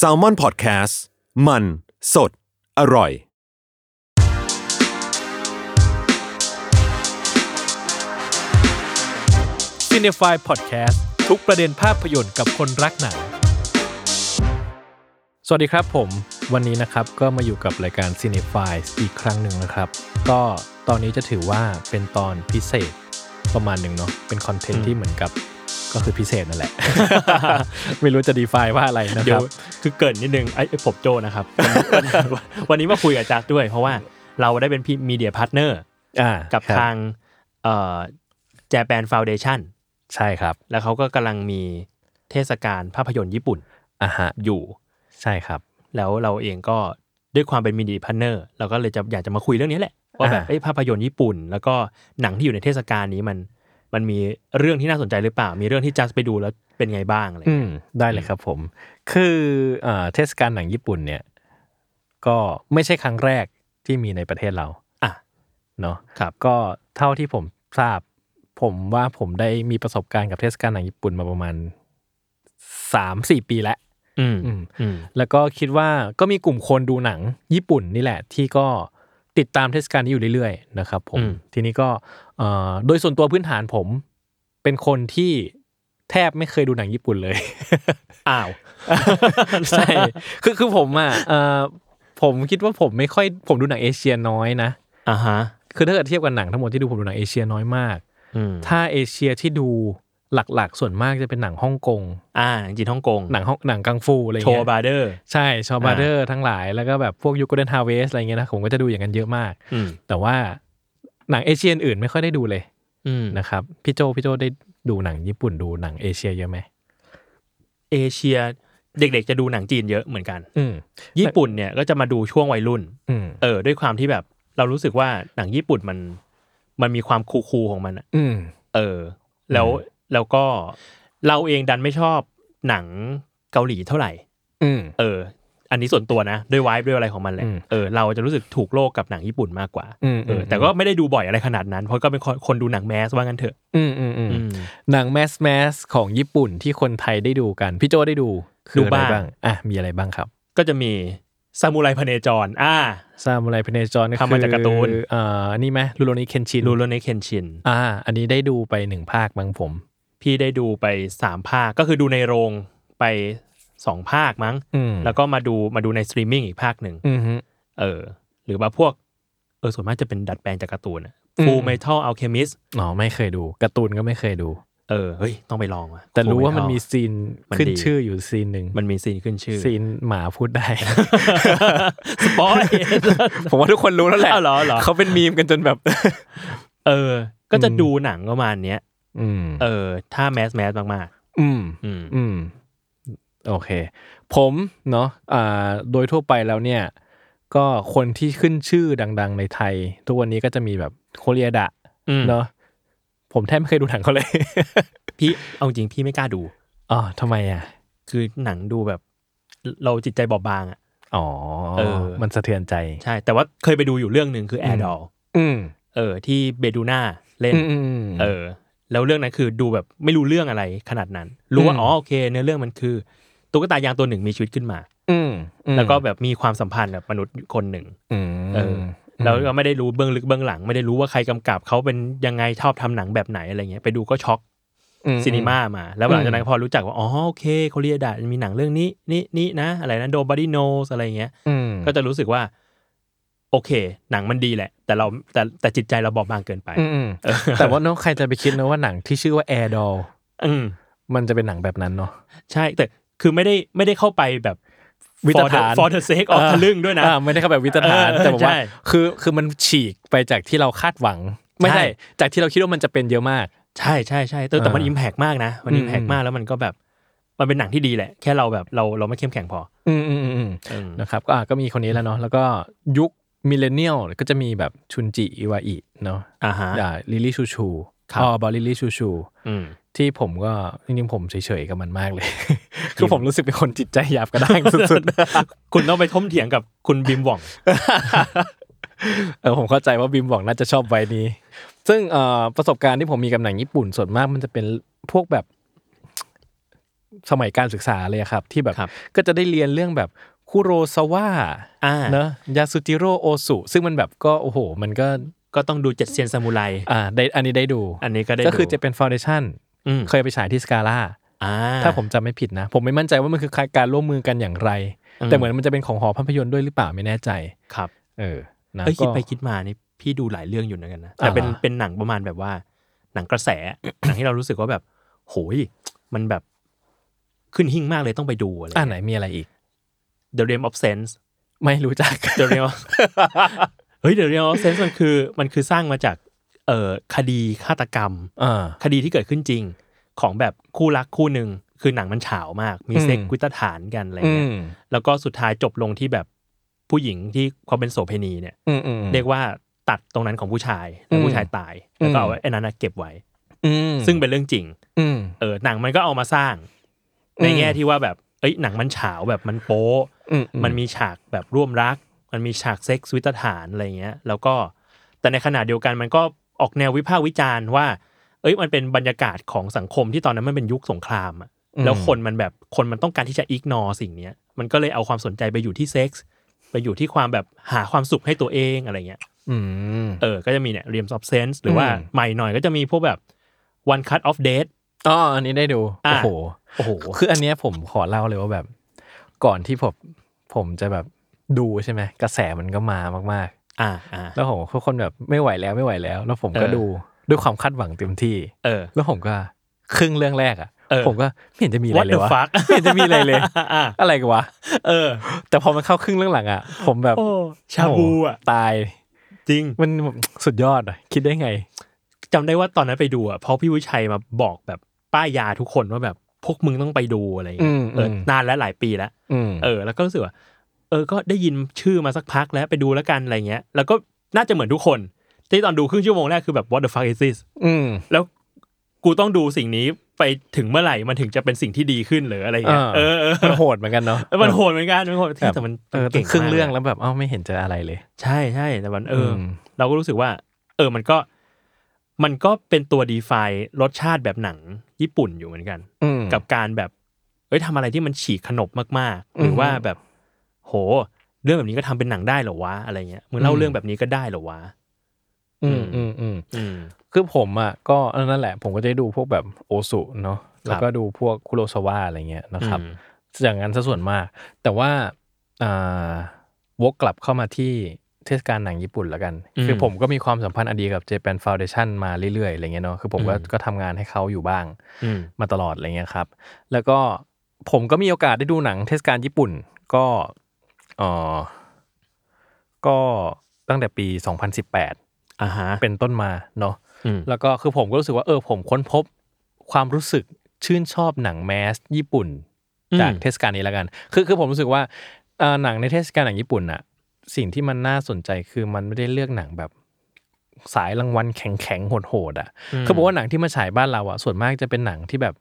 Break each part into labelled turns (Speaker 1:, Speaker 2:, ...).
Speaker 1: s a l m o n PODCAST มันสดอร่อย
Speaker 2: c i n e f y Podcast ทุกประเด็นภาพยนตร์กับคนรักหนัง สวัสดีครับผม วันนี้นะครับก็มาอยู่กับรายการ c i n e f y อีกครั้งหนึ่งนะครับ ก็ตอนนี้จะถือว่าเป็นตอนพิเศษประมาณหนึ่งเนาะเป็นคอนเทนต์ที่เหมือนกับก็คือพิเศษนั่นแหละ ไม่รู้จะดีไฟว่าอะไรนะ
Speaker 3: เดี๋
Speaker 2: ค
Speaker 3: ย
Speaker 2: รั
Speaker 3: ว
Speaker 2: บ
Speaker 3: คือเกรินนิดนึงไอ้ไอ้ผมโจนะครับ วันนี้มา คุยกับจักด้วย เพราะว่าเราได้เป็นพี่มีเดียพาร์ทเนอร์
Speaker 2: อ่า
Speaker 3: กับ
Speaker 2: ครับ
Speaker 3: ทางเอ่อจแปนฟาวเดชั่น
Speaker 2: ใช่ครับ
Speaker 3: แล้วเขาก็กำลังมีเทศกาลภาพยนตร์ญี่ปุ่น
Speaker 2: อ่าฮะ
Speaker 3: อยู่
Speaker 2: ใช่ครับ
Speaker 3: แล้วเราเองก็ด้วยความเป็นมีเดียพาร์ทเนอร์เราก็เลยจะอยากจะมาคุยเรื่องนี้แหละว่าแบบ
Speaker 2: อ่า
Speaker 3: เอ้ยภาพยนตร์ญี่ปุ่น แล้วก็หนังที่อยู่ในเทศกาลนี้มันมันมีเรื่องที่น่าสนใจหรือเปล่า มีเรื่องที่จัสไปดูแล้วเป็นไงบ้างอะไร
Speaker 2: อื
Speaker 3: เงี้ย
Speaker 2: มได้เลยครับผม คือเอ่อเทศกาลหนังญี่ปุ่นเนี่ย ก็ไม่ใช่ครั้งแรกที่มีในประเทศเรา
Speaker 3: อ่ะ
Speaker 2: เนาะ
Speaker 3: ครับ
Speaker 2: ก็เท่าที่ผมทราบ ผมว่าผมได้มีประสบการณ์กับเทศกาลหนังญี่ปุ่นมาประมาณสามสี่ปีแล้ว
Speaker 3: อืม
Speaker 2: อืม
Speaker 3: อืม
Speaker 2: แล้วก็คิดว่าก็มีกลุ่มคนดูหนังญี่ปุ่นนี่แหละ ที่ก็ติดตามเทศกาลนี้อยู่เรื่อยๆนะครับผมทีนี้ก็เอ่อโดยส่วนตัวพื้นฐานผมเป็นคนที่แทบไม่เคยดูหนังญี่ปุ่นเลย
Speaker 3: อ้าว
Speaker 2: ใช่ คือคือผมอ่ะเอ่อผมคิดว่าผมไม่ค่อยผมดูหนังเอเชียน้อยนะ
Speaker 3: อ่าฮะ
Speaker 2: คือถ้าเกิดเทียบกับหนังทั้งหมดที่ดูผมดูหนังเอเชียน้อยมาก
Speaker 3: อืม
Speaker 2: ถ้าเอเชียที่ดูหลักๆ ส่วนมากจะเป็นหนังฮ่องกง
Speaker 3: อ่าหนังจีนฮ่องกง
Speaker 2: หนังฮ่องหนังกังฟูอะไร
Speaker 3: โช
Speaker 2: เงี้
Speaker 3: ว์
Speaker 2: ย
Speaker 3: บาร์เดอร์
Speaker 2: ใช่ชอบ
Speaker 3: อ่า
Speaker 2: บาร์เดอร์ทั้งหลายแล้วก็แบบพวกยูโกเดนฮาเวสอะไรเงี้ยนะผมก็จะดูอย่างนั้นเยอะมาก
Speaker 3: อืม
Speaker 2: แต่ว่าหนังเอเชียอื่นๆไม่ค่อยได้ดูเลย
Speaker 3: อืมนะ
Speaker 2: นะครับพี่โจพี่โจได้ดูหนังญี่ปุ่นดูหนังเอเชียเยอะไหม
Speaker 3: เอเชียเด็กๆจะดูหนังจีนเยอะเหมือนกัน
Speaker 2: อืม
Speaker 3: ญี่ปุ่นเนี่ยก็จะมาดูช่วงวัยรุ่น
Speaker 2: อืม
Speaker 3: เออ ด้วยความที่แบบเรารู้สึกว่าหนังญี่ปุ่นมัน มันมีความคูลๆของมันอะ
Speaker 2: อืม
Speaker 3: เออ แล้ว
Speaker 2: อืม
Speaker 3: แล้วก็เราเองดันไม่ชอบหนังเกาหลีเท่าไหร่
Speaker 2: อืม
Speaker 3: เออ อันนี้ส่วนตัวนะ ด้วยวายด้วยอะไรของมันแหละ
Speaker 2: อืม
Speaker 3: เออเราจะรู้สึกถูกโลกกับหนังญี่ปุ่นมากกว่า
Speaker 2: อืม
Speaker 3: เอออ
Speaker 2: ม
Speaker 3: แต่ก็ไม่ได้ดูบ่อยอะไรขนาดนั้น เพราะก็เป็นคนคนดูหนังแมสว่างั้นเถอะ
Speaker 2: อืมอืมอืม
Speaker 3: อืม
Speaker 2: หนังแมสแมสของญี่ปุ่นที่คนไทยได้ดูกัน พี่โจได้ดูคือ
Speaker 3: ดู
Speaker 2: อะไร
Speaker 3: บ้าง
Speaker 2: บ้างอ่ะมีอะไรบ้างครับ
Speaker 3: ก็จะมีซามูไรพเนจรอ่า
Speaker 2: ซามูไรพเนจรก็คือ
Speaker 3: ทำมาจากการ์ตูน
Speaker 2: เอ่อนี่ไหมลูโรนิเคนชิน
Speaker 3: รูโรเนเคนชิน
Speaker 2: อ่า อันนี้ได้ดูไปหนึ่งภาคบางผม
Speaker 3: พี่ได้ดูไปสามภาค ก็คือดูในโรงไปสองภาคมั้ง
Speaker 2: อืม
Speaker 3: แล้วก็มาดูมาดูในสตรีมมิ่งอีกภาคหนึ่ง
Speaker 2: อือฮึ
Speaker 3: เออ หรือว่าพวก เออ ส่วนมากจะเป็นดัดแปลงจากการ์ตูน
Speaker 2: อืม
Speaker 3: ฟูเมทัลอัลเคมิส
Speaker 2: อ๋อไม่เคยดูการ์ตูนก็ไม่เคยดู
Speaker 3: เออ เฮ้ย ต้องไปลองว่ะ
Speaker 2: แต่รู้
Speaker 3: Full
Speaker 2: ว่ามันมี
Speaker 3: Metal
Speaker 2: ซีน
Speaker 3: มัน
Speaker 2: ขึ้น
Speaker 3: ดี
Speaker 2: ชื่ออยู่ซีนหนึ่ง
Speaker 3: มันมีซีนขึ้นชื่อ
Speaker 2: ซี นหมาพูดได้
Speaker 3: สปอย
Speaker 2: ผมว่าทุกคน รู้แล้วแหละ
Speaker 3: อ้าวเหรอเหรอ
Speaker 2: เขาเป็นมีมกันจนแบบ
Speaker 3: เออ ก็จะ
Speaker 2: อืม
Speaker 3: ดูหนังประมาณเนี้ย
Speaker 2: อืม
Speaker 3: เออ ถ้าแมสแมสมาก
Speaker 2: อืม
Speaker 3: ๆอืม
Speaker 2: อืม โอเค ผมเนาะอ่าโดยทั่วไปแล้วเนี่ย ก็คนที่ขึ้นชื่อดัง ๆ ในไทย ทุกวันนี้ก็จะมีแบบโคเรียดะ
Speaker 3: อืม
Speaker 2: เนาะผมแทบไม่เคยดูหนังเขาเลย
Speaker 3: พี่เอาจริงพี่ไม่กล้าดู
Speaker 2: อ๋อทำไมอ่ะ
Speaker 3: คือหนังดูแบบ เราจิตใจบอบบางอะ
Speaker 2: อ๋อ
Speaker 3: เออ
Speaker 2: มันสะเทือนใจ
Speaker 3: ใช่ แต่ว่าเคยไปดูอยู่เรื่องหนึ่งคือแอร์ดอล
Speaker 2: อืม
Speaker 3: เออ ที่เบดูน่าเล่น
Speaker 2: อืมอืม
Speaker 3: เออ แล้วเรื่องนั้นคือดูแบบไม่รู้เรื่องอะไรขนาดนั้น รู้ว่า
Speaker 2: อืม
Speaker 3: อ๋อโอเค เนื้อเรื่องมันคือตุ๊กตายางตัวหนึ่งมีชีวิตขึ้นมา
Speaker 2: อืมอืม
Speaker 3: แล้วก็แบบมีความสัมพันธ์กับมนุษย์คนหนึ่ง
Speaker 2: อืม
Speaker 3: เออ แล้วก็ไม่ได้รู้เบื้องลึกเบื้องหลัง ไม่ได้รู้ว่าใครกำกับเขาเป็นยังไงชอบทำหนังแบบไหนอะไรเงี้ยไปดูก็ช็อก
Speaker 2: อื
Speaker 3: ซีนีมามา แล้วหลังจากนั้นพอรู้จักว่าอ๋อโอเคเขาเรียดามีหนังเรื่องนี้นี่นี่นะ อะไรนะโดบอดี้โนสอะไรเงี้ย
Speaker 2: อืม
Speaker 3: ก็จะรู้สึกว่า โอเค หนังมันดีแหละ แต่เราแต่แต่จิตใจเราบอบบางเกินไป
Speaker 2: อืมอืมแต่ว่าเนาะใครจะไปคิดนะว่าหนังที่ชื่อว่าแอร์ดอล
Speaker 3: อืม
Speaker 2: มันจะเป็นหนังแบบนั้นเนาะ
Speaker 3: ใช่แต่คือไม่ได้ไม่ได้เข้าไปแบบ
Speaker 2: วิตฐาน
Speaker 3: for the sake of
Speaker 2: า
Speaker 3: ทะลึ่งด้วยนะ
Speaker 2: อ่าไม่ได้เข้าแบบวิตรฐาน
Speaker 3: เออ
Speaker 2: แต่บอกว่า
Speaker 3: ใช่
Speaker 2: คือคือมันฉีกไปจากที่เราคาดหวัง ไม่
Speaker 3: ใช่
Speaker 2: ใช่จากที่เราคิดว่ามันจะเป็นเยอะมาก
Speaker 3: ใช่ใช่ใช่แต่แต่มัน
Speaker 2: อ่า
Speaker 3: อิมแพกมากนะ มัน
Speaker 2: อืม
Speaker 3: อิมแพกมากแล้วมันก็แบบ มันเป็นหนังที่ดีแหละ แค่เราแบบเราเราไม่เข้มแข็งพอ
Speaker 2: อืมอืมอืมอืม
Speaker 3: อืม
Speaker 2: นะครับก็อ่ะก็มีคนนี้แล้วเนาะแล้วก็ยุคมิเลเนียลก็จะมีแบบชุนจิอิวาอิเนาะ
Speaker 3: อ่าฮะ
Speaker 2: อ่าลิลี่ชูชู
Speaker 3: ครับ
Speaker 2: อ๋อบอลลิลี่ชูชู
Speaker 3: อืม
Speaker 2: ที่ผมก็จริงๆผมเฉยๆกับมันมากเลย คือผมรู้สึกเป็นคนจิตใจหยาบกระด้างสุด
Speaker 3: คุณต้องไปท้มเถียงกับคุณบิมหว่อง
Speaker 2: ๆ เออผมเข้าใจว่าบิมบอกน่าจะชอบไวนี้ ซึ่งเอ่อประสบการณ์ที่ผมมีกับหนังญี่ปุ่นส่วนมากมันจะเป็นพวกแบบสมัยการศึกษาเลยอะครับ ที่แบบ
Speaker 3: ครับ
Speaker 2: ก็จะได้เรียนเรื่องแบบคุโรซาวะ
Speaker 3: อ่า
Speaker 2: เนอะยาสุจิโร่โอสุซึ่งมันแบบก็โอ้โห มันก็
Speaker 3: ก็ต้องดูเจ็ดเซียนซามูไร
Speaker 2: อ่าได้อันนี้ได้ดู
Speaker 3: อันนี้ก็ได้
Speaker 2: ก็คือจะ
Speaker 3: ดู
Speaker 2: เป็นฟ u n เดชั่น
Speaker 3: อืม
Speaker 2: เคยไปฉายที่สกาล่า
Speaker 3: อ่า
Speaker 2: ถ้าผมจำไม่ผิดนะ ผมไม่มั่นใจว่ามันคือการร่วมมือกันอย่างไร
Speaker 3: อืม
Speaker 2: แต่เหมือนมันจะเป็นของหอภาพยนตร์ด้วยหรือเปล่าไม่แน่ใจ
Speaker 3: ครับ
Speaker 2: เออนะ
Speaker 3: เอ้ย
Speaker 2: ก็
Speaker 3: คิดไปคิดมานี่พี่ดูหลายเรื่องอยู่เหมือนกันนะแต่เป็น
Speaker 2: อ่าฮะ
Speaker 3: เป็นหนังประมาณแบบว่า หนังกระแส หนังที่เรารู้สึกว่าแบบ โหย มันแบบขึ้นหิ่งมากเลยต้องไปดูอะไร
Speaker 2: อ่า
Speaker 3: เงี้ย
Speaker 2: ไหนมีอะไรอีก
Speaker 3: The Realm of Sense
Speaker 2: ไม่รู้จัก
Speaker 3: The Realm of- เฮ้ย The Realm of Sense มันคือมันคือสร้างมาจากเอ่อคดีฆาตกรรม
Speaker 2: อ่า
Speaker 3: คดีที่เกิดขึ้นจริงของแบบคู่รักคู่หนึ่งคือหนังมันเฉาวมาก มีเซ็ก
Speaker 2: อืม
Speaker 3: วิตฐานกันอะไร
Speaker 2: อื
Speaker 3: เงี้ย
Speaker 2: ม
Speaker 3: แล้วก็สุดท้ายจบลงที่แบบผู้หญิงที่เขาเป็นโสเภณีเนี่ย
Speaker 2: อืมอืม
Speaker 3: เรียกว่าตัดตรงนั้นของผู้ชายแล้ว
Speaker 2: อืม
Speaker 3: ผู้ชายตาย แล้วก็เอา
Speaker 2: อืม
Speaker 3: ไอ้นั้นนะเก็บไว้
Speaker 2: อืม
Speaker 3: ซึ่งเป็นเรื่องจริง
Speaker 2: อืม
Speaker 3: เออหนังมันก็เอามาสร้าง
Speaker 2: อืม
Speaker 3: ในแง่ที่ว่าแบบเอ้ยหนังมันเฉาวแบบมันโป๊ะ
Speaker 2: อืม
Speaker 3: มันมีฉากแบบร่วมรัก มันมีฉากเซ็กซ์วิตฐานอะไรเงี้ย แล้วก็แต่ในขณะเดียวกันมันก็ออกแนววิพากษ์วิจารณ์ว่า เอ้ยมันเป็นบรรยากาศของสังคมที่ตอนนั้นมันเป็นยุคสงครามอะ แล้วคนมันแบบคนมันต้องการที่จะอิกนอสิ่งเนี้ยมันก็เลยเอาความสนใจไปอยู่ที่เซ็กส์ไปอยู่ที่ความแบบหาความสุขให้ตัวเองอะไรเงี้ย
Speaker 2: อืม
Speaker 3: เออก็จะมีเนี่ยเรียมซอบเซนส์หรือว่า
Speaker 2: อืม
Speaker 3: ใหม่หน่อยก็จะมีพวกแบบ one cut off date
Speaker 2: อ๋ออันนี้ได้ดู
Speaker 3: อ่ะ
Speaker 2: โอ้โห
Speaker 3: โอ้โห
Speaker 2: คืออันเนี้ยผมขอเล่าเลยว่าแบบ ก่อนที่ผมผมจะแบบดูใช่ไหมกระแสมันก็มามาก
Speaker 3: อ่าอ่า
Speaker 2: ๆ แล้วผมทุกคนแบบไม่ไหวแล้วไม่ไหวแล้ว แล้วผมก็
Speaker 3: เออ
Speaker 2: ดูด้วยความคาดหวังเต็มที่
Speaker 3: เออ
Speaker 2: แล้วผมก็ครึ่งเรื่องแรกอ่ะ
Speaker 3: เออ
Speaker 2: ผมก็ไม่เห็นจะมีอะไร
Speaker 3: what
Speaker 2: เล
Speaker 3: the
Speaker 2: ยวะ
Speaker 3: fuck
Speaker 2: ไม่เห็นจะมีอะไรเลย
Speaker 3: อ่า
Speaker 2: อะไรกันวะ
Speaker 3: เออ
Speaker 2: แต่พอมันเข้าครึ่งเรื่องหลังอ่ะ ผมแบบ
Speaker 3: โอ้ชาบูอ่ะ
Speaker 2: ตาย
Speaker 3: จริง
Speaker 2: มันแบบสุดยอดอ่ะ คิดได้ไง
Speaker 3: จำได้ว่าตอนนั้นไปดูอ่ะเพราะพี่วิชัยมาบอกแบบป้ายยาทุกคนว่าแบบพวกมึงต้องไปดูอะไรเงี้ย
Speaker 2: อืม
Speaker 3: เออ
Speaker 2: ม
Speaker 3: นานแล้วหลายปีแล้ว
Speaker 2: อืม
Speaker 3: เออแล้วก็รู้สึกว่าเออก็ได้ยินชื่อมาสักพักแล้วไปดูแล้วกันอะไรเงี้ย แล้วก็น่าจะเหมือนทุกคน ที่ตอนดูครึ่งชั่วโมงแรกคือแบบ what the fuck is this
Speaker 2: อืม
Speaker 3: แล้วกูต้องดูสิ่งนี้ไปถึงเมื่อไหร่มันถึงจะเป็นสิ่งที่ดีขึ้นหรืออะไรเงี้ยเอ
Speaker 2: เอ
Speaker 3: อ
Speaker 2: อ
Speaker 3: เออ
Speaker 2: มันโหดเหมือนกันเนาะ
Speaker 3: เออมันโหดเหมือนกันมันโหดแต่มัน
Speaker 2: เออ
Speaker 3: เก่ง
Speaker 2: ครึ่งเรื่อง
Speaker 3: มาก
Speaker 2: แล้วแบบเอ้าไม่เห็นเจออะไรเลย
Speaker 3: ใช่ใช่แต่มันเอออ
Speaker 2: ม
Speaker 3: เราก็รู้สึกว่า เออมันก็ มันก็เป็นตัวดีไฟรสชาติแบบหนังญี่ปุ่นอยู่เหมือนกัน
Speaker 2: อืม
Speaker 3: กับการแบบ เอ้ยทำอะไรที่มันฉีกขนบมาก ๆ หรือ
Speaker 2: อฮึ
Speaker 3: ว่าแบบ โห เรื่องแบบนี้ก็ทำเป็นหนังได้เหรอวะ อะไรเงี้ย มึงเล่า
Speaker 2: อืม
Speaker 3: เรื่องแบบนี้ก็ได้เหรอวะ
Speaker 2: อืมอืมอืม
Speaker 3: อืม
Speaker 2: คือผมอ่ะก็เออนั่นแหละ ผมก็จะได้ดูพวกแบบโอสุเนาะแล้วก็ดูพวกคุโรซาวะอะไรเงี้ยนะครับ
Speaker 3: อืม
Speaker 2: อย่างนั้นซะส่วนมาก แต่ว่าอ่าวกกลับเข้ามาที่เทศกาลหนังญี่ปุ่นละกัน
Speaker 3: อืม
Speaker 2: คือผมก็มีความสัมพันธ์อนดีกับ Japan Foundation มาเรื่อยๆอะไรเงี้ยเนาะคือผมก็
Speaker 3: อืม
Speaker 2: ก็ทำงานให้เขาอยู่บ้าง
Speaker 3: อืม
Speaker 2: มาตลอดอะไรเงี้ยครับ แล้วก็ผมก็มีโอกาสได้ดูหนังเทศกาลญี่ปุ่น ก็เออก็ตั้งแต่ปี 2018
Speaker 3: อ่าฮะ
Speaker 2: เป็นต้นมาเนาะ
Speaker 3: อืม
Speaker 2: แล้วก็คือผมก็รู้สึกว่าเออผมค้นพบความรู้สึกชื่นชอบหนังแมสญี่ปุ่น
Speaker 3: อืม
Speaker 2: จากเทศกาลนี้แล้วกัน คือคือผมรู้สึกว่าเอ่อหนังในเทศกาลหนังญี่ปุ่นน่ะสิ่งที่มันน่าสนใจคือมันไม่ได้เลือกหนังแบบสายรางวัลแข็งๆโหดๆอ่ะเขาบอกว่าหนังที่มาฉายบ้านเราอ่ะส่วนมากจะเป็นหนังที่แบบ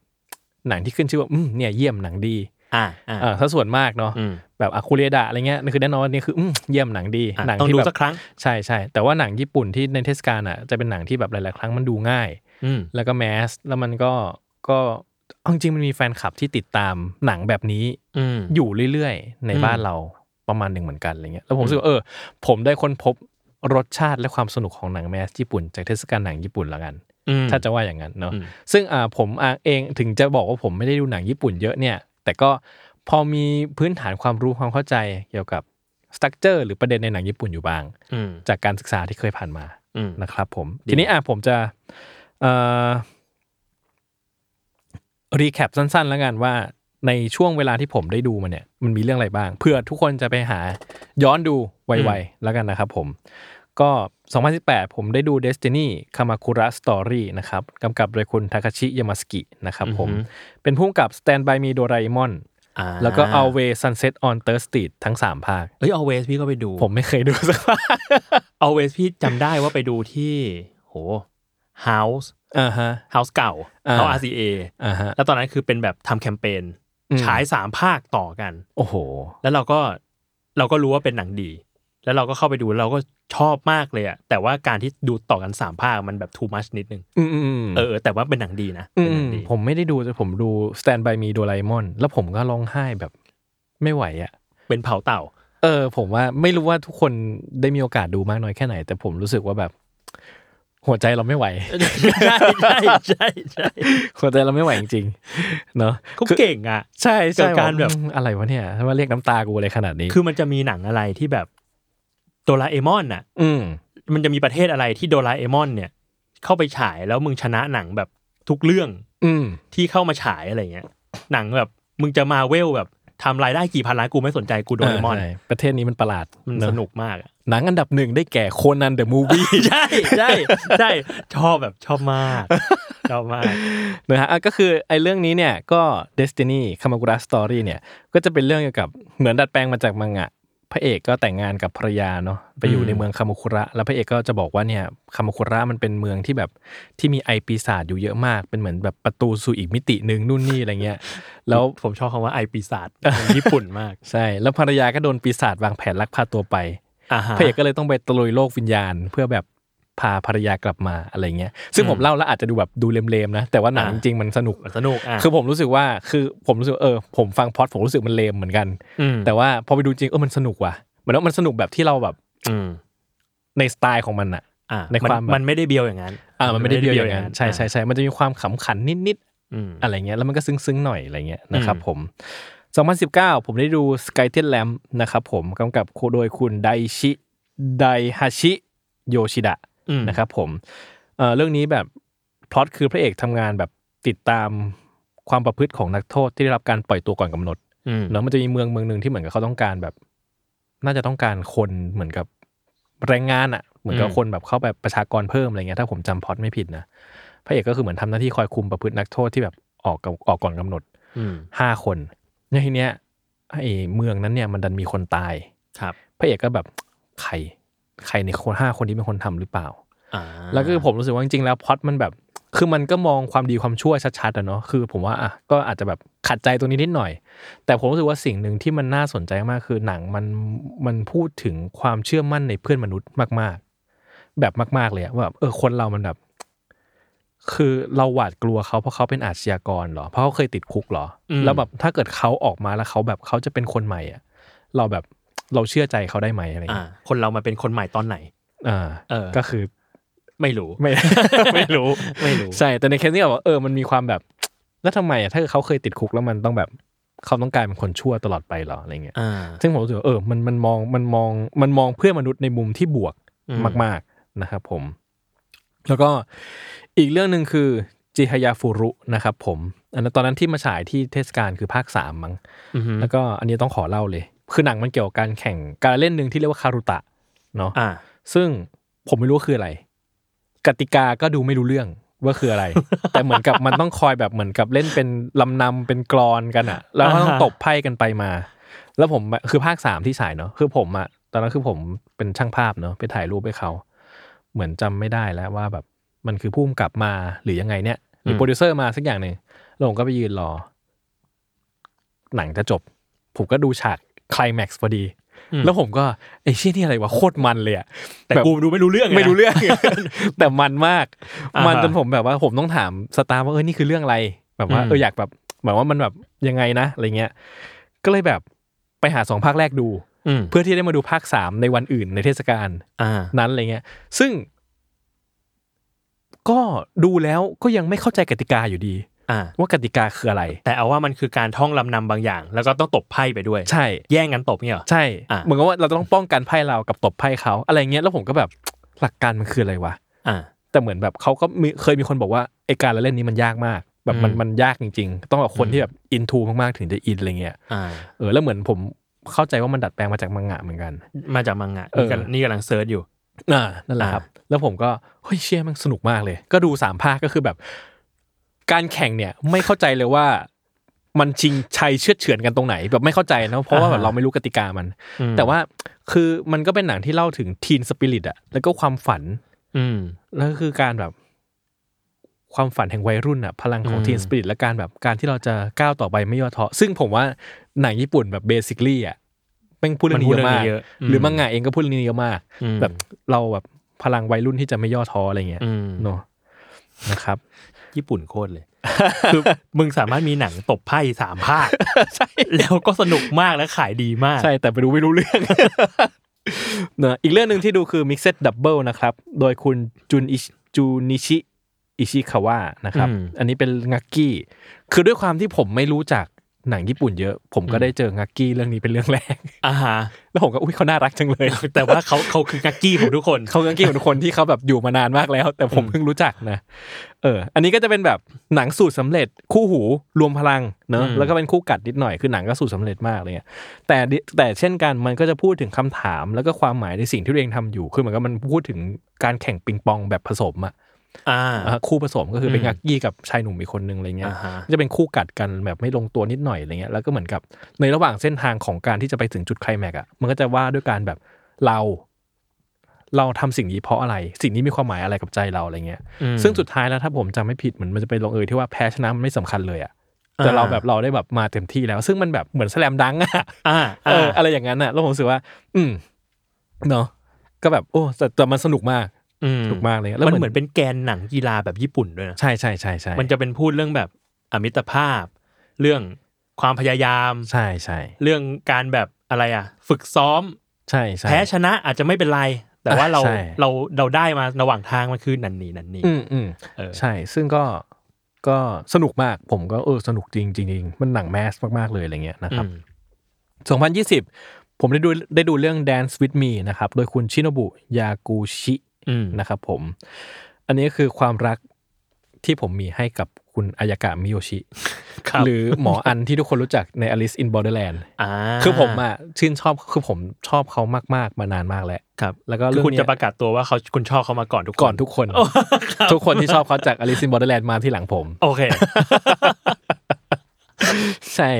Speaker 2: หนังที่ขึ้นชื่อว่าอืมเนี่ยเยี่ยมหนังดี
Speaker 3: อ่าอ่า
Speaker 2: อ่าถ้าส่วนมากเนาะ
Speaker 3: อืม
Speaker 2: แบบอาคูเรดะอะไรเงี้ยคือแน่นอนว่านี่คืออืมเยี่ยมหนังดี
Speaker 3: อ่ะ
Speaker 2: หนั
Speaker 3: ต้อง
Speaker 2: ที่
Speaker 3: ดู
Speaker 2: แบบ
Speaker 3: สักครั้ง
Speaker 2: ใช่ใช่แต่ว่าหนังญี่ปุ่นที่ในเทศกาลอ่ะจะเป็นหนังที่แบบหลาย ๆ ครั้งมันดูง่าย
Speaker 3: อืม
Speaker 2: แล้วก็แมสแล้วมันก็ก็เอาจริงๆมันมีแฟนคลับที่ติดตามหนังแบบนี้
Speaker 3: อืม
Speaker 2: อยู่เรื่อย ๆ ใน
Speaker 3: อืม
Speaker 2: บ้านเราประมาณหนึ่งเหมือนกันอะไรเงี้ยแล้วผมรู้สึกว่าเออ ผมได้ค้นพบรสชาติและความสนุกของหนังแมสญี่ปุ่น จากเทศกาลหนังญี่ปุ่นละกัน
Speaker 3: อืม
Speaker 2: ถ้าจะว่าอย่างนั้นเนาะ
Speaker 3: อืม
Speaker 2: ซึ่งอ่าผมอ่ะเองถึงจะบอกว่าผมไม่ได้ดูหนังญี่ปุ่นเยอะเนี่ย แต่ก็พอมีพื้นฐานความรู้ความเข้าใจเกี่ยวกับสตั๊กเจอร์หรือประเด็นในหนังญี่ปุ่นอยู่บ้าง
Speaker 3: อืม
Speaker 2: จากการศึกษาที่เคยผ่านมา
Speaker 3: อืม
Speaker 2: นะครับผม
Speaker 3: ดี
Speaker 2: ทีนี้อ่ะผมจะเอ่อรีแคปสั้นๆ แล้วกันว่าในช่วงเวลาที่ผมได้ดูมาเนี่ย มันมีเรื่องอะไรบ้าง เพื่อทุกคนจะไปหาย้อนดูไวๆแล้วกันนะครับผม ก็ 2018 ผมได้ดู Destiny Kamakura Story นะครับกำกับโดยคุณทาคาชิยามาสกินะครับผม
Speaker 3: อือหื
Speaker 2: เป็นผู้กำกับ Stand by Me Doraemon
Speaker 3: อ่า
Speaker 2: แล้วก็ Always Sunset on Third Street ทั้ง 3 ภาค
Speaker 3: เอ้ย always พี่ก็ไปดู
Speaker 2: ผมไม่เคยดูสักภาค
Speaker 3: always พี่จำได้ว่าไปดูที่โห house
Speaker 2: อ่าฮะ
Speaker 3: house เก่า
Speaker 2: อ่า
Speaker 3: house RCA
Speaker 2: อ่าฮะ
Speaker 3: แล้วตอนนั้นคือเป็นแบบทำแคมเปญ
Speaker 2: อืม
Speaker 3: ฉายสามภาคต่อกัน
Speaker 2: โอ้โห
Speaker 3: แล้วเราก็เราก็รู้ว่าเป็นหนังดี แล้วเราก็เข้าไปดูเราก็ชอบมากเลยอะแต่ว่าการที่ดูต่อกันสามภาคมันแบบ too much นิดนึง
Speaker 2: อืมอืมอืม
Speaker 3: เออเออแต่ว่าเป็นหนังดีนะเป็นหนังดี
Speaker 2: ผมไม่ได้ดูแต่ผมดู Stand by Me โดราเอมอนแล้วผมก็ร้องไห้แบบไม่ไหวอะ่ะ
Speaker 3: เป็นเผาเต่า
Speaker 2: เออ ผมว่าไม่รู้ว่าทุกคนได้มีโอกาสดูมากน้อยแค่ไหน แต่ผมรู้สึกว่าแบบ หัวใจเราไม่ ไหว
Speaker 3: ใช่ใช่ใช่ใช่
Speaker 2: หัวใจเราไม่ไหวจริงๆเนาะ
Speaker 3: เขาเก่งอ่ะ
Speaker 2: ใช่ใช่
Speaker 3: กับการแบบ
Speaker 2: อืมอะไรวะเนี่ยทำไมเรียกน้ำตากูอะไรขนาดนี้
Speaker 3: คือมันจะมีหนังอะไรที่แบบโดราเอมอนน่ะ
Speaker 2: อืม
Speaker 3: มันจะมีประเทศอะไรที่โดราเอมอนเนี่ย เข้าไปฉายแล้วมึงชนะหนังแบบทุกเรื่อง
Speaker 2: อืม
Speaker 3: ที่เข้ามาฉายอะไรเงี้ย หนังแบบมึงจะมาเวลแบบทำรายได้กี่พันล้านกูไม่สนใจกูโดราเอมอน
Speaker 2: ใช่ประเทศนี้มันประหลาด
Speaker 3: มัน
Speaker 2: เอะ
Speaker 3: สนุกมากอะ
Speaker 2: หนังอันดับหนึ่งได้แก่โคนันเดอะมูฟวี่
Speaker 3: ใช่ใช่ใช่ชอบแบบชอบมาก ชอบมาก
Speaker 2: นะฮะอ่ะก็คือไอ้เรื่องนี้เนี่ยก็ Destiny Kamakura Story เนี่ยก็จะเป็นเรื่องเกี่ยวกับเหมือนดัดแปลงมาจากมังงะพระเอกก็แต่งงานกับภรรยาเนาะไปอยู่
Speaker 3: อืม
Speaker 2: ในเมืองคามาคุระ แล้วพระเอกก็จะบอกว่าเนี่ยคามาคุระมันเป็นเมืองที่แบบที่มีไอปีศาจอยู่เยอะมาก เป็นเหมือนแบบประตูสู่อีกมิติหนึ่งนู่นนี่อะไร เงี้ยแล้ว
Speaker 3: ผมชอบคำว่าไอปีศาจของญี่ปุ่นมาก
Speaker 2: ใช่แล้วภรรยาก็โดนปีศาจวางแผนลักพาตัวไป
Speaker 3: อ่าฮะ
Speaker 2: พระเอกก็เลยต้องไปตะลุยโลกวิญญาณ เพื่อแบบพาภรรยากลับมาอะไรเงี้ยซึ่งผมเล่าแล้วอาจจะดูแบบดูเลมๆนะแต่ว่าหนังจริงๆมันสนุก
Speaker 3: มันสนุกอ่ะ
Speaker 2: คือผมรู้สึกว่าคือผมรู้สึกเออผมฟังพล็อดผมรู้สึกมันเลมเหมือนกัน
Speaker 3: ม
Speaker 2: แต่ว่าพอไปดูจริงเออมันสนุกว่ะเหมือนว่ามันสนุกแบบที่เราแบบ
Speaker 3: อืม
Speaker 2: ในสไตล์ของมันอะ
Speaker 3: อ่า
Speaker 2: ในความแบบ
Speaker 3: มันไม่ได้เบียวอย่างนั้น
Speaker 2: อ่ามันไม่ได้เบียวอย่างนั้นใช่ใช่ใช่มันจะมีความขำขันนิด
Speaker 3: อืม
Speaker 2: ๆอะไรเงี้ยแล้วมันก็ซึ้งๆหน่อยอะไรเงี้ยนะครับ
Speaker 3: อืม
Speaker 2: ผม 2019 ผมได้ดู Sky t e n l a m นะครับผมกำกับโดยคุณไดชิไดฮาชิโยชิดะ
Speaker 3: อืม
Speaker 2: นะครับผมเอ่อเรื่องนี้แบบพล็อตคือพระเอกทำงานแบบติดตามความประพฤติของนักโทษที่ได้รับการปล่อยตัวก่อนกำหนด
Speaker 3: อืม
Speaker 2: เนาะมันจะมีเมืองเมืองหนึ่งที่เหมือนกับเขาต้องการแบบ น่าจะต้องการคนเหมือนกับแรงงานอะ่ะ เหมือนกับ
Speaker 3: อืม
Speaker 2: คนแบบเข้าแบบประชากรเพิ่มอะไรเงี้ยถ้าผมจำพล็อตไม่ผิดนะพระเอกก็คือเหมือนทำหน้าที่คอยคุมประพฤตินักโทษที่แบบออกกับออกก่อนกำหนด
Speaker 3: อืม
Speaker 2: ห้าคนเนี่ยทีเนี้ยไอ้เมืองนั้นเนี่ยมันดันมีคนตาย
Speaker 3: ครับ
Speaker 2: พระเอกก็แบบใครใครในคนห้าคนนี้เป็นคนทำหรือเปล่า
Speaker 3: อ่า
Speaker 2: แล้วก็คือผมรู้สึกว่าจริงๆแล้วพล็อตมันแบบ คือมันก็มองความดีความชั่วชัดๆอะเนาะคือผมว่าอ่ะก็อาจจะแบบขัดใจตรงนี้นิดหน่อย แต่ผมรู้สึกว่าสิ่งหนึ่งที่มันน่าสนใจมากคือหนังมันมันพูดถึงความเชื่อมั่นในเพื่อนมนุษย์มากๆ แบบมาก ๆเลยอะว่าแบบเออคนเรามันแบบ คือเราหวาดกลัวเขาเพราะเขาเป็นอาชญากรเหรอเพราะเขาเคยติดคุกเหรออแล้วแบบถ้าเกิดเขาออกมาแล้วเขาแบบเขาจะเป็นคนใหม่อะเราแบบเราเชื่อใจเขาได้ไหมอะไรอย่าง
Speaker 3: อ่า
Speaker 2: เงี้ย
Speaker 3: คนเรามาเป็นคนใหม่ตอนไหน
Speaker 2: อ่า
Speaker 3: เออ
Speaker 2: ก็คือ
Speaker 3: ไม่รู้
Speaker 2: ไม่ ไม่รู้
Speaker 3: ไม่รู้
Speaker 2: ใช่แต่ในเคสนี้แบบเออมันมีความแบบ แล้วทำไมอ่ะถ้าเกิดเขาเคยติดคุกแล้วมันต้องแบบเขาต้องกลายเป็นคนชั่วตลอดไปเหรออะไรเงี้ย
Speaker 3: อ่า
Speaker 2: ซึ่งผมรู้สึกว่าเออมันมันมองมันมองมันมองเพื่อนมนุษย์ในมุมที่บวก
Speaker 3: อืม
Speaker 2: มาก ๆนะครับผม แล้วก็อีกเรื่องหนึ่งคือจิฮยาฟูรุนะครับผมอันนั้นตอนนั้นที่มาฉายที่เทศกาลคือภาคสามมั้ง
Speaker 3: อือฮึ
Speaker 2: แล้วก็อันนี้ต้องขอเล่าเลย คือหนังมันเกี่ยวกับการแข่งการเล่นหนึ่งที่เรียกว่าคารุตะเนาะ
Speaker 3: อ่า
Speaker 2: ซึ่งผมไม่รู้ว่าคืออะไร กติกาก็ดูไม่รู้เรื่องว่าคืออะไร แต่เหมือนกับมันต้องคอยแบบเหมือนกับเล่นเป็นลำนำเป็นกรอนกันอะแล้วก็ต้อง
Speaker 3: อ่าฮะ
Speaker 2: ตบไพ่กันไปมา แล้วผมอะคือภาคสามที่ฉายเนาะคือผมอะตอนนั้นคือผมเป็นช่างภาพเนาะไปถ่ายรูปให้เขา เหมือนจำไม่ได้แล้วว่าแบบมันคือผู้กำกับมาหรือยังไงเนี่ยหรือโปรดิวเซอร์มาสักอย่างหนึ่งแล้วผมก็ไปยืนรอ หนังจะจบ ผมก็ดูฉากไคลแม็กซ์พอดี
Speaker 3: อืม
Speaker 2: แล้วผมก็ไอ้เชี่ยนี่อะไรวะโคตรมันเลยอะ
Speaker 3: แต่กูดูไม่รู้เรื่องง
Speaker 2: ไม่รู้เรื่อง แต่มันมาก
Speaker 3: อ่าฮะ
Speaker 2: มันจนผมแบบว่าผมต้องถามสตาร์ว่าเออนี่คือเรื่องอะไร แบบว่า
Speaker 3: อืม
Speaker 2: เอออยากแบบเหมือนว่ามันแบบยังไงนะอะไรเงี้ย ก็เลยแบบไปหาสองภาคแรกดู
Speaker 3: อืม
Speaker 2: เพื่อที่ได้มาดูภาคสามในวันอื่นในเทศกาล
Speaker 3: อ่า
Speaker 2: นั้นอะไรเงี้ย ซึ่ง ก็ดูแล้วก็ยังไม่เข้าใจกติกาอยู่ดี
Speaker 3: อ่า
Speaker 2: ว่ากติกาคืออะไร
Speaker 3: แต่เอาว่ามันคือการท่องลำนำบางอย่าง แล้วก็ต้องตบไพ่ไปด้วย
Speaker 2: ใช่
Speaker 3: แย่งกันตบเนี่ยเหรอ
Speaker 2: ใช่
Speaker 3: อ่ะ
Speaker 2: เหมือนกับว่าเราต้องป้องกันไพ่เรากับตบไพ่เขาอะไรเงี้ยแล้วผมก็แบบหลักการมันคืออะไรวะ
Speaker 3: อ่า
Speaker 2: แต่เหมือนแบบเขาก็มีเคยมีคนบอกว่าไอการละเล่นนี้มันยากมาก แบบมัน
Speaker 3: อืม
Speaker 2: มันยากจริง ๆ ต้องแบบคนที่แบบอินทูมากๆถึงจะอินอะไรเงี้ย
Speaker 3: อ่า
Speaker 2: เออแล้วเหมือนผมเข้าใจว่ามันดัดแปลงมาจากมังงะเหมือนกัน
Speaker 3: มาจากมังงะ
Speaker 2: เออ
Speaker 3: นี่กำลังนี่กำลังเซิร์ชอยู่
Speaker 2: อ่านั่นแหละครับ แล้วผมก็เฮ้ยเชี่ยมันสนุกมากเลย ก็ดูสามภาคก็คือแบบ การแข่งเนี่ยไม่เข้าใจเลยว่า มันชิงชัยเชื่อดเฉือนกันตรงไหน แบบไม่เข้าใจนะเพราะว่าแบบ
Speaker 3: อ่าฮะ
Speaker 2: เราไม่รู้กติกามัน
Speaker 3: อืม
Speaker 2: แต่ว่าคือมันก็เป็นหนังที่เล่าถึงทีนสปิริตอะแล้วก็ความฝัน
Speaker 3: อืม
Speaker 2: แล้วก็คือการแบบความฝันแห่งวัยรุ่นอะพลังของ
Speaker 3: อืม
Speaker 2: ทีนสปิริตและการแบบการที่เราจะก้าวต่อไปไม่ย่อท้อซึ่งผมว่าหนังญี่ปุ่นแบบเบสิคลี่อะแม่งพูดเรื่องนี้เยอะมาก หรือมังงะเองก็พูดเรื่องนี้เยอะมาก
Speaker 3: ม
Speaker 2: แบบเราแบบพลังวัยรุ่นที่จะไม่ย่อท้ออะไรเงี้ย
Speaker 3: อืม
Speaker 2: เนาะนะครับ
Speaker 3: ญี่ปุ่นโคตรเลย คือมึงสามารถมีหนังตบไพ่สาม ภาคแล้วก็สนุกมากและขายดีมาก
Speaker 2: ใช่ แต่ไปดูไม่รู้เรื่อง เนอะอีกเรื่องหนึ่งที่ดูคือ Mixed Double นะครับ โดยคุณจุนอิจูนิชิอิชิคาวะนะครับ
Speaker 3: อืม
Speaker 2: อันนี้เป็นงักกี้ คือด้วยความที่ผมไม่รู้จักหนังญี่ปุ่นเยอะ ผมก็ได้เจองักกี้เรื่องนี้เป็นเรื่องแรก
Speaker 3: อ่าฮะ
Speaker 2: แล้วผมก็อุ้ยเขาน่ารักจังเลย
Speaker 3: แต่ว่าเขาเขาคือกักกี้ของทุกคน
Speaker 2: เขากังเกงของคนที่เขาแบบอยู่มานานมากแล้ว แต่ผมเพิ่งรู้จักนะ เออ อันนี้ก็จะเป็นแบบหนังสูตรสำเร็จคู่หูรวมพลังเนอะ
Speaker 3: อืม
Speaker 2: แล้วก็เป็นคู่กัดนิดหน่อยคือหนังก็สูตรสำเร็จมากเลยอะแต่ดิแต่เช่นกันมันก็จะพูดถึงคำถามแล้วก็ความหมายในสิ่งที่ตัวเองทำอยู่คือเหมือนกับมันพูดถึงการแข่งปิงปองแบบผสมอะ
Speaker 3: อ่า
Speaker 2: อ่ะคู่ผสมก็คืออ
Speaker 3: ม
Speaker 2: เป็นยักษ์ยี่กับชายหนุ่มอีกคนนึงอะไรเงี้ย
Speaker 3: อ่าฮะ
Speaker 2: ก็จะเป็นคู่กัดกันแบบไม่ลงตัวนิดหน่อยอะไรเงี้ยแล้วก็เหมือนกับในระหว่างเส้นทางของการที่จะไปถึงจุดไคลแม็กซ์อ่ะมันก็จะว่าด้วยการแบบเรา เราทำสิ่งนี้เพราะอะไร สิ่งนี้มีความหมายอะไรกับใจเราอะไรเงี้ย
Speaker 3: อืม
Speaker 2: ซึ่งสุดท้ายแล้วถ้าผมจำไม่ผิดเหมือนมันจะไปลงเอยที่ว่าแพ้ชนะมันไม่สำคัญเลยอ่ะแต่
Speaker 3: อ่า
Speaker 2: เราแบบเราได้แบบมาเต็มที่แล้ว ซึ่งมันแบบเหมือนแสลมดังอ่ะ
Speaker 3: อ่า
Speaker 2: เอออะไรอย่างนั้นอ่ะแล้วผมรู้สึกว่า อืมเนาะก็แบบโอ้แต่แต่มันสนุกมากสนุกมากเลยแล้ว
Speaker 3: มันเหมือนเป็นแกนหนังกีฬาแบบญี่ปุ่นด้วยนะ
Speaker 2: ใช่ใช่ใช่ใช่
Speaker 3: มันจะเป็นพูดเรื่องแบบอมิตรภาพ เรื่องความพยายาม
Speaker 2: ใช่ใช่
Speaker 3: เรื่องการแบบอะไรอ่ะ ฝึกซ้อม
Speaker 2: ใช่ใช่
Speaker 3: แพ้ชนะอาจจะไม่เป็นไร แต่ว่าเรา
Speaker 2: ใช่
Speaker 3: เราเราได้มาระหว่างทางมันคือนันนี่นันนี่
Speaker 2: อืมอืม
Speaker 3: เออ
Speaker 2: ใช่ ซึ่งก็ ก็สนุกมาก ผมก็เออสนุกจริงจริงๆมันหนังแมสมาก ๆ เลยอะไรเงี้ยนะครับ
Speaker 3: อืม
Speaker 2: 2020 ผมได้ดูได้ดูเรื่อง Dance with Me นะครับ โดยคุณชิโนบุ ยากูชิ
Speaker 3: อืม
Speaker 2: นะครับผม อันนี้คือความรักที่ผมมีให้กับคุณอายากะมิโยชิ
Speaker 3: ครับ
Speaker 2: หรือหมออันที่ทุกคนรู้จักใน Alice in Borderland
Speaker 3: า
Speaker 2: คือผมอ่ะชื่นชอบคือผมชอบเขามาก ๆ มานานมากแล้ว
Speaker 3: ครับ
Speaker 2: แล้วก็
Speaker 3: คื
Speaker 2: เรื่
Speaker 3: อ
Speaker 2: อง
Speaker 3: คุณ
Speaker 2: เนี้
Speaker 3: จะ
Speaker 2: ย
Speaker 3: ประกาศตัวว่าเขาคุณชอบเขามาก่อนทุกค
Speaker 2: ก่อนทุกคน
Speaker 3: โอ้ ครับ
Speaker 2: ทุกคนที่ชอบเขาจาก Alice in Borderland มาที่หลังผม
Speaker 3: โอเค
Speaker 2: ใช่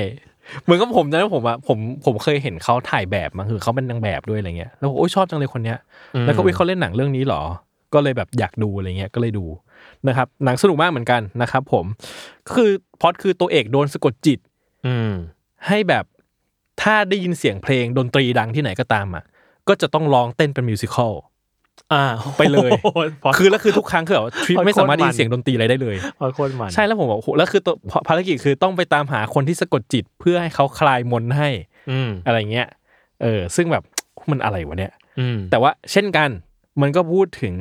Speaker 2: เหมือนกับผมนะผมอะผมผมเคยเห็นเขาถ่ายแบบมาคือเขาเป็นนางแบบด้วยอะไรเงี้ยแล้วผมโอ้ยชอบจังเลยคนเนี้ย
Speaker 3: อืม
Speaker 2: แล้วก็วิเขาเล่นหนังเรื่องนี้เหรอ ก็เลยแบบอยากดูอะไรเงี้ยก็เลยดูนะครับ หนังสนุกมากเหมือนกันนะครับผมคือพล็อดคือตัวเอกโดนสะกดจิต
Speaker 3: อืม
Speaker 2: ให้แบบถ้าได้ยินเสียงเพลงดนตรีดังที่ไหนก็ตามอ่ะก็จะต้องร้องเต้นเป็นมิวสิควล
Speaker 3: อ่า
Speaker 2: ไปเลย
Speaker 3: โอ้โหพอ
Speaker 2: คือแล้วคือทุกครั้งคือแบบว่าทริป
Speaker 3: โคตร
Speaker 2: ไม่สามารถได้ยิ
Speaker 3: มัน
Speaker 2: นเสียงดนตรีอะไรได้เลย
Speaker 3: พอโคตรมัน
Speaker 2: ใช่แล้วผมบอกโอ้โหแล้วคือตัวภารกิจคือต้องไปตามหาคนที่สะกดจิตเพื่อให้เขาคลายมนต์ให้
Speaker 3: อืม
Speaker 2: อะไรเงี้ย เออ ซึ่งแบบ มันอะไรวะเนี่ย
Speaker 3: อืม
Speaker 2: แต่ว่าเช่นกัน มันก็พูดถึง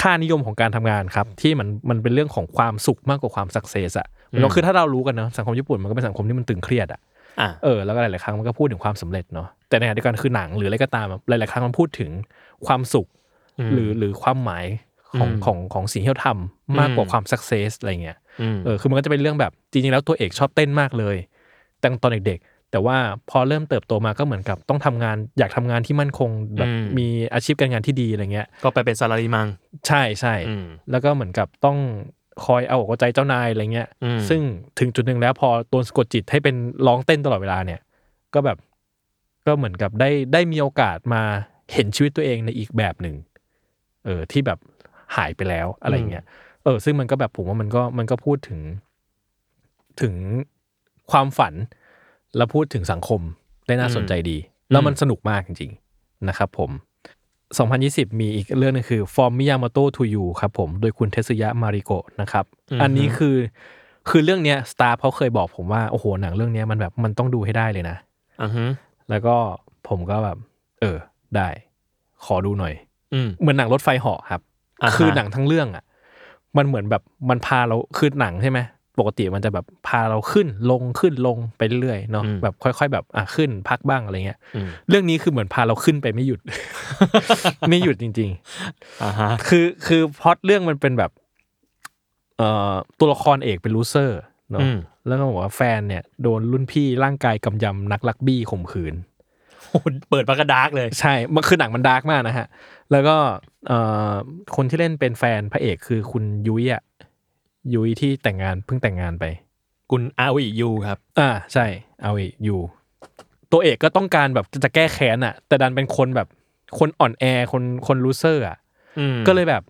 Speaker 2: ค่านิยมของการทำงานครับ ที่มัน มันเป็นเรื่องของความสุขมากกว่าความสักเซสอะมันก็คือถ้าเรารู้กันเนอะสังคมญี่ปุ่นมันก็เป็นสังคมที่มันตึงเครียดอะ
Speaker 3: อ่า
Speaker 2: เออ แล้วก็หลาย ๆ ครั้งมันก็พูดถึงความสำเร็จเนาะ แต่ในขณะเดียวกันคือหนังหรืออะไรก็ตามอะหลาย ๆ ครั้งมันพูดถึงความสุข
Speaker 3: ม
Speaker 2: หรือ หรือความหมายของ
Speaker 3: อืม
Speaker 2: ของของสิ่งที่เราทำมากกว่า
Speaker 3: อืม
Speaker 2: ความสักเซสอะไรเงี้ย
Speaker 3: ม
Speaker 2: เออคือมันก็จะเป็นเรื่องแบบจริงๆแล้วตัวเอกชอบเต้นมากเลยตั้งตอนเด็กๆ แต่ว่าพอเริ่มเติบโตมาก็เหมือนกับต้องทำงานอยากทำงานที่มั่นคงแบบมีอาชีพการงานที่ดีอะไรเงี้ย
Speaker 3: ก็ไปเป็นซาลารีมัง
Speaker 2: ใช่ใช่
Speaker 3: อืม
Speaker 2: แล้วก็เหมือนกับต้องคอยเอาอกเอาใจเจ้านายอะไรเงี้ย
Speaker 3: อืม
Speaker 2: ซึ่งถึงจุดหนึ่งแล้วพอโดนสะกดจิตให้เป็นร้องเต้นตลอดเวลาเนี่ย ก็แบบก็เหมือนกับได้ได้มีโอกาสมาเห็นชีวิตตัวเองในอีกแบบหนึ่งเออที่แบบหายไปแล้วอะไรเงี้ยเออ ซึ่งมันก็แบบผมว่ามันก็มันก็พูดถึง ถึงความฝัน และพูดถึงสังคมได้น่าสนใจดี แล้วมันสนุกมากจริงๆนะครับผม 2020 มีอีกเรื่องหนึงคือ From Miyamoto to You ครับผม โดยคุณเทสุยะมาริโกะนะครับ
Speaker 3: อือฮึ
Speaker 2: อันนี้คือ คือเรื่องเนี้ยสตาร์เขาเคยบอกผมว่า โอ้โห หนังเรื่องเนี้ยมันแบบมันต้องดูให้ได้เลยนะ
Speaker 3: อ่าฮะ
Speaker 2: แล้วก็ผมก็แบบ เออ ได้ ขอดูหน่อย
Speaker 3: อืม
Speaker 2: เหมือนหนังรถไฟเหาะครับ
Speaker 3: อ่าฮะ
Speaker 2: คือหนังทั้งเรื่องอ่ะ มันเหมือนแบบมันพาเราคือหนังใช่ไหมปกติมันจะแบบพาเราขึ้นลงขึ้นลงไปเรื่อยๆเนาะ
Speaker 3: อืม
Speaker 2: แบบค่อย ๆ แบบอ่ะขึ้นพักบ้างอะไรเงี้ย
Speaker 3: อืม
Speaker 2: เรื่องนี้คือเหมือนพาเราขึ้นไป ไม่หยุด ไม่หยุดจริง
Speaker 3: อ่าฮะ
Speaker 2: ๆ คือคือพล็อตเรื่องมันเป็นแบบเอ่อตัวละครเอกเป็นลูเซอร์เนาะ
Speaker 3: อืม
Speaker 2: แล้วก็บอกว่าแฟนเนี่ยโดนรุ่นพี่ร่างกายกำยำนักลักบี้ข่มขืน
Speaker 3: โหเปิดปากกาดาร์กเลย
Speaker 2: ใช่ มันคือหนังมันดาร์กมากนะฮะ แล้วก็เอ่อคนที่เล่นเป็นแฟนพระเอกคือคุณยุ้ยอะยุ้ยที่แต่งงานเพิ่งแต่งงานไป
Speaker 3: คุณอาวียูครับ
Speaker 2: อ่าใช่ เอาอีกอยู่ ตัวเอกก็ต้องการแบบจะแก้แค้นอะแต่ดันเป็นคนแบบคนอ่อนแอคนคนลูเซอร์อะ
Speaker 3: อืม
Speaker 2: ก็เลยแบบ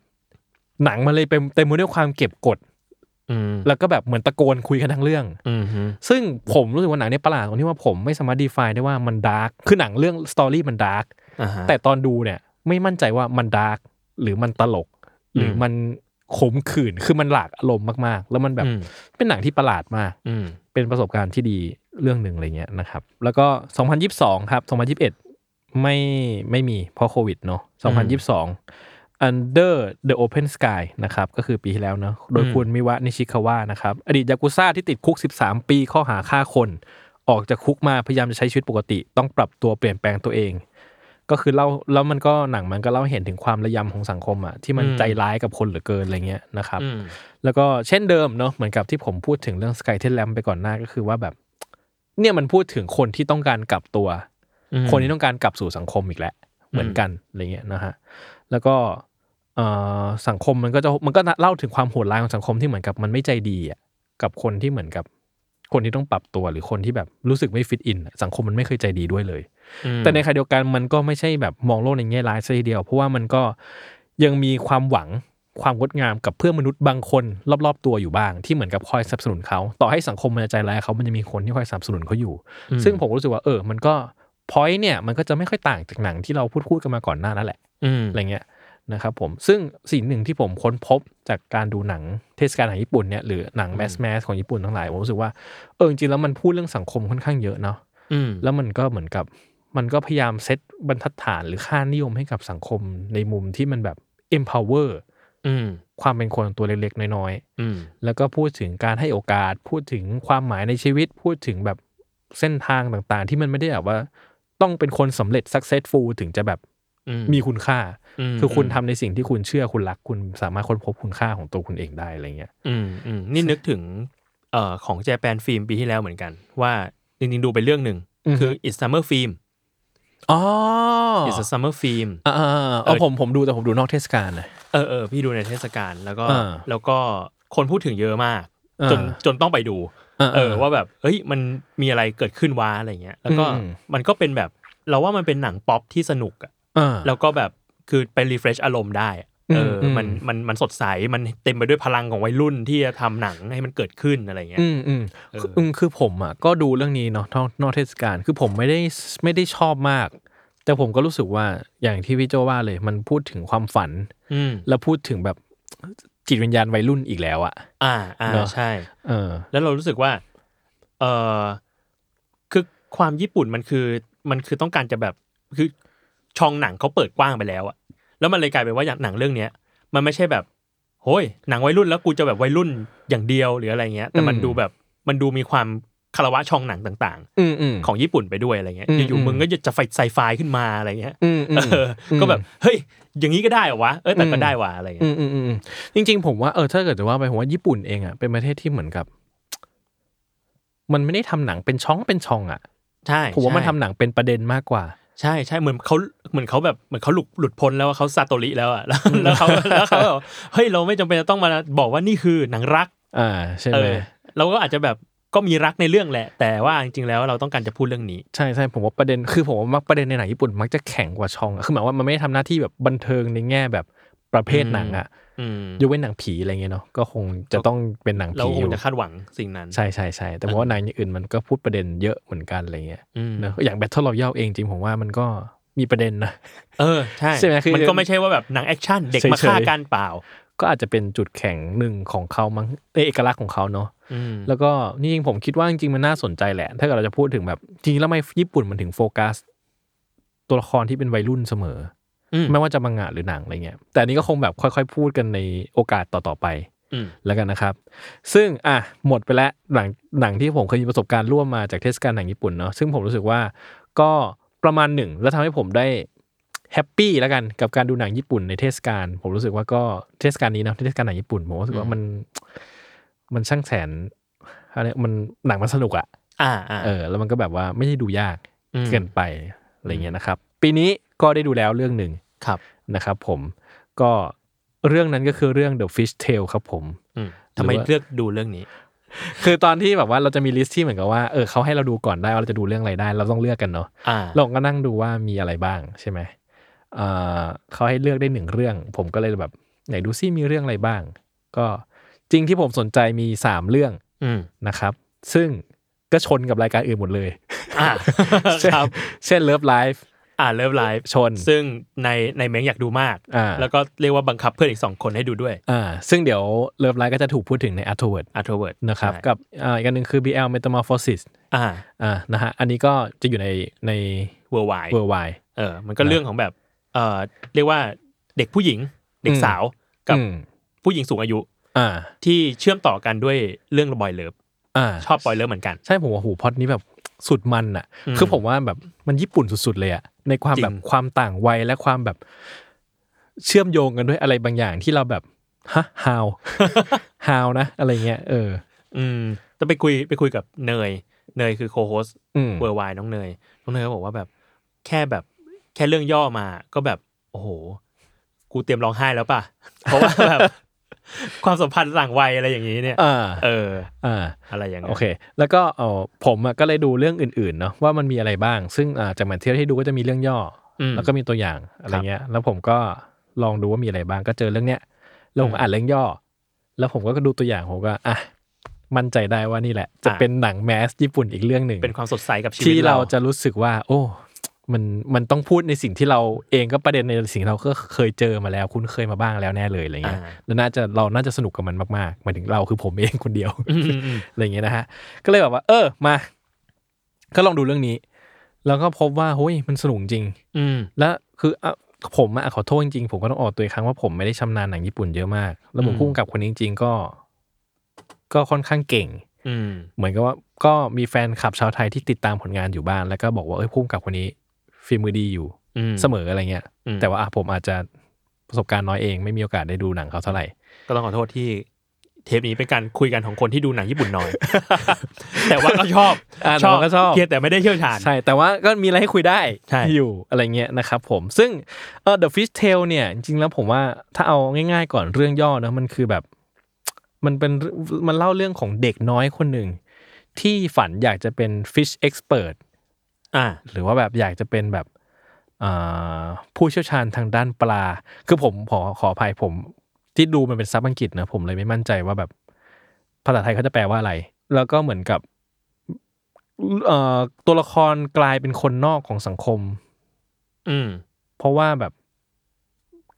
Speaker 2: หนังมันเลยเป็นเต็มไปด้วยความเก็บกด
Speaker 3: อืม
Speaker 2: แล้วก็แบบเหมือนตะโกนคุยกันทั้งเรื่อง
Speaker 3: อืมฮึ
Speaker 2: ซึ่งผมรู้สึกว่าหนังเนี้ประหลาดตรงที่ว่าผมไม่สามารถ define ได้ว่ามันดาร์กคือหนังเรื่องสตอรี่มันดาร์ก
Speaker 3: อ่าฮะ
Speaker 2: แต่ตอนดูเนี่ยไม่มั่นใจว่ามันดาร์กหรือมันตลก หรืออ
Speaker 3: ม
Speaker 2: มันขมขื่นคือมันหลากอารมณ์มากๆ แล้วมันแบบ
Speaker 3: อืม
Speaker 2: เป็นหนังที่ประหลาดมาก
Speaker 3: อืม
Speaker 2: เป็นประสบการณ์ที่ดีเรื่องหนึ่งอะไรเงี้ยนะครับ แล้วก็ 2022 ครับ 2021 ไม่ไม่มีเพราะโควิดเนาะ2022 Under the Open Sky นะครับ ก็คือปีที่แล้วเนาะโดยคุณมิวะนิชิคาวะนะครับ อดีตยากุซ่าที่ติดคุก 13 ปีข้อหาฆ่าคน ออกจากคุกมาพยายามจะใช้ชีวิตปกติ ต้องปรับตัวเปลี่ยนแปลงตัวเอง ก็คือเล่าแล้วมันก็หนังมันก็เล่าเห็นถึงความระยำของสังคมอะที่มันใจร้ายกับคนเหลือเกินอะไรเงี้ยนะครับ
Speaker 3: อืม
Speaker 2: แล้วก็เช่นเดิมเนาะเหมือนกับที่ผมพูดถึงเรื่อง Sky t e l a m ไปก่อนหน้าก็คือว่าแบบ เนี่ยมันพูดถึงคนที่ต้องการกลับตัว
Speaker 3: อืม
Speaker 2: คนที่ต้องการกลับสู่สังคมอีกแล้วเหมือนกันอะไรเงี้ยนะฮะแล้วก็เอ่อสังคมมันก็จะมันก็เล่าถึงความโหดร้ายของสังคมที่เหมือนกับมันไม่ใจดีอ่ะกับคนที่เหมือนกับ คนที่ต้องปรับตัวหรือคนที่แบบรู้สึกไม่ฟิตอินอะสังคมมันไม่เคยใจดีด้วยเลย
Speaker 3: อืม
Speaker 2: แต่ในขณะเดียวกันมันก็ไม่ใช่แบบมองโลกในแง่ร้ายซะทีเดียว เพราะว่ามันก็ยังมีความหวังความงดงามกับเพื่อนมนุษย์บางคนรอบๆตัวอยู่บ้าง ที่เหมือนกับคอยสนับสนุนเขา ต่อให้สังคมมันจะใจร้ายเขามันจะมีคนที่คอยสนับสนุนเขาอยู่ ซึ่งผมรู้สึกว่าเออ มันก็พอยเนี่ยมันก็จะไม่ค่อยต่างจากหนังที่เราพูดพูดกันมาก่อนหน้านั่นแหละ
Speaker 3: อืม
Speaker 2: อะไรเงี้ยนะครับผมซึ่งสิ่งหนึ่งที่ผมค้นพบจากการดูหนังเทศกาลหนังญี่ปุ่นเนี่ยหรือหนังแมสแมสของญี่ปุ่นทั้งหลายผมรู้สึกว่าเออจริงๆแล้วมันพูดเรื่องสังคมค่อนข้างเยอะเนาะ
Speaker 3: อืม
Speaker 2: แล้วมันก็เหมือนกับมันก็พยายามเซตบรรทัดฐานหรือค่านิยมให้กับสังคมในมุมที่มันแบบ empower
Speaker 3: อืม
Speaker 2: ความเป็นคนตัวเล็กๆ น้อย
Speaker 3: อืม
Speaker 2: ๆ แล้วก็พูดถึงการให้โอกาส พูดถึงความหมายในชีวิต พูดถึงแบบเส้นทางต่างๆ ที่มันไม่ได้แบบว่า ต้องเป็นคนสำเร็จ successful ถึงจะแบบ
Speaker 3: อืม
Speaker 2: มีคุณค่า
Speaker 3: อืม
Speaker 2: คือคุณทำในสิ่งที่คุณเชื่อคุณรัก คุณสามารถค้นพบคุณค่าของตัวคุณเองได้อะไรเงี้ย
Speaker 3: อืมอืมนี่นึกถึงเอ่อของแจแปนฟิล์มปีที่แล้วเหมือนกัน ว่าจริงๆดูไปเรื่องหนึ่ง
Speaker 2: อืม
Speaker 3: คือ It's Summer Film
Speaker 2: อ๋อ
Speaker 3: It's a Summer Film
Speaker 2: อ่าๆๆเอาผมผมดูแต่ผมดูนอกเทศกาลนะ
Speaker 3: เออเออพี่ดูในเทศกาลแล้วก็
Speaker 2: อ่า
Speaker 3: แล้วก็คนพูดถึงเยอะมาก จน
Speaker 2: อ่า
Speaker 3: จนต้องไปดู เออ
Speaker 2: ว่า
Speaker 3: ว่าแบบเฮ้ยมันมีอะไรเกิดขึ้นวะอะไรเงี้ยแล้วก็
Speaker 2: อืม
Speaker 3: มันก็เป็นแบบเราว่ามันเป็นหนังป๊อปที่สนุกอะแล้วก็แบบคือไปรีเฟรชอารมณ์ได้อะเอออ
Speaker 2: ม
Speaker 3: มันมันมันสดใสมันเต็มไปด้วยพลังของวัยรุ่นที่จะทำหนังให้มันเกิดขึ้นอะไรเงี้ย
Speaker 2: อืมอืม
Speaker 3: เอออื
Speaker 2: อืมคือผมอ่ะก็ดูเรื่องนี้เนาะนอกนอกเทศกาลคือผมไม่ได้ไม่ได้ชอบมาก แต่ผมก็รู้สึกว่าอย่างที่พี่โจว่าเลย มันพูดถึงความฝัน
Speaker 3: อืม
Speaker 2: แล้วพูดถึงแบบจิตวิญญาณวัยรุ่นอีกแล้วอ่ะ
Speaker 3: อ่าอ่า
Speaker 2: เนอะ
Speaker 3: ใช่
Speaker 2: เออ
Speaker 3: แล้วเรารู้สึกว่าเออคือความญี่ปุ่นมันคือมันคือต้องการจะแบบคือช่องหนังเขาเปิดกว้างไปแล้วอะแล้วมันเลยกลายเป็นว่าอย่างหนังเรื่องเนี้ย มันไม่ใช่แบบโฮ้ยหนังวัยรุ่นแล้วกูจะแบบวัยรุ่นอย่างเดียวหรืออะไรเงี้ย แต่มัน
Speaker 2: อืม
Speaker 3: ดูแบบมันดูมีความคารวะช่องหนังต่าง
Speaker 2: อืมอืม
Speaker 3: ๆ ของญี่ปุ่นไปด้วยอะไรเงี้ย
Speaker 2: อืม
Speaker 3: อยู่
Speaker 2: อืม
Speaker 3: ๆมึงก็จะไฟไซไฟขึ้นมาอะไรเงี้ย
Speaker 2: อืมอืม
Speaker 3: เอออ
Speaker 2: ม
Speaker 3: ก็แบบเฮ้ยอย่างนี้ก็ได้เหรอวะเออแต่ก็
Speaker 2: อืม
Speaker 3: ได้ว่ะอะไร
Speaker 2: อื
Speaker 3: เงี้
Speaker 2: ม
Speaker 3: ย
Speaker 2: อืมอืมจริง ๆ ผมว่าเออถ้าเกิดจะว่าไปผมว่าญี่ปุ่นเองอ่ะเป็นประเทศที่เหมือนกับ มันไม่ได้ทำหนังเป็นช่องเป็นช่องอ่ะ
Speaker 3: ใช่
Speaker 2: ผมว่ามัน
Speaker 3: ใช่
Speaker 2: ทำหนังเป็นประเด็นมากกว่า
Speaker 3: ใช่ใช่เหมือนเขาเหมือนเขาแบบเหมือนเขาหลุดหลุดพ้นแล้วว่าเขาซาโตริแล้วอะแล้ว แล้วเขาแล้วเขาแบบเฮ้ยเราไม่จำเป็นจะต้องมาบอกว่านี่คือหนังรัก
Speaker 2: อ่า ใช่
Speaker 3: เอ
Speaker 2: ไหม
Speaker 3: อเราก็อาจจะแบบก็มีรักในเรื่องแหละ แต่ว่าจริงๆแล้วเราต้องการจะพูดเรื่องนี้
Speaker 2: ใช่ใช่ผมว่าประเด็นคือผมว่ามักประเด็นในหนังญี่ปุ่นมักจะแข็งกว่าช่องอะคือหมายว่ามันไม่ได้ทำหน้าที่แบบบันเทิงในแง่แบบประเภทหนังอ่ะ
Speaker 3: อืม
Speaker 2: ยกเว้นหนังผีอะไรเงี้ยเนาะก็คงจะต้องเป็นหนัง
Speaker 3: เรา
Speaker 2: ผี
Speaker 3: ค
Speaker 2: องยู่
Speaker 3: จะคาดหวังสิ่งนั้น
Speaker 2: ใช่ใช่ใช่แต่ผมว่าหนังอย่างอื่นมันก็พูดประเด็นเยอะเหมือนกันอะไรเงี้ย
Speaker 3: อืม
Speaker 2: เนอะอย่างแบทเทิลรอยัลเองจริงผมว่ามันก็มีประเด็นนะ
Speaker 3: เออใช่
Speaker 2: ใช่ไหมคือ
Speaker 3: มันก็ไม่ใช่ว่าแบบหนังแอคชั่นเด็กมา
Speaker 2: เฉยๆ
Speaker 3: ฆ่ากันเปล่า
Speaker 2: ก็อาจจะเป็นจุดแข็งหนึ่งของเขามั้งเออเอกลักษณ์ของเขาเนาะ
Speaker 3: อืม
Speaker 2: แล้วก็นี่จริงผมคิดว่าจริงๆมันน่าสนใจแหละ ถ้าเกิดเราจะพูดถึงแบบจริงๆแล้วทำไมญี่ปุ่นมันถึงโฟกัส ตัวละครที่เป็นวัยรุ่นเสมอ
Speaker 3: อืม
Speaker 2: ไม่ว่าจะมังงะหรือหนังอะไรเงี้ย แต่อันนี้ก็คงแบบค่อยๆ พูดกันในโอกาสต่อๆไป
Speaker 3: อืม
Speaker 2: แล้วกันนะครับ ซึ่งอ่ะหมดไปแล้วหนังหนังที่ผมเคยมีประสบการณ์ร่วมมาจากเทศกาลหนังญี่ปุ่นเนาะซึ่งผมรู้สึกว่าก็ประมาณหนึ่ง แล้วทำให้ผมได้แฮปปี้แล้วกันกับการดูหนังญี่ปุ่นในเทศกาลผมรู้สึกว่าก็เทศกาลนี้เนาะเทศกาลหนังญี่ปุ่นผมรู้สึกว่ามันมันช่างแสนอะไรมันหนังมันสนุกอะ
Speaker 3: อ่าอ่า
Speaker 2: เออแล้วมันก็แบบว่าไม่ได้ดูยาก
Speaker 3: ม
Speaker 2: เกินไป อะไรเงี้ยนะครับ ปีนี้ก็ได้ดูแล้วเรื่องหนึ่ง
Speaker 3: ครับ
Speaker 2: นะครับผมก็เรื่องนั้นก็คือเรื่อง The Fish Tale ครับผม
Speaker 3: อืมทำไม
Speaker 2: หรือว่า
Speaker 3: เลือกดูเรื่องนี้
Speaker 2: คือตอนที่แบบว่าเราจะมีลิสต์ที่เหมือนกับว่าเออเขาให้เราดูก่อนได้ว่าเราจะดูเรื่องอะไรได้ เราต้องเลือกกันเนาะ
Speaker 3: อ่า
Speaker 2: เราก็นั่งดูว่ามีอะไรบ้างใช่ไหมเอ่อเขาให้เลือกได้หนึ่งเรื่อง ผมก็เลยแบบไหนดูซิมีเรื่องอะไรบ้าง ก็จริงที่ผมสนใจมีสามเรื่อง
Speaker 3: อืม
Speaker 2: นะครับ ซึ่งก็ชนกับรายการอื่นหมดเลย
Speaker 3: อ่า ครับ
Speaker 2: เช่นเลิฟไลฟ์
Speaker 3: อ่าเลิฟไลฟ์
Speaker 2: ชน
Speaker 3: ซึ่งในในเม้งอยากดูมาก
Speaker 2: อ่า
Speaker 3: แล้วก็เรียกว่าบังคับเพื่อนอีกสองคนให้ดูด้วย
Speaker 2: อ่าซึ่งเดี๋ยวเลิฟไลฟ์ก็จะถูกพูดถึงในอัตเวิร์ด
Speaker 3: อาร์ทเวิร์ด
Speaker 2: นะครับกับอ่าอีกอันหนึ่งคือ BL Metamorphosis
Speaker 3: อ่า
Speaker 2: อ่านะฮะอันนี้ก็จะอยู่ในใน
Speaker 3: เวอร์ไว
Speaker 2: เวอร์ไว
Speaker 3: เออมันก็เรื่องของแบบเออเรียกว่าเด็กผู้หญิง เด็กสาวกับผู้หญิงสูงอายุ
Speaker 2: อ่า
Speaker 3: ที่เชื่อมต่อกันด้วยเรื่องบอยเลิฟ
Speaker 2: อ่า
Speaker 3: ชอบบอยเลิฟเหมือนกัน
Speaker 2: ใช่ผมว่าหูพล็อดนี้แบบสุดมันอ่ะ
Speaker 3: อืม
Speaker 2: คือผมว่าแบบมันญี่ปุ่นสุดๆเลยอ่ะ ในความ
Speaker 3: จริง
Speaker 2: แบบความต่างวัยและความแบบเชื่อมโยงกันด้วยอะไรบางอย่างที่เราแบบ ฮะ how how นะ อะไรเงี้ย เออ
Speaker 3: อืมจะไปคุยไปคุยกับเนย เนยคือโคโฮส
Speaker 2: อืม
Speaker 3: เวอร์ไวน้องเนย น้องเนยก็บอกว่าแบบแค่แบบแค่เรื่องย่อมาก็แบบ โอ้โห กูเตรียมร้องไห้แล้วป่ะ เพราะว่าแบบ ความสัมพันธ์ต่างวัยอะไรอย่างนี้เนี่ย
Speaker 2: อ่า
Speaker 3: เออ
Speaker 2: อ่า
Speaker 3: อะไรอย่างเงี้
Speaker 2: โอย เค แล้วก็เออผมอ่ะก็เลยดูเรื่องอื่นๆเนาะว่ามันมีอะไรบ้าง ซึ่งอ่าจากแมนเทียลที่ดูก็จะมีเรื่องย่อ
Speaker 3: อืม
Speaker 2: แล้วก็มีตัวอย่างอะไร
Speaker 3: ครับ
Speaker 2: เงี้ย แล้วผมก็ลองดูว่ามีอะไรบ้าง ก็เจอเรื่องเนี้ย แล้วผม
Speaker 3: อืม
Speaker 2: อ่านเรื่องย่อ แล้วผมก็ดูตัวอย่างผมก็อ่ะ มั่นใจได้ว่านี่แหละ จะ
Speaker 3: อ่ะ
Speaker 2: เป็นหนังแมสญี่ปุ่นอีกเรื่องหนึ่ง
Speaker 3: เป็นความสดใสกับชีวิ
Speaker 2: ที่
Speaker 3: ต
Speaker 2: เรา
Speaker 3: เรา
Speaker 2: จะรู้สึกว่า โอ้ มันมันต้องพูดในสิ่งที่เราเองก็ประเด็นในสิ่งที่เราก็เคยเจอมาแล้วคุ้นเคยมาบ้างแล้วแน่เลยอะไร
Speaker 3: อ่า
Speaker 2: เงี้ยแล้วน่าจะเราน่าจะสนุกกับมันมากๆหมายถึงเราคือผมเองคนเดียว
Speaker 3: อืมอืมอืม
Speaker 2: อะไรอย่างเงี้ยนะฮะ ก็เลยแบบว่า เออ มา ก็ลองดูเรื่องนี้ แล้วก็พบว่าเฮ้ย มันสนุกจริง
Speaker 3: อืม
Speaker 2: แล้วคืออ่ะผมอะขอโทษจริงๆ ผมก็ต้องออกตัวอีกครั้งว่าผมไม่ได้ชำนาญหนังญี่ปุ่นเยอะมาก แล้วผ
Speaker 3: อื
Speaker 2: ม
Speaker 3: ม
Speaker 2: พุ่งกับคนนี้จริง ๆ ก็ ก็ค่อนข้างเก่ง
Speaker 3: อืม
Speaker 2: เหมือนกับว่า ก็มีแฟนคลับชาวไทยที่ติดตามผลงานอยู่บ้างแล้วก็บอกว่า เอ้ยพุ่งกับคนนี้ฝีมือดีอยู่
Speaker 3: อืม
Speaker 2: เสมออะไรเงี้ย
Speaker 3: อืม
Speaker 2: แต่ว่าอ่ะผมอาจจะประสบการณ์น้อยเอง ไม่มีโอกาสได้ดูหนังเขาเท่าไหร่
Speaker 3: ก็ต้องขอโทษที่เทปนี้เป็นการคุยกันของคนที่ดูหนังญี่ปุ่นน้อย แต่ว่าก็ชอบ
Speaker 2: อ่าแต่ว่าก็ชอบ
Speaker 3: เพียงแต่ไม่ได้เชี่ยวชาญ
Speaker 2: ใช่ แต่ว่าก็มีอะไรให้คุยได้
Speaker 3: ใช่
Speaker 2: อยู่อะไรเงี้ยนะครับผม ซึ่งเออ The Fish Tale เนี่ย จริงๆแล้วผมว่าถ้าเอาง่ายๆก่อนเรื่องย่อนะมันคือแบบ มันเป็นมันเล่าเรื่องของเด็กน้อยคนหนึ่ง ที่ฝันอยากจะเป็น fish expert
Speaker 3: อ่า
Speaker 2: หรือว่าแบบอยากจะเป็นแบบเอ่อผู้เชี่ยวชาญทางด้านปลา คือผมขอขออภัยผม ที่ดูมันเป็นซับอังกฤษนะผมเลยไม่มั่นใจว่าแบบภาษาไทยเขาจะแปลว่าอะไร แล้วก็เหมือนกับเอ่อตัวละครกลายเป็นคนนอกของสังคม
Speaker 3: อืม
Speaker 2: เพราะว่าแบบ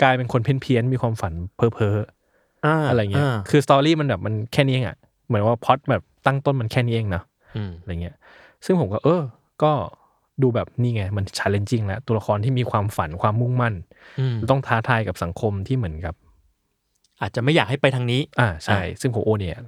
Speaker 2: กลายเป็นคนเพี้ยนเพี้ยนๆมีความฝันเพ้อเพ้อ
Speaker 3: อ่า
Speaker 2: ๆอะไรเงี้ยคือสตอรี่มันแบบมันแค่นี้เองอะเหมือนว่าพล็อดแบบตั้งต้นมันแค่นี้เองเนาะ
Speaker 3: อืม
Speaker 2: อะไรเงี้ย ซึ่งผมก็เออ ก็ดูแบบนี่ไง มัน challenging แล้ว ตัวละครที่มีความฝันความมุ่งมั่น
Speaker 3: อืม
Speaker 2: ต้องท้าทายกับสังคมที่เหมือนกับ
Speaker 3: อาจจะไม่อยากให้ไปทางนี้
Speaker 2: อ่าใช่ ซึ่งผมโอเนี่ย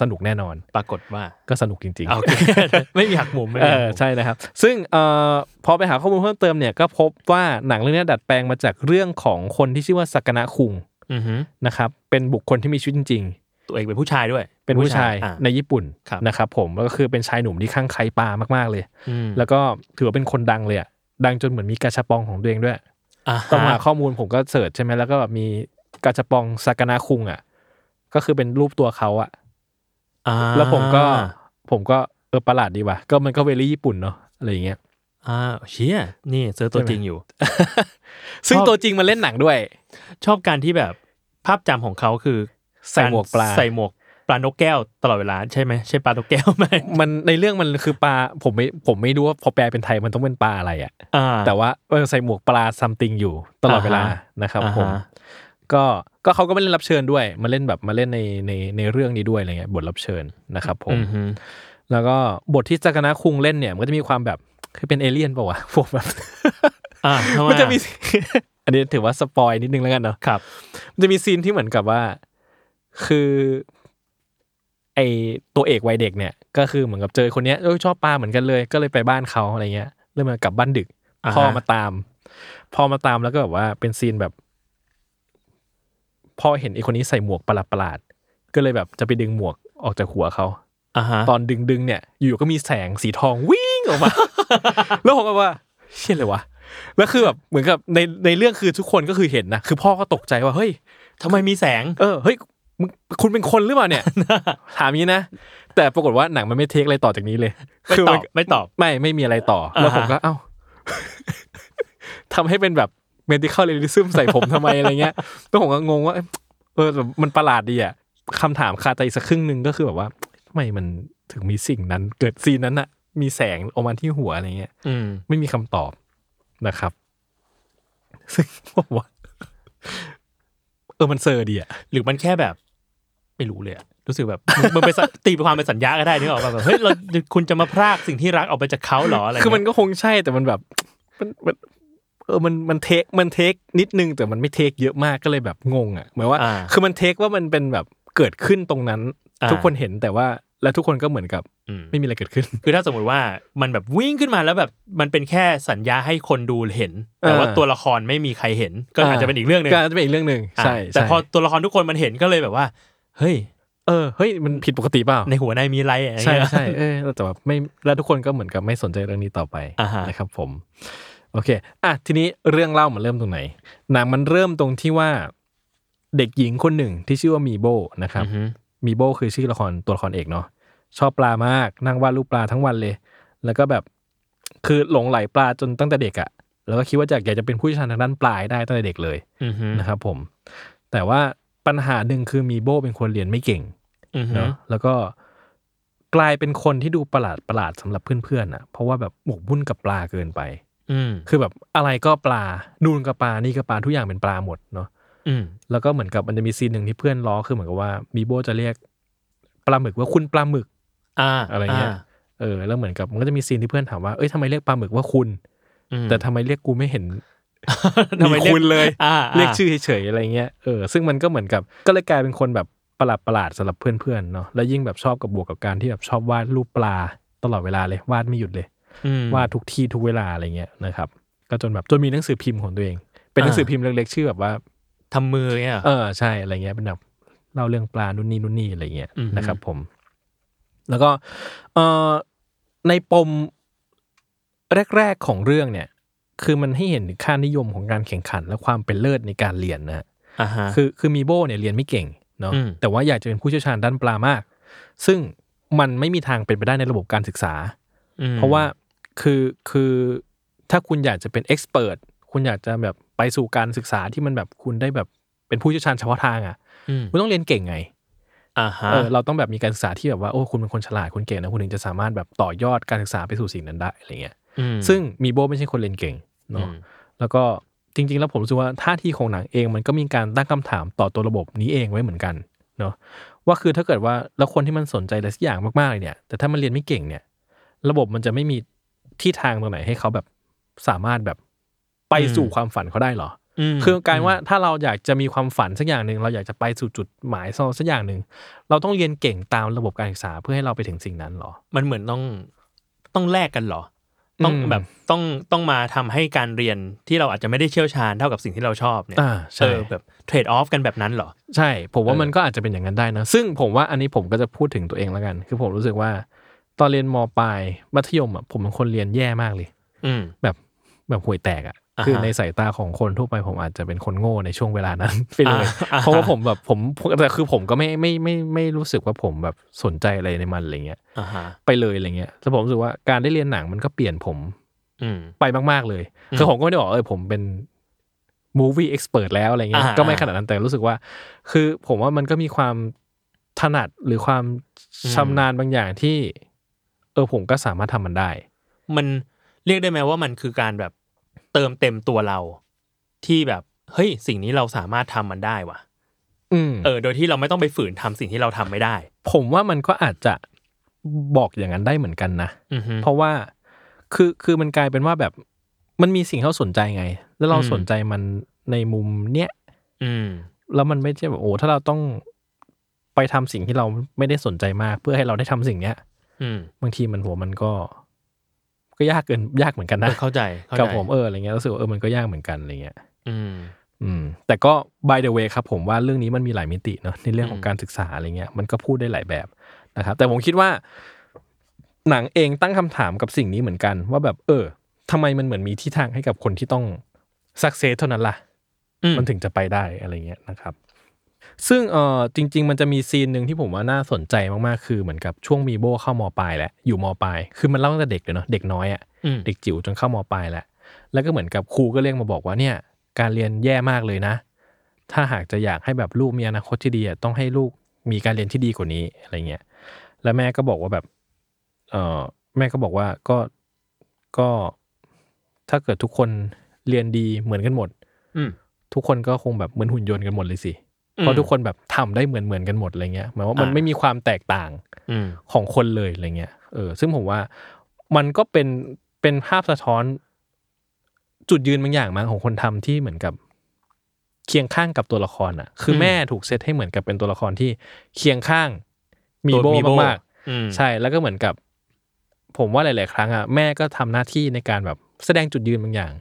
Speaker 2: สนุกแน่นอน
Speaker 3: ปรากฏว่า
Speaker 2: ก็สนุกจริง ๆ
Speaker 3: โอเค ไม่มีหักมุมไม่
Speaker 2: เอ
Speaker 3: มีหัก
Speaker 2: อ
Speaker 3: มุม
Speaker 2: ใช่นะครับ ซึ่งเอ่อพอไปหาข้อมูลเพิ่มเติมเนี่ย ก็พบว่าหนังเรื่องเนี้ยดัดแปลงมาจากเรื่องของคนที่ชื่อว่าสักนะคุง
Speaker 3: อือหือ
Speaker 2: นะครับ เป็นบุคคลที่มีชีวิตจริง
Speaker 3: ตัวเองเป็นผู้ชายด้วย
Speaker 2: ๆ เป็นผู้ชาย
Speaker 3: อ่ะ
Speaker 2: ในญี่ปุ่น
Speaker 3: ครับ
Speaker 2: นะครับผมแล้วก็คือเป็นชายหนุ่มที่ข้างไคล้ปลามากๆเลย
Speaker 3: อืม
Speaker 2: แล้วก็ถือว่าเป็นคนดังเลยอะดังจนเหมือนมีกาชาปองของตัวเองด้วย
Speaker 3: อ่ะ
Speaker 2: ต้องหาข้อมูลผมก็เสิร์ชใช่ไหมแล้วก็แบบมีกาชาปองซากานาคุงอ่ะ ก็คือเป็นรูปตัวเขาอ่ะ
Speaker 3: อ่า
Speaker 2: แล้วผมก็ผมก็เออประหลาดดีว่ะ ก็มันก็เวลี่ญี่ปุ่นเนาะอะไรอย่างเงี้ย
Speaker 3: อ่าเชี่ยนี่เจอตัวจริงอยู่
Speaker 2: ซึ่ง
Speaker 3: ชอบ
Speaker 2: ตัวจริงมันเล่นหนังด้วย
Speaker 3: ชอบการที่แบบภาพจำของเขาคือ
Speaker 2: ใส่หมวกปลา
Speaker 3: รใส่หมวกปลานกแก้วตลอดเวลาใช่ไหมใช่ปลานกแก้ว ไหม
Speaker 2: มันในเรื่องมันคือปลาผมไม่ผมไม่รู้ว่าพอแปลเป็นไทยมันต้องเป็นปลาอะไรอ่ะ
Speaker 3: อ่า
Speaker 2: แต่ว่าเออใส่หมวกปลาซัมติงอยู่ตลอดเวลา
Speaker 3: อ่าฮะ
Speaker 2: นะครับ
Speaker 3: อ่าฮะ
Speaker 2: ผมก็ก็เขาก็ไม่เล่นรับเชิญด้วย มาเล่นแบบมาเล่นในในในเรื่องนี้ด้วยอะไรเงี้ยบทรับเชิญนะครับผม
Speaker 3: อือหือ
Speaker 2: แล้วก็บทที่จักรนะคุงเล่นเนี่ย มันก็จะมีความแบบคือเป็นเอเลี่ยนเปล่าวะ พวกแบบ
Speaker 3: อ่าทำไ
Speaker 2: มันจะมี อันนี้ถือว่าสปอยนิดนึงแล้วกันเนาะ
Speaker 3: ครับ
Speaker 2: มันจะมีซีนที่เหมือนกับว่า คือไอตัวเอกวัยเด็กเนี่ย ก็คือเหมือนกับเจอคนเนี้ยเอยชอบปลาเหมือนกันเลย ก็เลยไปบ้านเขาอะไรเงี้ยเริ่มมากลับบ้านดึก
Speaker 3: าฮะ
Speaker 2: พ่อมาตามพ่อมาตามแล้วก็แบบว่าเป็นซีนแบบพ่อเห็นไอคนนี้ใส่หมวกประหลาดๆก็เลยแบบจะไปดึงหมวกออกจากหัวเขา
Speaker 3: อ่าฮะ
Speaker 2: ตอนดึงดึงๆเนี่ยอยู่ๆก็มีแสงสีทองวิ่งออกมา แล้วผมก็ว่า เชี่ยเลยวะแล้วคือแบบเหมือนกับในในเรื่องคือทุกคนก็คือเห็นนะคือพ่อก็ตกใจว่าเฮ้ย
Speaker 3: ทำไมมีแสง
Speaker 2: เออเฮ้ยมึงคุณเป็นคนหรือเปล่า เนี่ย ถามอย่างนี้นะ แต่ปรากฏว่าหนังมันไม่เทคอะไรต่อจากนี้เลย
Speaker 3: ไม่
Speaker 2: คื
Speaker 3: ตอ
Speaker 2: มั
Speaker 3: บ
Speaker 2: น
Speaker 3: ไม่ตอบ
Speaker 2: ไม่ไม่มีอะไรต่อ
Speaker 3: อ่าฮะ
Speaker 2: แล้วผมก็เอ้า ทำให้เป็นแบบ medical realism ใส่ผมทำไมอะไรเงี้ย แล้วผมก็งงว่า เออแบบมันประหลาดดีอ่ะคำถามคาใจอีกสักครึ่งหนึ่งก็คือแบบว่าทำไมมันถึงมีสิ่งนั้น เกิดซีนนั้นอะมีแสงออกมาที่หัวอะไรเงี้ย
Speaker 3: อืม
Speaker 2: ไม่มีคำตอบนะครับ ซึ่งผมว่า เออมันเซอร์ดีอะ
Speaker 3: หรือมันแค่แบบ ไม่รู้เลยอะรู้สึกแบบมึงมึงไปสั ตีความเป็นสัญญาก็ได้นึกออกป่ะแบบเฮ้ยเราคุณจะมาพรากสิ่งที่รักออกไปจากเขาเหรออะไรเงี้ย
Speaker 2: คือมันก็คงใช่แต่มันแบบ มันมันเออมันมันเทคมันเทคนิดนึงแต่มันไม่เทคเยอะมากก็เลยแบบงงอ่ะเหมือนว่า
Speaker 3: อ่า
Speaker 2: คือมันเทคว่ามันเป็นแบบเกิดขึ้นตรงนั้น
Speaker 3: อ่า
Speaker 2: ทุกคนเห็นแต่ว่าแล้วทุกคนก็เหมือนกับ
Speaker 3: อืม
Speaker 2: ไม่มีอะไรเกิด ขึ้น
Speaker 3: คือถ้าสมมติว่ามันแบบวิ่งขึ้นมาแล้วแบบมันเป็นแค่สัญญาให้คนดูเห็น แต่ว่า
Speaker 2: เออ
Speaker 3: ตัวละครไม่มีใครเห็น ก็อาจจะเป็นอีกเรื่องหนึ่ง
Speaker 2: ก็าจจะเป็นอีกเรื่องหนึ่ง
Speaker 3: อ่ะ
Speaker 2: ใช่
Speaker 3: แต่
Speaker 2: ใช่
Speaker 3: พอตัวละครทุกคนมันเห็นก็เลยแบบว่า เฮ้ย
Speaker 2: เออเฮ้ยมันผิดปกติเปล่า
Speaker 3: ในหัวนายมีอะไรอะ
Speaker 2: ใช่
Speaker 3: อย่างเงี้ย
Speaker 2: ใช่เออแต่แบบไม่แล้วทุกคนก็เหมือนกับไม่สนใจเรื่องนี้ต่อไป
Speaker 3: อ่าฮะ
Speaker 2: นะครับ ผม โอเค อ่ะทีนี้เรื่องเล่ามันเริ่มตรงไหนหนังมันเริ่มตรงที่ว่า เด็กหญิงคนหนึ่งที่ชื่อว่ามีโบนะครั
Speaker 3: อื
Speaker 2: บ
Speaker 3: อฮึ
Speaker 2: มีโบคือชื่อละครตัวละครเอกเนาะชอบปลามากนั่งวาดรูปปลาทั้งวันเลย แล้วก็แบบคือหลงไหลปลาจนตั้งแต่เด็กอะ่ะ แล้วก็คิดว่าจะอยากจะเป็นผู้เชี่ยวชาญทางด้านปลาให้ได้ตั้งแต่เด็กเลย
Speaker 3: อือฮึ
Speaker 2: นะครับผม แต่ว่าปัญหาหนึ่งคือมีโบเป็นคนเรียนไม่เก่ง
Speaker 3: อือฮึ
Speaker 2: เนาะแล้วก็กลายเป็นคนที่ดูประหลาดประหลาดๆสำหรับเพื่อนๆอ่ะ เพราะว่าแบบหมกมุ่นกับปลาเกินไป
Speaker 3: อืม
Speaker 2: คือแบบอะไรก็ปลานูนก็ปลานี่ก็ปลาทุกอย่างเป็นปลาหมดเนาะ
Speaker 3: อืม
Speaker 2: แล้วก็เหมือนกับมันจะมีซีนหนึ่งที่เพื่อนล้อคือเหมือนกับว่ามีโบจะเรียกปลาหมึกว่าคุณปลาหมึก
Speaker 3: อ่า
Speaker 2: อะไรเงี้ย
Speaker 3: า
Speaker 2: เออแล้วเหมือนกับมันก็จะมีซีนที่เพื่อนถามว่าเอ้ยทำไมเรียกปลาหมึกว่าคุณ
Speaker 3: อืม
Speaker 2: แต่ทำไมเรียกกูไม่เห็น
Speaker 3: ทำไมรีก
Speaker 2: มีคุณเลย
Speaker 3: อ่าา
Speaker 2: เรียกชื่อเฉยๆอะไรเงี้ยเออซึ่งมันก็เหมือนกับก็เลยกลายเป็นคนแบบประหลาดประหลาดๆสำหรับเพื่อนๆเนาะแล้วยิ่งแบบชอบกับบวกกับการที่แบบชอบวาดรูปปลาตลอดเวลาเลยวาดไม่หยุดเลย
Speaker 3: อืม
Speaker 2: วาดทุกที่ทุกเวลาอะไรเงี้ยนะครับก็จนแบบจนมีหนังสือพิมพ์ของตัวเอง เป็นหนังสือพิมพ์เล็กๆชื่อแบบว่า
Speaker 3: ทำมือเนี่ยเหรอ
Speaker 2: เออใช่อะไรเงี้ยเป็นแบบเล่าเรื่องปลานู่นนี่นู่นนี่อะไรเงี้ย
Speaker 3: อือฮึ
Speaker 2: นะครับ ผม แล้วก็เออในปมแรก ๆของเรื่องเนี่ย คือมันให้เห็นถึงค่านิยมของการแข่งขัน และความเป็นเลิศในการเรียนนะฮะ
Speaker 3: อ่าฮะ
Speaker 2: คือคือมีโบเนี่ยเรียนไม่เก่งเนาะ
Speaker 3: อืม
Speaker 2: แต่ว่าอยากจะเป็นผู้เชี่ยวชาญด้านปลามาก ซึ่งมันไม่มีทางเป็นไปได้ในระบบการศึกษา
Speaker 3: ม
Speaker 2: เพราะว่าคือคือถ้าคุณอยากจะเป็นเอ็กซ์เพรสคุณอยากจะแบบไปสู่การศึกษาที่มันแบบคุณได้แบบเป็นผู้เชี่ยวชาญเฉพาะทางอ่ะ
Speaker 3: อืม
Speaker 2: คุณต้องเรียนเก่งไง
Speaker 3: อ่าฮะ
Speaker 2: เออเราต้องแบบมีการศึกษาที่แบบว่าโอ้คุณเป็นคนฉลาดคุณเก่งนะคุณถึงจะสามารถแบบต่อยอดการศึกษาไปสู่สิ่งนั้นได้อะไรเงี้ย
Speaker 3: ม
Speaker 2: ซึ่งมีโบไม่ใช่คนเรียนเก่ง
Speaker 3: อื
Speaker 2: เนาะ
Speaker 3: ม
Speaker 2: แล้วก็จริง ๆ แล้วผมรู้สึกว่าท่าทีของหนังเองมันก็มีการตั้งคำถามต่อตัวระบบนี้เองไว้เหมือนกันเนาะว่าคือถ้าเกิดว่าแล้วคนที่มันสนใจอะไรสักอย่างมากๆเลยเนี่ย แต่ถ้ามันเรียนไม่เก่งเนี่ย ระบบมันจะไม่มีที่ทางตรงไหนให้เขาแบบสามารถแบบไปสู่ความฝันเขาได้เหรอ
Speaker 3: ม
Speaker 2: คือการว่าถ้าเราอยากจะมีความฝันสักอย่างหนึ่งเราอยากจะไปสู่จุดหมายสักอย่างหนึ่งเราต้องเรียนเก่งตามระบบการศึกษาเพื่อให้เราไปถึงสิ่งนั้นเหรอ
Speaker 3: มันเหมือนต้องต้องแลกกันเหรอ ต้อง
Speaker 2: อืม
Speaker 3: แบบต้องต้องมาทำให้การเรียนที่เราอาจจะไม่ได้เชี่ยวชาญเท่ากับสิ่งที่เราชอบเนี่ย
Speaker 2: อ่า
Speaker 3: เอ
Speaker 2: ใช่
Speaker 3: อแบบเทรดออฟกันแบบนั้นเหรอ
Speaker 2: ใช่ ผมว่า
Speaker 3: เออ
Speaker 2: มันก็อาจจะเป็นอย่างนั้นได้นะ ซึ่งผมว่าอันนี้ผมก็จะพูดถึงตัวเองแล้วกัน คือผมรู้สึกว่า ตอนเรียนมปลายมัธยมอ่ะผมเป็นคนเรียนแย่มากเลย
Speaker 3: อืม
Speaker 2: แบบแบบห่วยแตกอ่ะ
Speaker 3: อ่าฮะ
Speaker 2: คือในสายตาของคนทั่วไปผมอาจจะเป็นคนโง่ในช่วงเวลานั้น ไปเลย
Speaker 3: อ่า
Speaker 2: เพราะว่าผมแบบผมแต่คือผมก็ไม่ไม่ไม่ไม่รู้สึกว่าผมแบบสนใจอะไรในมันอะไรเงี้ย
Speaker 3: อ่าฮะ
Speaker 2: ไปเลยอะไรเงี้ยแต่ผมรู้สึกว่าการได้เรียนหนังมันก็เปลี่ยนผม
Speaker 3: อืม
Speaker 2: ไปมาก ๆ เลย
Speaker 3: อืม
Speaker 2: คือผมก็ไม่ได้บอกเออผมเป็น movie expert แล้วอะไรเงี้ย
Speaker 3: อ่า
Speaker 2: ก็ไม่ขนาดนั้นแต่รู้สึกว่า คือผมว่ามันก็มีความถนัดหรือความ
Speaker 3: อืม
Speaker 2: ชำนาญบางอย่างที่ เออผมก็สามารถทำมันได้
Speaker 3: มันเรียกได้ไหมว่ามันคือการแบบเติมเต็มตัวเรา ที่แบบเฮ้ยสิ่งนี้เราสามารถทำมันได้ว่ะ
Speaker 2: อืม
Speaker 3: เออโดยที่เราไม่ต้องไปฝืนทำสิ่งที่เราทำไม่ได้
Speaker 2: ผมว่ามันก็อาจจะบอกอย่างนั้นได้เหมือนกันนะ
Speaker 3: อือฮึ
Speaker 2: เพราะว่าคือคือมันกลายเป็นว่าแบบมันมีสิ่งที่เราสนใจไง แล้วเรา
Speaker 3: อืม
Speaker 2: สนใจมันในมุมเนี้ย
Speaker 3: อืม
Speaker 2: แล้วมันไม่ใช่แบบโอ้ถ้าเราต้องไปทำสิ่งที่เราไม่ได้สนใจมาก เพื่อให้เราได้ทำสิ่งเนี้ย
Speaker 3: อืม
Speaker 2: บางทีมันหัวมันก็ ก็ยากเกินยากเหมือนกัน
Speaker 3: เอ
Speaker 2: นะ
Speaker 3: อเข้าใจเข้าใจ
Speaker 2: กับผมเอออะไรเงี้ยรู้สึกว่าเออมันก็ยากเหมือนกันอะไรเงี้ย
Speaker 3: อืม
Speaker 2: อืม แต่ก็ by the way ครับผมว่าเรื่องนี้มันมีหลายมิติเนาะในเรื่องขอ
Speaker 3: อื
Speaker 2: ง
Speaker 3: ม
Speaker 2: การศึกษาอะไรเงี้ยมันก็พูดได้หลายแบบนะครับ แต่ผมคิดว่า หนังเองตั้งคำถามกับสิ่งนี้เหมือนกัน ว่าแบบ เออ ทำไมมันเหมือนมีที่ทางให้กับคนที่ต้องสักเซสเท่านั้นล่ะ
Speaker 3: อืม
Speaker 2: มันถึงจะไปได้อะไรเงี้ยนะครับ ซึ่งเออจริง ๆ มันจะมีซีนหนึ่งที่ผมว่าน่าสนใจมาก ๆ คือเหมือนกับช่วงมีโบเข้ามปลายแล้วอยู่มปลาย คือมันเล่าตั้งแต่เด็กเลยเนาะเด็กน้อยอะ
Speaker 3: อืม
Speaker 2: เด็กจิ๋วจนเข้ามปลายแล้ว แล้วก็เหมือนกับครูก็เรียกมาบอกว่าเนี่ย การเรียนแย่มากเลยนะ ถ้าหากจะอยากให้แบบลูกมีอนาคตที่ดีอะต้องให้ลูกมีการเรียนที่ดีกว่านี้อะไรเงี้ย แล้วแม่ก็บอกว่าแบบ เออแม่ก็บอกว่าก็ ก็ ถ้าเกิดทุกคนเรียนดีเหมือนกันหมด
Speaker 3: อืม
Speaker 2: ทุกคนก็คงแบบเหมือนหุ่นยนต์กันหมดเลยสิ
Speaker 3: อืม
Speaker 2: เพราะทุกคนแบบทำได้เหมือนเหมือนๆกันหมดอะไรเงี้ยหมายว่ามัน
Speaker 3: อ่า
Speaker 2: ไม่มีความแตกต่าง
Speaker 3: อืม
Speaker 2: ของคนเลยอะไรเงี้ย เออ ซึ่งผมว่ามันก็เป็นเป็นภาพสะท้อนจุดยืนบางอย่างมั้งของคนทำที่เหมือนกับเคียงข้างกับตัวละครอ่ะ คืออ
Speaker 3: ม
Speaker 2: แม่ถูกเซตให้เหมือนกับเป็นตัวละครที่เคียงข้างมีโบ
Speaker 3: ตัว
Speaker 2: มาก
Speaker 3: อืม
Speaker 2: ๆใช่ แล้วก็เหมือนกับ ผมว่าหลาย ๆ ครั้งอ่ะแม่ก็ทำหน้าที่ในการแบบแสดงจุดยืนบางอย่าง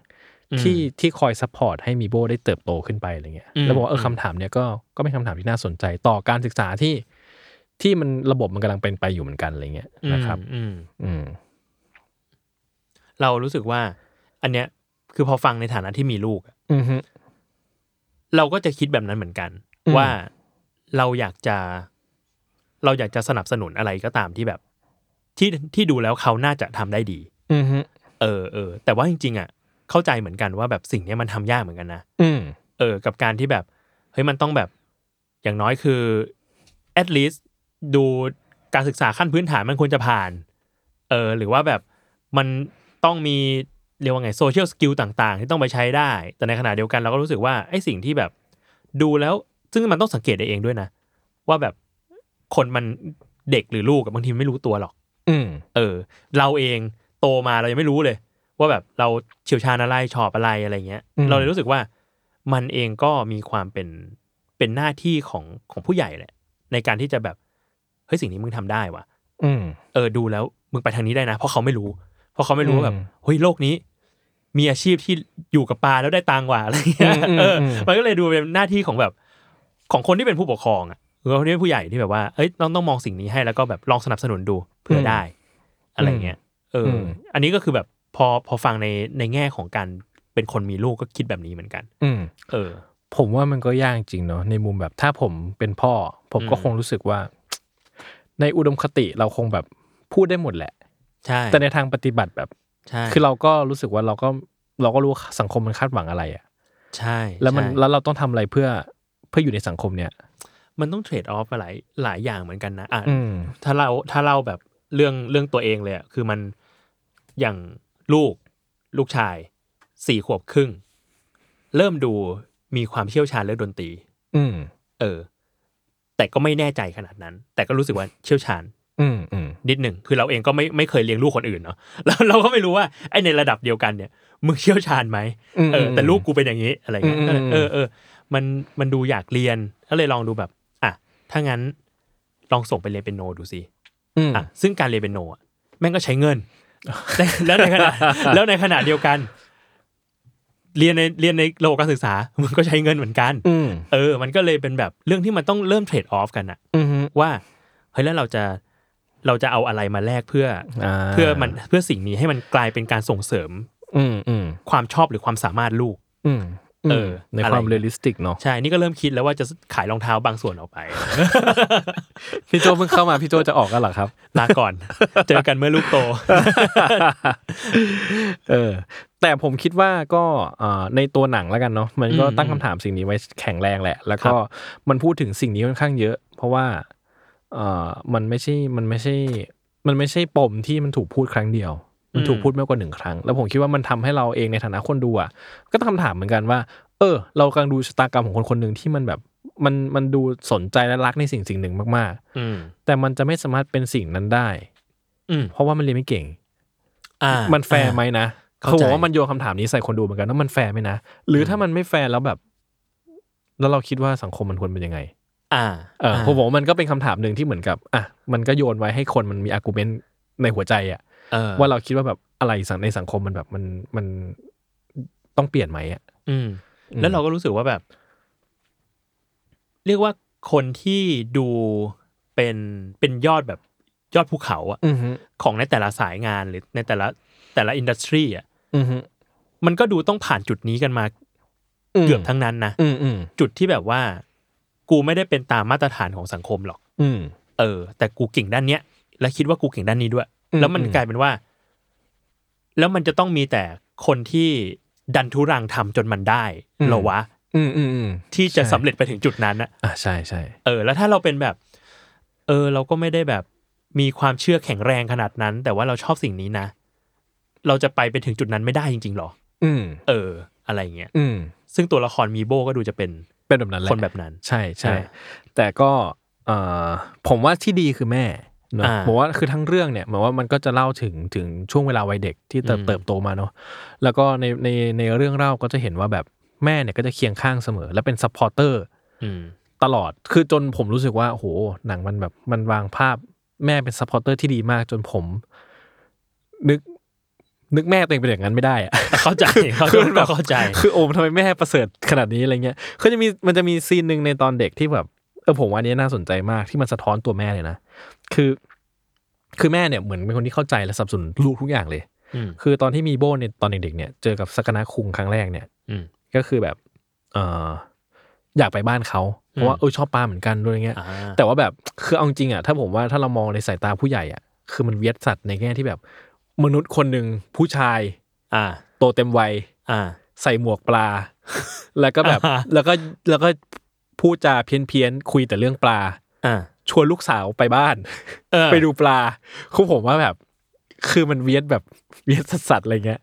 Speaker 3: อืม
Speaker 2: ที่ที่คอยซัพพอร์ตให้มีโบได้เติบโตขึ้นไปอะไรเงี้ย
Speaker 3: อืม
Speaker 2: แล้วบอกว่าเออ
Speaker 3: อืม
Speaker 2: คำถามเนี้ยก็ก็เป็นคำถามที่น่าสนใจต่อการศึกษาที่ที่มันระบบมันกำลังเป็นไปอยู่เหมือนกันอะไรเงี้ยนะครับ
Speaker 3: อืม
Speaker 2: อืม
Speaker 3: เรารู้สึกว่า อันเนี้ยคือพอฟังในฐานะที่มีลูกอะ
Speaker 2: อืมฮึ
Speaker 3: เราก็จะคิดแบบนั้นเหมือนกัน
Speaker 2: อืม
Speaker 3: ว่าเราอยากจะ เราอยากจะสนับสนุนอะไรก็ตามที่แบบ ที่ที่ดูแล้วเขาน่าจะทำได้ดี
Speaker 2: อืมฮึ
Speaker 3: เออเออแต่ว่าจริงๆอ่ะเข้าใจเหมือนกันว่าแบบสิ่งเนี้ยมันทำยากเหมือนกันนะ
Speaker 2: อืม
Speaker 3: เออ กับการที่แบบเฮ้ยมันต้องแบบ อย่างน้อยคือ at least ดูการศึกษาขั้นพื้นฐานมันควรจะผ่าน เออ หรือว่าแบบมันต้องมีเรียกว่าไงโซเชียลสกิลต่างๆ ที่ต้องไปใช้ได้ แต่ในขณะเดียวกันเราก็รู้สึกว่าไอ้สิ่งที่แบบดูแล้ว ซึ่งมันต้องสังเกตได้เองด้วยนะ ว่าแบบคนมันเด็กหรือลูกอะบางทีไม่รู้ตัวหรอก
Speaker 2: อืม
Speaker 3: เออเราเองโตมาเรายังไม่รู้เลย ว่าแบบเราเชี่ยวชาญอะไรชอบอะไรอะไรเงี้ย เราเลยรู้สึกว่ามันเองก็มีความเป็นเป็นหน้าที่ของของผู้ใหญ่แหละ ในการที่จะแบบเฮ้ยสิ่งนี้มึงทำได้วะ
Speaker 2: อืม
Speaker 3: เออดูแล้วมึงไปทางนี้ได้นะ เพราะเขาไม่รู้ เพราะเขาไม่รู้ว่าแบบ
Speaker 2: อืม
Speaker 3: เฮ้ยโลกนี้ มีอาชีพที่อยู่กับปลาแล้วได้ตังกว่าอะไรเงี้ย
Speaker 2: อืมอืม
Speaker 3: เอออ
Speaker 2: ม
Speaker 3: มันก็เลยดูเป็นหน้าที่ของแบบ ของคนที่เป็นผู้ปกครองอ่ะหรือว่าคนที่เป็นผู้ใหญ่ที่แบบว่าเอ้ยต้องต้องมองสิ่งนี้ให้แล้วก็แบบลองสนับสนุนดูเพื่อได้ อะไรเงี้ย เอออ
Speaker 2: ม
Speaker 3: อันนี้ก็คือแบบพอพอฟังในในแง่ของการเป็นคนมีลูกก็คิดแบบนี้เหมือนกัน
Speaker 2: อืม
Speaker 3: เออ
Speaker 2: ผมว่ามันก็ยากจริงเนาะในมุมแบบถ้าผมเป็นพ่อ ผมก็
Speaker 3: อืม
Speaker 2: คงรู้สึกว่า ในอุดมคติเราคงแบบพูดได้หมดแหละ
Speaker 3: ใช่
Speaker 2: แต่ในทางปฏิบัติแบบ
Speaker 3: ใช่
Speaker 2: คือเราก็รู้สึกว่าเราก็เราก็รู้สังคมมันคาดหวังอะไรอะ
Speaker 3: ใช่
Speaker 2: แล้วมัน
Speaker 3: ใช่
Speaker 2: แล้วเราต้องทำอะไรเพื่อเพื่ออยู่ในสังคมเนี่ย
Speaker 3: มันต้องเทรดออฟหลายหลายอย่างเหมือนกันนะอ่ะ
Speaker 2: อืม
Speaker 3: ถ้าเราถ้าเล่าแบบเรื่องเรื่องตัวเองเลยอะคือมันอย่างลูกลูกชายสี่ขวบครึ่ง เริ่มดูมีความเชี่ยวชาญเรื่องดนตรี
Speaker 2: อืม
Speaker 3: เออ แต่ก็ไม่แน่ใจขนาดนั้น แต่ก็รู้สึกว่าเชี่ยวชาญ
Speaker 2: อืมอืม
Speaker 3: นิดหนึ่งคือเราเองก็ไม่ไม่เคยเลี้ยงลูกคนอื่นเนาะ แล้วเราก็ไม่รู้ว่าไอในระดับเดียวกันเนี่ยมึงเชี่ยวชาญไหมเออแต่ลูกกูเป็นอย่างนี้อะไรเงี้ย
Speaker 2: อืมอืมอืม
Speaker 3: เออเออมันมันดูอยากเรียนก็เลยลองดูแบบ อ่ะถ้างั้นลองส่งไปเรียนเป็นโนดูสิ
Speaker 2: อืม
Speaker 3: อ่ะซึ่งการเรียนเป็นโนอะแม่งก็ใช้เงิน แล้วในข ณะแล้วในขณะเดียวกัน เรียนในเรียนในระบบการศึกษามันก็ใช้เงินเหมือนกัน
Speaker 2: อืม
Speaker 3: เออ มันก็เลยเป็นแบบเรื่องที่มันต้องเริ่มเทรดออฟกันอะ
Speaker 2: อืม
Speaker 3: ว่าเฮ้ยแล้วเราจะเราจะเอาอะไรมาแลกเพื่อ
Speaker 2: อ่า
Speaker 3: อเพื่อมันเพื่อสิ่งนี้ให้มันกลายเป็นการส่งเสริม
Speaker 2: อืมอืม
Speaker 3: ความชอบหรือความสามารถลูก
Speaker 2: อืม
Speaker 3: เออ
Speaker 2: ในความ
Speaker 3: อะไร
Speaker 2: เรียลลิสติกเนาะ
Speaker 3: ใช่นี่ก็เริ่มคิดแล้วว่าจะขายรองเท้าบางส่วนออกไป
Speaker 2: พี่โจเพิ่งเข้ามา พี่โจจะออกกันเหรอครับ
Speaker 3: ลาก่อน เจอกันเมื่อลูกโต
Speaker 2: เออ แต่ผมคิดว่าก็อ่าในตัวหนังแล้วกันเนาะมันก็
Speaker 3: อืม
Speaker 2: ตั้งคำถามสิ่งนี้ไว้แข็งแรงแหละ แล้วก็
Speaker 3: ครับ
Speaker 2: มันพูดถึงสิ่งนี้ค่อนข้างเยอะ เพราะว่าเอ่อมันไม่ใช่มันไม่ใช่ มันไม่ใช่ปมที่มันถูกพูดครั้งเดียว มันถูกพูดมากกว่าหนึ่งครั้ง แล้วผมคิดว่ามันทำให้เราเองในฐานะคนดูอ่ะก็ต้องคำถามเหมือนกันว่า เออ เรากำลังดูชะตากรรมของคนคนหนึ่งที่มันแบบมันมันดูสนใจและรักในสิ่งสิ่งหนึ่งมาก
Speaker 3: อืม
Speaker 2: ๆ แต่มันจะไม่สามารถเป็นสิ่งนั้นได้
Speaker 3: อืม
Speaker 2: เพราะว่ามันเรียนไม่เก่ง
Speaker 3: อ่า
Speaker 2: มันแฟร์ไหมนะ
Speaker 3: เข้า
Speaker 2: เขา
Speaker 3: ใจ
Speaker 2: บอกว่ามันโยนคำถามนี้ใส่คนดูเหมือนกันว่ามันแฟร์ไหมนะ หรือถ้ามันไม่แฟร์แล้วแบบ แล้วเราคิดว่าสังคมมันควรเป็นยังไง
Speaker 3: อ่า
Speaker 2: เออผมบอกว่ามันก็เป็นคำถามหนึ่งที่เหมือนกับ อ่ะ มันก็โยนไว้ให้คนมันมีอาร์กุเมนต์ในหัวใจอะ
Speaker 3: เออ
Speaker 2: ว่าเราคิดว่าแบบอะไรสังในสังคมมันแบบมันมันต้องเปลี่ยนไหมอ่ะ
Speaker 3: อืมแล้วเราก็รู้สึกว่าแบบ เรียกว่าคนที่ดูเป็นเป็นยอดแบบยอดภูเขาอะ
Speaker 2: อือฮึ
Speaker 3: ของในแต่ละสายงานหรือในแต่ละแต่ละอินดัสทรีอ่ะ
Speaker 2: อ อือฮึ
Speaker 3: มันก็ดูต้องผ่านจุดนี้กันมาเกือบทั้งนั้นนะ
Speaker 2: อืมอืม
Speaker 3: จุดที่แบบว่า กูไม่ได้เป็นตามมาตรฐานของสังคมหรอก
Speaker 2: อืม
Speaker 3: เออ แต่กูเก่งด้านเนี้ย และคิดว่ากูเก่งด้านนี้ด้วย
Speaker 2: อืม
Speaker 3: แล้วมัน
Speaker 2: อืม
Speaker 3: กลายเป็นว่า แล้วมันจะต้องมีแต่คนที่ดันทุรังทำจนมันได้เหรอวะ
Speaker 2: อืมอืมอืม
Speaker 3: ที่จะ
Speaker 2: ใช่
Speaker 3: สำเร็จไปถึงจุดนั้นนะ
Speaker 2: อ่าใช่ใช่
Speaker 3: เออ แล้วถ้าเราเป็นแบบ เออ เราก็ไม่ได้แบบมีความเชื่อแข็งแรงขนาดนั้น แต่ว่าเราชอบสิ่งนี้นะ เราจะไปไปถึงจุดนั้นไม่ได้จริงๆหรอ
Speaker 2: อืม
Speaker 3: เออ อะไรอย่างเงี้ย
Speaker 2: อืม
Speaker 3: ซึ่งตัวละครมีโบก็ดูจะเป็น
Speaker 2: เป็นแบบนั้นแหละ
Speaker 3: คนแบบนั้น
Speaker 2: ใช่ใช่
Speaker 3: อ่า
Speaker 2: แต่ก็เอ่อผมว่าที่ดีคือแม่เนอะ
Speaker 3: อ่า
Speaker 2: ผมว่าคือทั้งเรื่องเนี่ยเหมือนว่ามันก็จะเล่าถึงถึงช่วงเวลาวัยเด็กที่เติบ
Speaker 3: อืม
Speaker 2: เติบโตมาเนาะแล้วก็ในในในเรื่องเล่าก็จะเห็นว่าแบบแม่เนี่ยก็จะเคียงข้างเสมอ และเป็นซัพพอร์เตอร์
Speaker 3: อืม
Speaker 2: ตลอดคือจนผมรู้สึกว่าโอ้โหหนังมันแบบมันวางภาพแม่เป็นซัพพอร์เตอร์ที่ดีมากจนผม นึกนึกแม่ตัวเองเป็นอย่างนั้นไม่ได้อะ
Speaker 3: เข้า ใจเขา
Speaker 2: คือมันแบบ
Speaker 3: เข้าใจ
Speaker 2: คือโอมทำไมแม่ประเสริฐขนาดนี้อะไรเงี้ยคือจะมีมันจะมีซีนหนึ่งในตอนเด็กที่แบบเออผมว่าอันนี้น่าสนใจมากที่มันสะท้อนตัวแม่เลยนะคือ คือแม่เนี่ยเหมือนเป็นคนที่เข้าใจและสนับสนุนลูกทุกอย่างเลย
Speaker 3: อืม
Speaker 2: คือตอนที่มีโบในตอนเด็กๆเนี่ยเจอกับสกนาคุงครั้งแรกเนี่ย
Speaker 3: อืม
Speaker 2: ก็คือแบบเอออยากไปบ้านเขาเพราะว่า
Speaker 3: อืม
Speaker 2: เออชอบปลาเหมือนกันด้วยอะไรเงี้ย
Speaker 3: อ่า
Speaker 2: แต่ว่าแบบคือเอาจริงอะถ้าผมว่าถ้าเรามองในสายตาผู้ใหญ่อะคือมันเวียดสัตว์ในแง่ที่แบบ มนุษย์คนหนึ่งผู้ชาย
Speaker 3: อ่า
Speaker 2: โตเต็มวัย
Speaker 3: อ่า
Speaker 2: ใส่หมวกปลา แล้วก็แบบ
Speaker 3: อ่าฮะ
Speaker 2: แล้วก็แล้วก็พูดจาเพี้ยนเพียนๆคุยแต่เรื่องปลา
Speaker 3: อ่า
Speaker 2: ชวนลูกสาวไปบ้าน
Speaker 3: เออ
Speaker 2: ไปดูปลาคือผมว่าแบบ คือมันเวียดแบบ เวียดสัสๆอะไรเงี้ย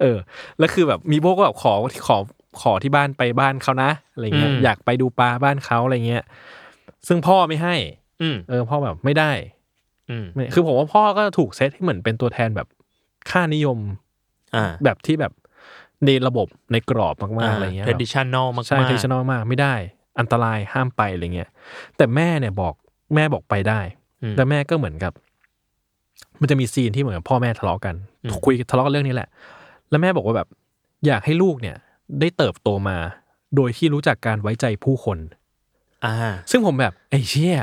Speaker 2: เออ แล้วคือแบบมีโบก็แบบขอขอขอที่บ้านไปบ้านเขานะอะไรเงี้ย
Speaker 3: อืม
Speaker 2: อยากไปดูปลาบ้านเขาอะไรเงี้ย ซึ่งพ่อไม่ให้
Speaker 3: อืม
Speaker 2: เออพ่อแบบไม่ได้
Speaker 3: อืม
Speaker 2: ไม่คือผมว่าพ่อก็ถูกเซตให้เหมือนเป็นตัวแทนแบบค่านิยม
Speaker 3: อ่า
Speaker 2: แบบที่แบบในระบบในกรอบมากๆอะไรเงี้ย
Speaker 3: เทร
Speaker 2: แบบ
Speaker 3: ดิชันแนลมากๆ
Speaker 2: ใช่ traditional มากไม่ได้อันตรายห้ามไปอะไรเงี้ยแต่แม่เนี่ยบอกแม่บอกไปได้
Speaker 3: อืม
Speaker 2: แล้วแม่ก็เหมือนกับ มันจะมีซีนที่เหมือนกับพ่อแม่ทะเลาะกัน
Speaker 3: อืม
Speaker 2: คุยทะเลาะกันเรื่องนี้แหละ แล้วแม่บอกว่าแบบ อยากให้ลูกเนี่ย ได้เติบโตมา โดยที่รู้จักการไว้ใจผู้คน
Speaker 3: อ่า
Speaker 2: ซึ่งผมแบบไอ้เชี่ย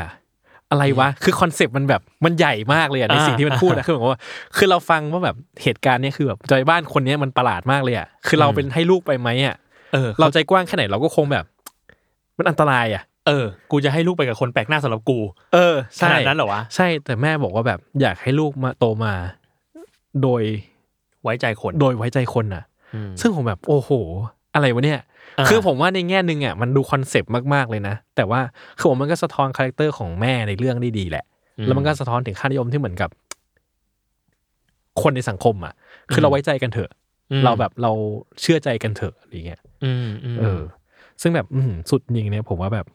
Speaker 2: อะไรวะ คือคอนเซปต์มันแบบมันใหญ่มากเลยอะใน
Speaker 3: อ่า
Speaker 2: สิ่งที่มันพูดนะคือเหมือนกับว่า คือเราฟังว่าแบบเหตุการณ์เนี้ยคือแบบจอยบ้านคนเนี้ยมันประหลาดมากเลยอะคือเรา
Speaker 3: อืม
Speaker 2: เป็นให้ลูกไปไหมอะ
Speaker 3: เออ
Speaker 2: เราใจกว้างแค่ไหนเราก็คงแบบ มันอันตรายอ่ะ
Speaker 3: เออ กูจะให้ลูกไปกับคนแปลกหน้าสำหรับกู
Speaker 2: เออ
Speaker 3: ขนาดนั้นเหรอวะ
Speaker 2: ใช่แต่แม่บอกว่าแบบ อยากให้ลูกมาโตมา โดย
Speaker 3: ไว้ใจคน
Speaker 2: โดยไว้ใจคนน่ะ
Speaker 3: อืม
Speaker 2: ซึ่งผมแบบโอ้โห อะไรวะเนี่ย
Speaker 3: อ่า
Speaker 2: คือผมว่าในแง่หนึ่งอ่ะมันดูคอนเซปต์มากๆเลยนะ แต่ว่าคือผมมันก็สะท้อนคาแรคเตอร์ของแม่ในเรื่องได้ดีแหละ แล้วมันก็สะท้อนถึงค่านิยมที่เหมือนกับ คนในสังคมอ่ะ คือเราไว้ใจกันเถอะ
Speaker 3: อืม
Speaker 2: เราแบบเราเชื่อใจกันเถอะอะไรเงี้ย
Speaker 3: อืมอืม
Speaker 2: เออ ซึ่งแบบอือหือสุดยิงเนี่ยผมว่าแบบ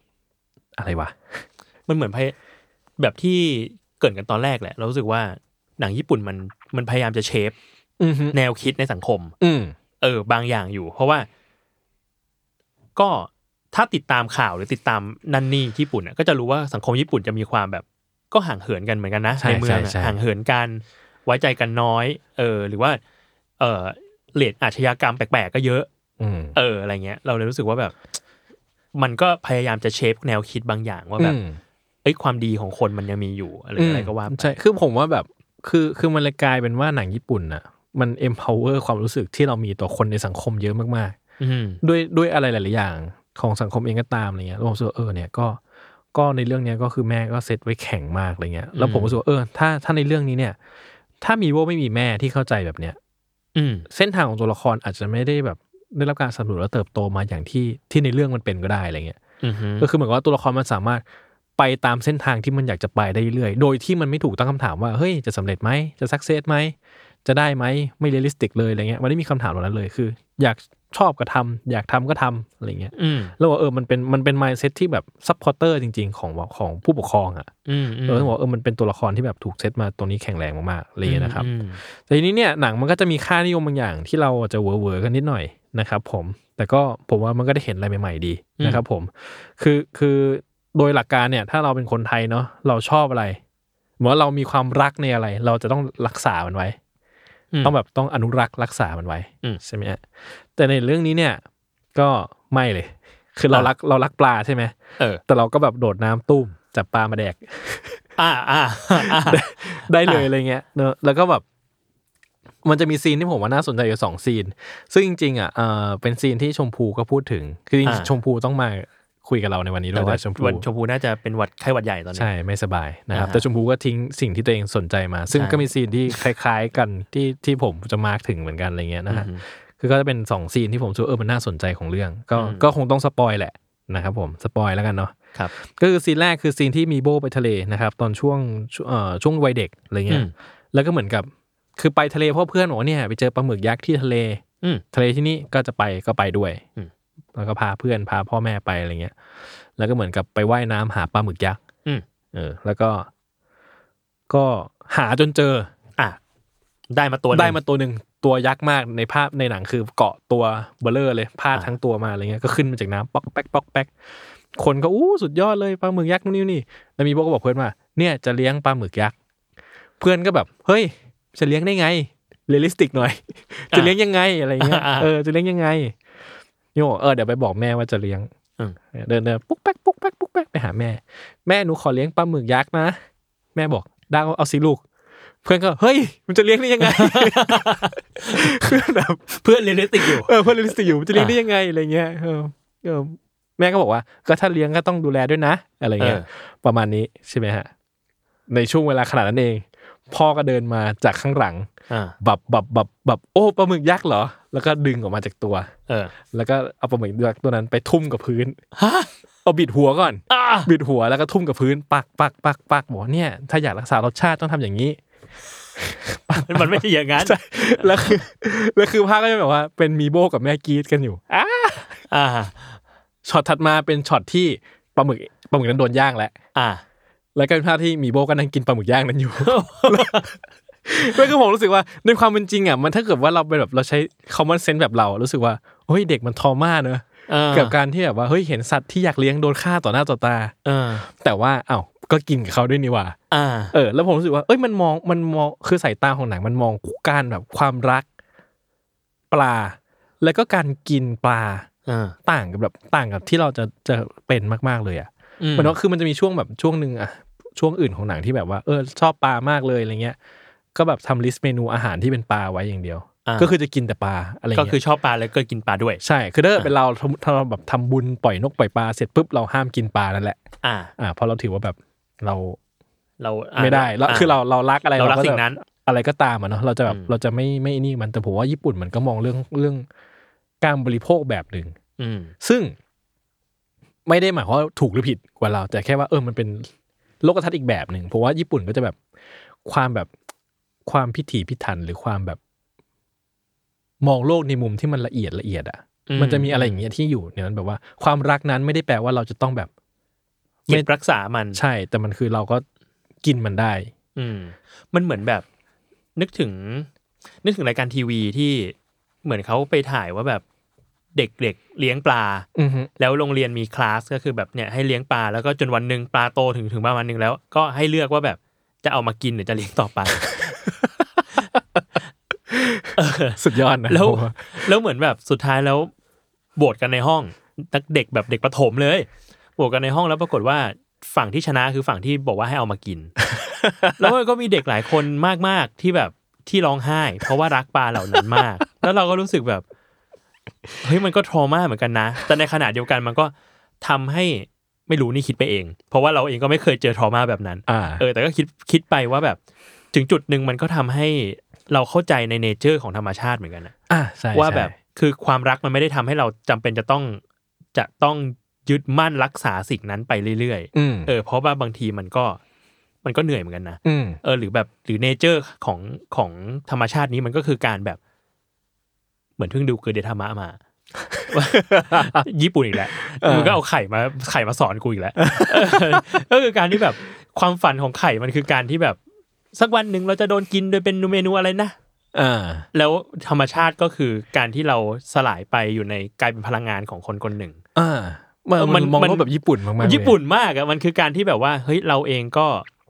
Speaker 2: อะไรวะ
Speaker 3: มันเหมือนพยแบบที่เกริดกันตอนแรกแหละ เรารู้สึกว่าหนังญี่ปุ่นมันมันพยายามจะเชฟ
Speaker 2: อือหือ
Speaker 3: แนวคิดในสังคม
Speaker 2: อืม
Speaker 3: เออบางอย่างอยู่ เพราะว่า ก็ถ้าติดตามข่าวหรือติดตามนั่นนี่ญี่ปุ่นน่ะก็จะรู้ว่าสังคมญี่ปุ่นจะมีความแบบ ก็ห่างเหินกันเหมือนกันนะ
Speaker 2: ใช่
Speaker 3: เมือง
Speaker 2: ใช่
Speaker 3: น่ะ
Speaker 2: ใช่
Speaker 3: ห่างเหินกันไว้ใจกันน้อย เออ หรือว่า เออเลดอาชญากรรมแปลกๆก็เยอะ
Speaker 2: อืม
Speaker 3: เอออะไรเงี้ย เราเลยรู้สึกว่าแบบ มันก็พยายามจะเชฟแนวคิดบางอย่างว่าแบบ
Speaker 2: อืม
Speaker 3: เอ้ยความดีของคนมันยังมีอยู่อะไรอะไรก็ว่าไป
Speaker 2: ใช่คือผมว่าแบบ คือคือมันเลยกลายเป็นว่าหนังญี่ปุ่นน่ะ มัน empower ความรู้สึกที่เรามีต่อคนในสังคมเยอะมาก
Speaker 3: อืม
Speaker 2: ๆ ด้วยด้วยอะไรหลาย ๆ อย่างของสังคมเองก็ตามอะไรเงี้ยแล้วผมรู้สึกว่าเออเนี่ยก็ก็ในเรื่องเนี้ยก็คือแม่ก็เซตไว้แข็งมากอะไรเงี้ยแล้วผม
Speaker 3: อืม
Speaker 2: รู้สึกว่าเออถ้าถ้าในเรื่องนี้เนี่ย ถ้ามีว่าไม่มีแม่ที่เข้าใจแบบเนี้ย
Speaker 3: อืม
Speaker 2: เส้นทางของตัวละครอาจจะไม่ได้แบบได้รับการสนับสนุนและเติบโตมาอย่างที่ที่ในเรื่องมันเป็นก็ได้อะไรเงี้ย
Speaker 3: อืม
Speaker 2: ก็คือเหมือนกับว่าตัวละครมันสามารถไปตามเส้นทางที่มันอยากจะไปได้เรื่อยๆ โดยที่มันไม่ถูกตั้งคำถามว่า เฮ้ย จะสำเร็จไหม จะสักเซสไหม จะได้ไหม ไม่เรียลลิสติกเลยอะไรเงี้ย มันไม่มีคำถามเหล่านั้นเลย คือ อยากชอบก็ทำอยากทำก็ทำอะไรเงี้ย
Speaker 3: อืม
Speaker 2: แล้วบอกเออ มันเป็น มันเป็นมายเซตที่แบบซัพพอร์เตอร์จริงๆ ของของผู้ปกครองอะ่ะ
Speaker 3: อืม
Speaker 2: เออต้องบอกว่าเออ มันเป็นตัวละครที่แบบถูกเซตมาตรงนี้แข็งแรงมากๆอะไรเงี้ยนะครับ
Speaker 3: อืม
Speaker 2: แต่ทีนี้เนี่ยหนังมันก็จะมีค่านิยมบางอย่างที่เราอาจจะเวอร์เวอกันนิดหน่อยนะครับผม แต่ก็ผมว่ามันก็ได้เห็นอะไรใหม่ๆดี
Speaker 3: อืม
Speaker 2: นะครับผม คือคือโดยหลักการเนี่ย ถ้าเราเป็นคนไทยเนาะเราชอบอะไร เหมือนว่าเรามีความรักในอะไร เราจะต้องรักษามันไว้
Speaker 3: ม
Speaker 2: ต้องแบบต้องอนุรักษ์รักษามันไว้
Speaker 3: อืม
Speaker 2: ใช่ไหมฮะแต่ในเรื่องนี้เนี่ยก็ไม่เลย คือเรา
Speaker 3: อ่ะ
Speaker 2: รักเรารักปลาใช่ไหม
Speaker 3: เออ
Speaker 2: แต่เราก็แบบโดดน้ำตุ้มจับปลามาแดก
Speaker 3: อ่าอ่าอ่า
Speaker 2: ได้เลย
Speaker 3: อ่ะ
Speaker 2: อะไรเงี้ยเนอะแล้วก็แบบ มันจะมีซีนที่ผมว่าน่าสนใจอยู่สองซีน ซึ่งจริงๆอ่ะเอ่อเป็นซีนที่ชมพูก็พูดถึง คือจริง
Speaker 3: อ่า
Speaker 2: ๆชมพูต้องมาคุยกับเราในวันนี้ด้ว
Speaker 3: แต่
Speaker 2: ย
Speaker 3: ว่า
Speaker 2: แต่ชมพู
Speaker 3: วันชมพูน่าจะเป็นหวัดไข้หวัดใหญ่ตอนนี้
Speaker 2: ใช่ ไม่สบายนะครับ
Speaker 3: อ่าฮะ
Speaker 2: แต่ชมพูก็ทิ้งสิ่งที่ตัวเองสนใจมา ซึ่ง
Speaker 3: ใช่
Speaker 2: ก็มีซีนที่คล้าย ๆ กันที่ที่ผมจะมาร์กถึงเหมือนกันอะไรเงี้ยนะฮะ คือก็จะเป็นสองซีนที่ผมรู้สึกว่าเออมันน่าสนใจของเรื่อง ก็ก็คงต้องสปอยแหละนะครับผมสปอยแล้วกันเนาะ
Speaker 3: ครับ
Speaker 2: ก็คือซีนแรกคือซีนที่มีโบไปทะเลนะครับ ตอนช่วงช่วงเอ่อช่วงวัยเด็กอะไรเงี้
Speaker 3: อื
Speaker 2: ย
Speaker 3: ม
Speaker 2: แล้วก็เหมือนกับคือไปทะเลเพราะเพื่อนบอกว่าเนี่ยไปเจอปลาหมึกยักษ์ที่ทะเล
Speaker 3: อืม
Speaker 2: ทะเลที่นี่ก็จะไปก็ไปด้วย
Speaker 3: อืม
Speaker 2: แล้วก็พาเพื่อนพาพ่อแม่ไปอะไรเงี้ย แล้วก็เหมือนกับไปว่ายน้ำหาปลาหมึกยักษ์
Speaker 3: อืม
Speaker 2: เออ แล้วก็ ก็หาจนเจอ
Speaker 3: อ่ะได้มาตัวหนึ่ง
Speaker 2: ได้มา ตัวหนึ่งตัวยักษ์มากในภาพในหนังคือเกาะตัวเบลเลอร์เลยพาด
Speaker 3: อ่า
Speaker 2: ทั้งตัวมาอะไรเงี้ยก็ขึ้นมาจากน้ำป๊อกแป๊กป๊อกแป๊กคนก็อู้สุดยอดเลยปลาหมึกยักษ์นู่นนี่นี่แล้วมีโบก็บอกเพื่อนว่าเนี่ยจะเลี้ยงปลาหมึกยักษ์เพื่อนก็แบบเฮ้ยจะเลี้ยงได้ไงเรลิสติกหน่อย จะเลี้ยงยังไงอะไรเงี้ยเออจะเลี้ยงยังไงนี่บอกเออเดี๋ยวไปบอกแม่ว่าจะเลี้ยง
Speaker 3: อืม
Speaker 2: เดินเดินปุ๊กแป๊กปุ๊กแป๊กปุ๊กแป๊กไปหาแม่ แม่หนูขอเลี้ยงปลาหมึกยักษ์นะแม่บอกได้เอาสิลูก เพื่อนก็เฮ้ยมันจะเลี้ยงได้ยังไง เพื่อนแบบ
Speaker 3: เพื่อนเรียนเลิสติกอยู่
Speaker 2: เออเพื่อนเลิสติกอยู่มันจะเลี้ยงได้ยังไงอะไรเงี้ยเออเออแม่ก็บอกว่า ก็ถ้าเลี้ยงก็ต้องดูแลด้วยนะ อะไรเงี้ย
Speaker 3: เออ
Speaker 2: ประมาณนี้ใช่ไหมฮะ ในช่วงเวลาขนาดนั้นเอง พ่อก็เดินมาจากข้างหลัง
Speaker 3: อ่า
Speaker 2: บับบับบับบับโอ้ปลาหมึกยักษ์เหรอ แล้วก็ดึงออกมาจากตัว
Speaker 3: เออ
Speaker 2: แล้วก็เอาปลาหมึกยักษ์ตัวนั้นไปทุ่มกับพื้นเอาบิดหัวก่อน
Speaker 3: อ่ะ
Speaker 2: บิดหัวแล้วก็ทุ่มกับพื้น ปักปักปักปักบอกว่าเนี่ย ถ้าอยากรักษารสชาติต้องทำอย่างนี้
Speaker 3: มันไม่ใช่อย่างนั้น
Speaker 2: ใช่แล้วคือแล้วคือภาพก็จะแบบว่าเป็นมีโบกับแม่กรีดกันอยู่อ่ะ
Speaker 3: อ่า
Speaker 2: ช็อตถัดมาเป็นช็อตที่ปลาหมึกปลาหมึกนั้นโดนย่างแล้ว
Speaker 3: อ่า
Speaker 2: แล้วก็เป็นภาพที่มีโบก็นั่งกินปลาหมึกย่างนั้นอยู่ แล้วคือผมรู้สึกว่าในความเป็นจริงอ่ะมันถ้าเกิดว่าเราเป็นแบบเราใช้คอมมอนเซนส์แบบเรารู้สึกว่าเฮ้ยเด็กมันทอมาเนอะ
Speaker 3: เออ
Speaker 2: กับการที่แบบว่าเฮ้ยเห็นสัตว์ที่อยากเลี้ยงโดนฆ่าต่อหน้าต่อตา
Speaker 3: เออ
Speaker 2: แต่ว่าเอ้าวก็กินกับเขาด้วยนี่หว่า
Speaker 3: อ่า
Speaker 2: เออแล้วผมรู้สึกว่าเอ้ยมันมองมันมองคือสายตาของหนังมันมองการแบบความรักปลา แล้วก็การกินปลา
Speaker 3: เออ
Speaker 2: ต่างกับแบบต่างกับที่เราจะจะเป็นมากๆเลยอ่ะ
Speaker 3: อื
Speaker 2: มันก็คือมันจะมีช่วงแบบช่วงหนึ่งอ่ะช่วงอื่นของหนังที่แบบว่าเออชอบปลามากเลยอะไรเงี้ย ก็แบบทำลิสต์เมนูอาหารที่เป็นปลาไว้อย่างเดียว
Speaker 3: า
Speaker 2: ก็คือจะกินแต่ปลาอะไร
Speaker 3: ก็
Speaker 2: เงี้ย
Speaker 3: คือชอบปลาแล้วก็กินปลาด้วย
Speaker 2: ใช่คือถ้าเกิดเป็นเราถ้าเราแบบทำบุญปล่อยนกปล่อยปลาเสร็จปุ๊บเราห้ามกินปลานั่นแหละ
Speaker 3: อ่า
Speaker 2: อ่าเพราะเราถือว่าแบบเรา
Speaker 3: เราอ่า
Speaker 2: ไม่ได้แล้วคือเราเรารักอะไร
Speaker 3: เรารัก
Speaker 2: จะ
Speaker 3: สิ่งนั้น
Speaker 2: อะไรก็ตามอ่ะเนาะเราจะแบบ
Speaker 3: อืม
Speaker 2: เราจะไม่ไม่นี่มันแต่ผมว่าญี่ปุ่นมันก็มองเรื่องเรื่องการบริโภคแบบหนึ่ง
Speaker 3: อืม
Speaker 2: ซึ่ง ไม่ได้หมายความว่าถูกหรือผิดกว่าเรา แต่แค่ว่าเออมันเป็นโลกทัศน์อีกแบบหนึ่งผมว่าญี่ปุ่นก็จะแบบความแบบความพิถีพิถันหรือความแบบ มองโลกในมุมที่มันละเอียดละเอียดอ่ะ
Speaker 3: อืม
Speaker 2: มันจะมีอะไรอย่างเงี้ยที่อยู่ในนั้นแบบว่า ความรักนั้นไม่ได้แปลว่าเราจะต้องแบบ
Speaker 3: เก็
Speaker 2: ไม่
Speaker 3: บรักษามัน
Speaker 2: ใช่ แต่มันคือเราก็กินมันได้
Speaker 3: อืมมันเหมือนแบบ นึกถึง นึกถึงรายการทีวีที่เหมือนเขาไปถ่ายว่าแบบเด็กๆเลี้ยงปลา
Speaker 2: อือฮึ
Speaker 3: แล้วโรงเรียนมีคลาสก็คือแบบเนี่ยให้เลี้ยงปลาแล้วก็จนวันหนึ่งปลาโตถึงถึงประมาณหนึ่งแล้ว ก็ให้เลือกว่าแบบจะเอามากินหรือจะเลี้ยงต่อไป
Speaker 2: สุดยอดนะ
Speaker 3: แล้ว
Speaker 2: ผมว่า
Speaker 3: แล้วเหมือนแบบสุดท้ายแล้วโบวตกันในห้องนักเด็กแบบเด็กประถมเลยโบวตกันในห้องแล้วปรากฏว่าฝั่งที่ชนะคือฝั่งที่บอกว่าให้เอามา กิน แล้วมันก็มีเด็กหลายคนมากๆที่แบบที่ร้องไห้ เพราะว่ารักปลาเหล่านั้นมาก แล้วเราก็รู้สึกแบบเฮ้ยมันก็ทรมาเหมือนกันนะ แต่ในขณะเดียวกันมันก็ทำให้ไม่รู้นี่คิดไปเอง เพราะว่าเราเองก็ไม่เคยเจอทรมาแบบนั้น
Speaker 2: อ่า
Speaker 3: เออแต่ก็คิดคิดไปว่าแบบถึงจุดหนึ่งมันก็ทำให้เราเข้าใจในเนเจอร์ของธรรมชาติเหมือนกันนะ
Speaker 2: อ่าใช่
Speaker 3: ว่า
Speaker 2: ใช่
Speaker 3: แบบคือความรักมันไม่ได้ทำให้เราจำเป็นจะต้องจะต้องยึดมั่นรักษาสิ่งนั้นไปเรื่อย
Speaker 2: อืม
Speaker 3: ๆ เออเพราะว่าบางทีมันก็มันก็เหนื่อยเหมือนกันนะ
Speaker 2: อืม
Speaker 3: เออหรือแบบหรือเนเจอร์ของของธรรมชาตินี้มันก็คือการแบบ เหมือนเพิ่งดูเกิดเดธรรมะมา ญี่ปุ่นอีกแล้วมึงก็เอาไข่มาไข่มาสอนกูอีกแล้วเออคือการที่แบบความฝันของไข่มันคือการที่แบบ สักวันหนึ่งเราจะโดนกินโดยเป็นเมนูอะไรนะ
Speaker 2: อ่า
Speaker 3: แล้วธรรมชาติก็คือการที่เราสลายไปอยู่ในกลายเป็นพลังงานของคนคนหนึ่ง
Speaker 2: อ่ามัน
Speaker 3: เออมัน
Speaker 2: มันมอง
Speaker 3: มัน
Speaker 2: ว่าแบบญี่ปุ่นมากๆเลย
Speaker 3: ญี่ปุ่นมากอะมันคือการที่แบบว่าเฮ้ยเราเองก็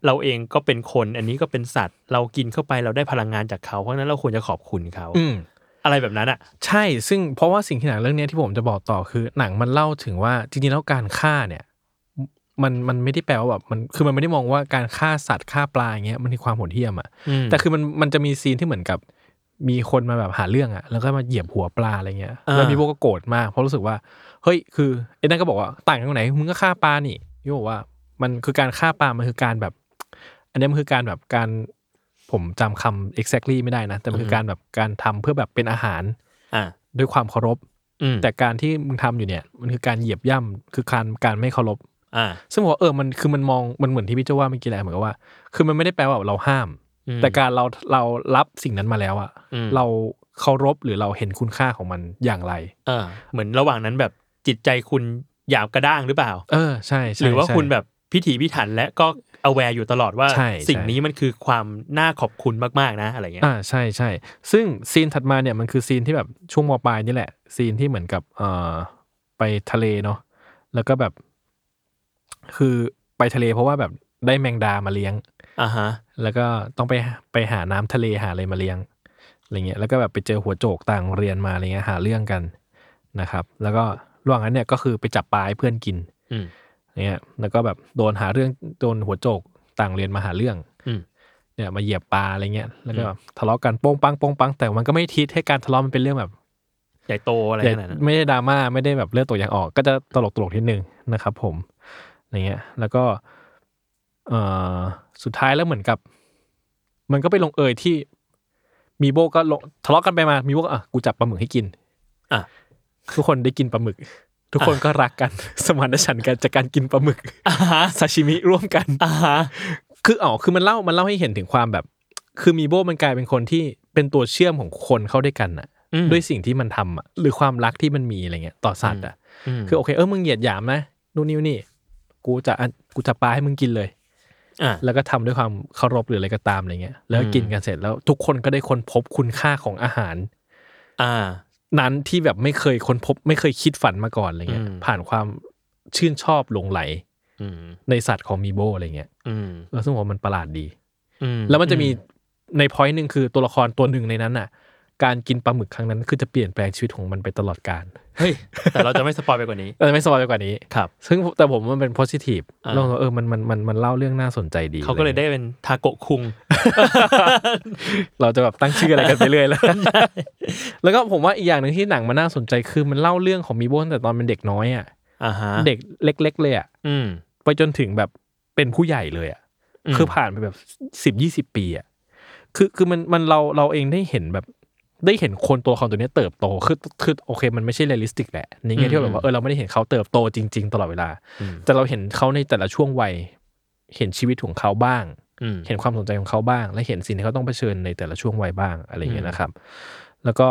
Speaker 3: เราเองก็เป็นคน อันนี้ก็เป็นสัตว์ เรากินเข้าไปเราได้พลังงานจากเขาเพราะฉะนั้นเราควรจะขอบคุณเขา
Speaker 2: อืม
Speaker 3: อะไรแบบนั้นอะ
Speaker 2: ใช่ ซึ่งเพราะว่าสิ่งที่หนังเรื่องเนี้ยที่ผมจะบอกต่อคือ หนังมันเล่าถึงว่าจริงๆแล้วการฆ่าเนี่ย มันมันไม่ได้แปลว่าแบบมันคือมันไม่ได้มองว่าการฆ่าสัตว์ฆ่าปลาอย่างเงี้ยมันคือความโหดเหี้ยมอ่ะ
Speaker 3: อืม
Speaker 2: แต่คือมันมันจะมีซีนที่เหมือนกับ มีคนมาแบบหาเรื่องอะแล้วก็มาเหยียบหัวปลาอะไรเงี้ย
Speaker 3: อ่า
Speaker 2: แล้วมีโบก็โกรธมากเพราะรู้สึกว่าเฮ้ยคือไอ้นั่นก็บอกว่าต่างกันตรงไหนมึงก็ฆ่าปลานี่พี่บอกว่ามันคือการฆ่าปลามันคือการแบบ อันนี้มันคือการแบบการผมจำคำ exactly ไม่ได้นะ แต่มันคือการแบบการทำเพื่อแบบเป็นอาหาร
Speaker 3: อ่า
Speaker 2: ด้วยความเคารพ
Speaker 3: อืม
Speaker 2: แต่การที่มึงทำอยู่เนี่ยมันคือการเหยียบย่ำคือการการไม่เคารพ
Speaker 3: อ่า
Speaker 2: ซึ่งผมว่าเออมันคือมันมองมันเหมือนที่พี่เจ้าว่าเมื่อกี้แหละเหมือนกับว่า คือมันไม่ได้แปลว่าเราห้าม
Speaker 3: อืม
Speaker 2: แต่การเราเรารับสิ่งนั้นมาแล้วอะ
Speaker 3: อืม
Speaker 2: เราเคารพหรือเราเห็นคุณค่าของมันอย่างไร
Speaker 3: เออเหมือนระหว่างนั้นแบบจิตใจคุณหยาบกระด้างหรือเปล่า
Speaker 2: เออใช่ใช่
Speaker 3: หรือว่า
Speaker 2: ใช่
Speaker 3: คุณแบบพิถีพิถันและก็อ w a r e อยู่ตลอดว่า
Speaker 2: ใช่
Speaker 3: สิ่ง
Speaker 2: ใช่
Speaker 3: นี้มันคือความน่าขอบคุณมากๆนะอะไรเงี้ย
Speaker 2: อ่าใช่ใช่ซึ่งซีนถัดมาเนี่ยมันคือซีนที่แบบช่วงมปลายนี่แหละ ซีนที่เหมือนกับเอ่อไปทะเลเนาะแล้วก็แบบ คือไปทะเลเพราะว่าแบบได้แมงดามาเลี้ยง
Speaker 3: อ่าฮะ
Speaker 2: แล้วก็ต้องไปไปหาน้ำทะเลหาอะไรมาเลี้ยงอะไรเงี้ยแล้วก็แบบไปเจอหัวโจกต่างเรียนมาอะไรเงี้ยหาเรื่องกันนะครับ แล้วก็ระหว่างนั้นเนี่ยก็คือไปจับปลาให้เพื่อนกิน
Speaker 3: อืม
Speaker 2: เงี้ยแล้วก็แบบโดนหาเรื่องโดนหัวโจกต่างเรียนมาหาเรื่อง
Speaker 3: อืม
Speaker 2: เนี่ยมาเหยียบปลาอะไรเงี้ยแล้วก็
Speaker 3: อืม
Speaker 2: แบบทะเลาะกันโป้งปังโป้งปังแต่มันก็ไม่ทิศให้การทะเลาะมันเป็นเรื่องแบบ
Speaker 3: ใหญ่โตอะไรขนาดนั้น
Speaker 2: ไม่ได้ดราม่าไม่ได้แบบเลือดตกยางออกก็จะตลกตลกๆนิดนึงนะครับผมอย่างเงี้ย แล้วก็เอ่อสุดท้ายแล้วเหมือนกับ มันก็ไปลงเอยที่ มีโบก็ลงทะเลาะกันไปมามีโบก็อ่ะกูจับปลาหมึกให้กิน
Speaker 3: อ่ะ
Speaker 2: ทุกคนได้กินปลาหมึก ทุกคนก็รักกัน สมานฉันท์กันจากการกินปลาหมึก
Speaker 3: อ่าฮะ
Speaker 2: ซาชิมิร่วมกัน
Speaker 3: อ่าฮะ
Speaker 2: คืออ๋อคือมันเล่ามันเล่าให้เห็นถึงความแบบ คือมีโบมันกลายเป็นคนที่เป็นตัวเชื่อมของคนเข้าด้วยกันน่ะ
Speaker 3: อืม
Speaker 2: ด้วยสิ่งที่มันทำอ่ะหรือความรักที่มันมีอะไรเงี้ยต่อสัตว์อ่ะ
Speaker 3: ม
Speaker 2: คือโอเคเออมึงเหยียดหยามนะนู่นนี่นี่ กูจะอ่ะกูจะปาให้มึงกินเลย
Speaker 3: อ่า
Speaker 2: แล้วก็ทำด้วยความเคารพหรืออะไรก็ตามอะไรเงี้ยแล้วก็
Speaker 3: อืม
Speaker 2: กินกันเสร็จแล้วทุกคนก็ได้ค้นพบคุณค่าของอาหาร
Speaker 3: อ่า
Speaker 2: นั้นที่แบบไม่เคยค้นพบ ไม่เคยคิดฝันมาก่อนอะไรเงี้ย
Speaker 3: อืม
Speaker 2: ผ่านความชื่นชอบหลงไหล
Speaker 3: อืม
Speaker 2: ในสัตว์ของมีโบอะไรเงี้ย
Speaker 3: อืม
Speaker 2: เออซึ่งผมว่ามันประหลาดดี
Speaker 3: อื
Speaker 2: แล้วมันจะมีในพอยต์หนึ่งคือตัวละครตัวหนึ่งในนั้นน่ะ การกินปลาหมึกครั้งนั้นคือจะเปลี่ยนแปลงชีวิตของมันไปตลอดกาล
Speaker 3: เฮ้ย แต่เราจะไม่สปอยไปกว่านี้
Speaker 2: แต่ไม่สบายไปกว่านี้
Speaker 3: ครับ
Speaker 2: ซึ่งแต่ผมว่ามันเป็น positive
Speaker 3: อ่า
Speaker 2: เราเออมันมันมันมันเล่าเรื่องน่าสนใจดี
Speaker 3: เขาก็เลยได้เป็นทาโกะคุง
Speaker 2: เราจะแบบตั้งชื่ออะไรกันไปเรื่อย แล้ว แล้วก็ผมว่าอีกอย่างหนึ่งที่หนังมันน่าสนใจคือมันเล่าเรื่องของมีโบตั้งแต่ตอนเป็นเด็กน้อยอ่ะ
Speaker 3: อ่าฮะ
Speaker 2: เด็กเล็ก ๆ เลยอ่ะ
Speaker 3: อืม
Speaker 2: ไปจนถึงแบบเป็นผู้ใหญ่เลยอ่ะ
Speaker 3: อืม
Speaker 2: คือผ่านไปแบบสิบยี่สิบปีอ่ะคือคือมันมันเราเราเองได้เห็นแบบได้เห็นคนตัวละครตัวเนี้ยเติบโตคือคือโอเค มันไม่ใช่เรียลลิสติกแหละในแง่ที่ว่าแบบว่าเออเราไม่ได้เห็นเขาเติบโตจริง ๆ ตลอดเวลา
Speaker 3: อืม
Speaker 2: แต่เราเห็นเขาในแต่ละช่วงวัย เห็นชีวิตของเขาบ้าง
Speaker 3: อืม
Speaker 2: เห็นความสนใจของเขาบ้าง และเห็นสิ่งที่เขาต้องเผชิญในแต่ละช่วงวัยบ้างอะไรอย่างเงี้ย
Speaker 3: อืม
Speaker 2: นะครับ แล้วก็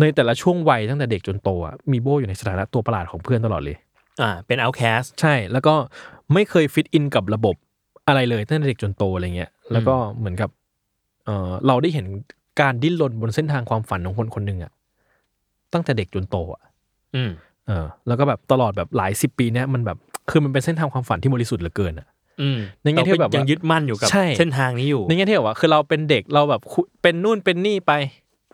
Speaker 2: ในแต่ละช่วงวัยตั้งแต่เด็กจนโตอะมีโบอยู่ในสถานะตัวประหลาดของเพื่อนตลอดเลย
Speaker 3: อ่า เป็น outcast
Speaker 2: ใช่ แล้วก็ไม่เคยฟิตอินกับระบบอะไรเลยตั้งแต่เด็กจนโตอะไรเงี้ย แล้วก็เหมือนกับเออเราได้เห็นการดิ้นรนบนเส้นทางความฝันของคนคนหนึ่งอะตั้งแต่เด็กจนโตอะ
Speaker 3: อืม
Speaker 2: เออแล้วก็แบบตลอดแบบหลายสิบปีเนี้ยมันแบบคือมันเป็นเส้นทางความฝันที่บริสุทธิ์เหลือเกินอะ
Speaker 3: อืม
Speaker 2: ในแง่ที่แบบว่า
Speaker 3: ยังยึดมั่นอยู่กับ
Speaker 2: ใช่
Speaker 3: เส้นทางนี้อยู่
Speaker 2: ในแง่ที่แบบว่าคือเราเป็นเด็กเราแบบคุเป็นนู่นเป็นนี่ไป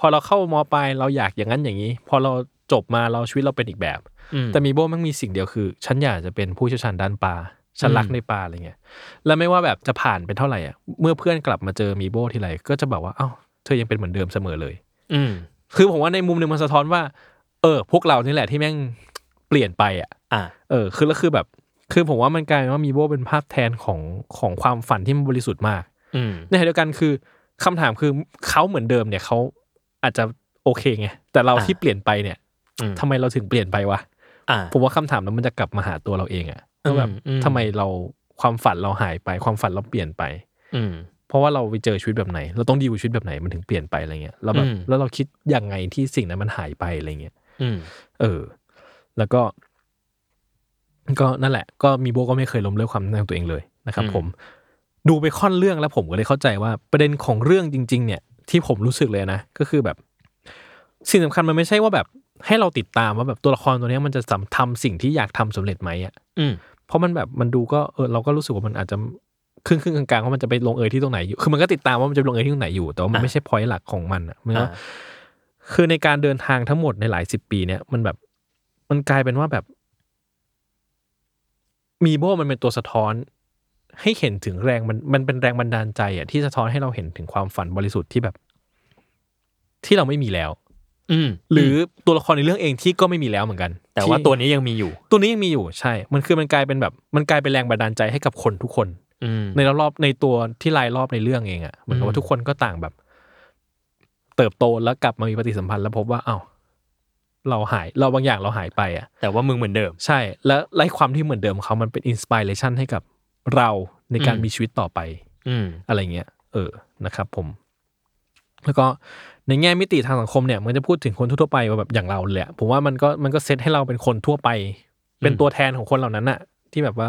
Speaker 2: พอเราเข้ามปลายเราอยากอย่างนั้นอย่างนี้ พอเราจบมาเราชีวิตเราเป็นอีกแบบ
Speaker 3: อืม
Speaker 2: แต่มีโบ้มันมีสิ่งเดียวคือ ฉันอยากจะเป็นผู้เชี่ยวชาญด้านปลาฉันรักในปลาอะไรเงี้ยแล้วไม่ว่าแบบจะผ่านไปเท่าไหร่อ่ะเมื่อเพื่อนกลับมาเจอมีโบ้ทีไรก็จะแบบว่าเอ้าเธอยังเป็นเหมือนเดิมเสมอเลย
Speaker 3: อืม
Speaker 2: คือผมว่าในมุมหนึ่งมันสะท้อนว่า เออ พวกเรานี่แหละที่แม่งเปลี่ยนไปอ่ะ
Speaker 3: อ่า
Speaker 2: เออคือแล้วคือแบบ คือผมว่ามันกลายเป็นว่ามีโบเป็นภาพแทนของของความฝันที่มันบริสุทธิ์มาก
Speaker 3: อืม
Speaker 2: ในขณะเดียวกันคือคำถามคือเขาเหมือนเดิมเนี่ยเขาอาจจะโอเคไงแต่เรา
Speaker 3: อ่า
Speaker 2: ที่เปลี่ยนไปเนี่ย
Speaker 3: อืม
Speaker 2: ทำไมเราถึงเปลี่ยนไปวะ
Speaker 3: อ่า
Speaker 2: ผมว่าคำถามนั้นมันจะกลับมาหาตัวเราเองอะว่าแบบ
Speaker 3: อืมอืม
Speaker 2: ทำไมเราความฝันเราหายไป ความฝันเราเปลี่ยนไป
Speaker 3: อืม
Speaker 2: เพราะว่าเราไปเจอชีวิตแบบไหน เราต้องดีลกับชีวิตแบบไหนมันถึงเปลี่ยนไปอะไรเงี้ยแล้วแบบ
Speaker 3: อืม
Speaker 2: แล้วเราคิดยังไงที่สิ่งนั้นมันหายไปอะไรเงี้ย
Speaker 3: อืม
Speaker 2: เออ แล้วก็ ก็นั่นแหละ ก็มีโบก็ไม่เคยล้มเลิกความตั้งใจของตัวเองเลยนะครับ
Speaker 3: อืม
Speaker 2: ผม ดูไปค่อนเรื่องแล้วผมก็เลยเข้าใจว่าประเด็นของเรื่องจริง ๆ เนี่ย ที่ผมรู้สึกเลยนะ ก็คือแบบ สิ่งสำคัญมันไม่ใช่ว่าแบบ ให้เราติดตามว่าแบบตัวละครตัวเนี้ยมันจะสำทำสิ่งที่อยากทำสำเร็จไหมอ่ะ
Speaker 3: อืม
Speaker 2: เพราะมันแบบมันดูก็เออเราก็รู้สึกว่ามันอาจจะครึ่งครึ่งกลางๆว่ามันจะไปลงเอยที่ตรงไหนอยู่คือมันก็ติดตามว่ามันจะไปลงเอยที่ตรงไหนอยู่แต่ว่ามันไม่ใช่พอยต์หลักของมันอ่ะมันก็
Speaker 3: อ่า
Speaker 2: คือในการเดินทางทั้งหมดในหลายสิบปีเนี่ยมันแบบมันกลายเป็นว่าแบบ มีโบมันเป็นตัวสะท้อน ให้เห็นถึงแรงมันมันเป็นแรงบันดาลใจอ่ะที่สะท้อนให้เราเห็นถึงความฝันบริสุทธิ์ที่แบบ ที่เราไม่มีแล้ว
Speaker 3: อืม
Speaker 2: หรือตัวละครในเรื่องเองที่ก็ไม่มีแล้วเหมือนกัน
Speaker 3: แต่ว่า
Speaker 2: ที่
Speaker 3: ตัวนี้ยังมีอยู่
Speaker 2: ตัวนี้ยังมีอยู่ใช่ มันคือมันกลายเป็นแบบมันกลายเป็นแรงบันดาลใจให้กับคนทุกคน
Speaker 3: อืม
Speaker 2: ในรอบๆในตัวที่รายรอบในเรื่องเองอะ่ะเหมือนกับ
Speaker 3: อืม
Speaker 2: ว่าทุกคนก็ต่างแบบ เติบโตแล้วกลับมามีปฏิสัมพันธ์แล้วพบว่าอ้าวเราหายเราบางอย่างเราหายไปอ่ะ
Speaker 3: แต่ว่ามึงเหมือนเดิม
Speaker 2: ใช่ แล้วไล่ความที่เหมือนเดิมของเขามันเป็นอินสปิเรชันให้กับเราในการ
Speaker 3: อืม
Speaker 2: มีชีวิตต่อไป
Speaker 3: อืม
Speaker 2: อะไรเงี้ย เออนะครับผม แล้วก็ในแง่มิติทางสังคมเนี่ยมันจะพูดถึงคนทั่วๆไปว่าแบบอย่างเราเลยอะผมว่ามันก็มันก็เซตให้เราเป็นคนทั่วไป เป็น
Speaker 3: อืม
Speaker 2: ตัวแทนของคนเหล่านั้นอะที่แบบว่า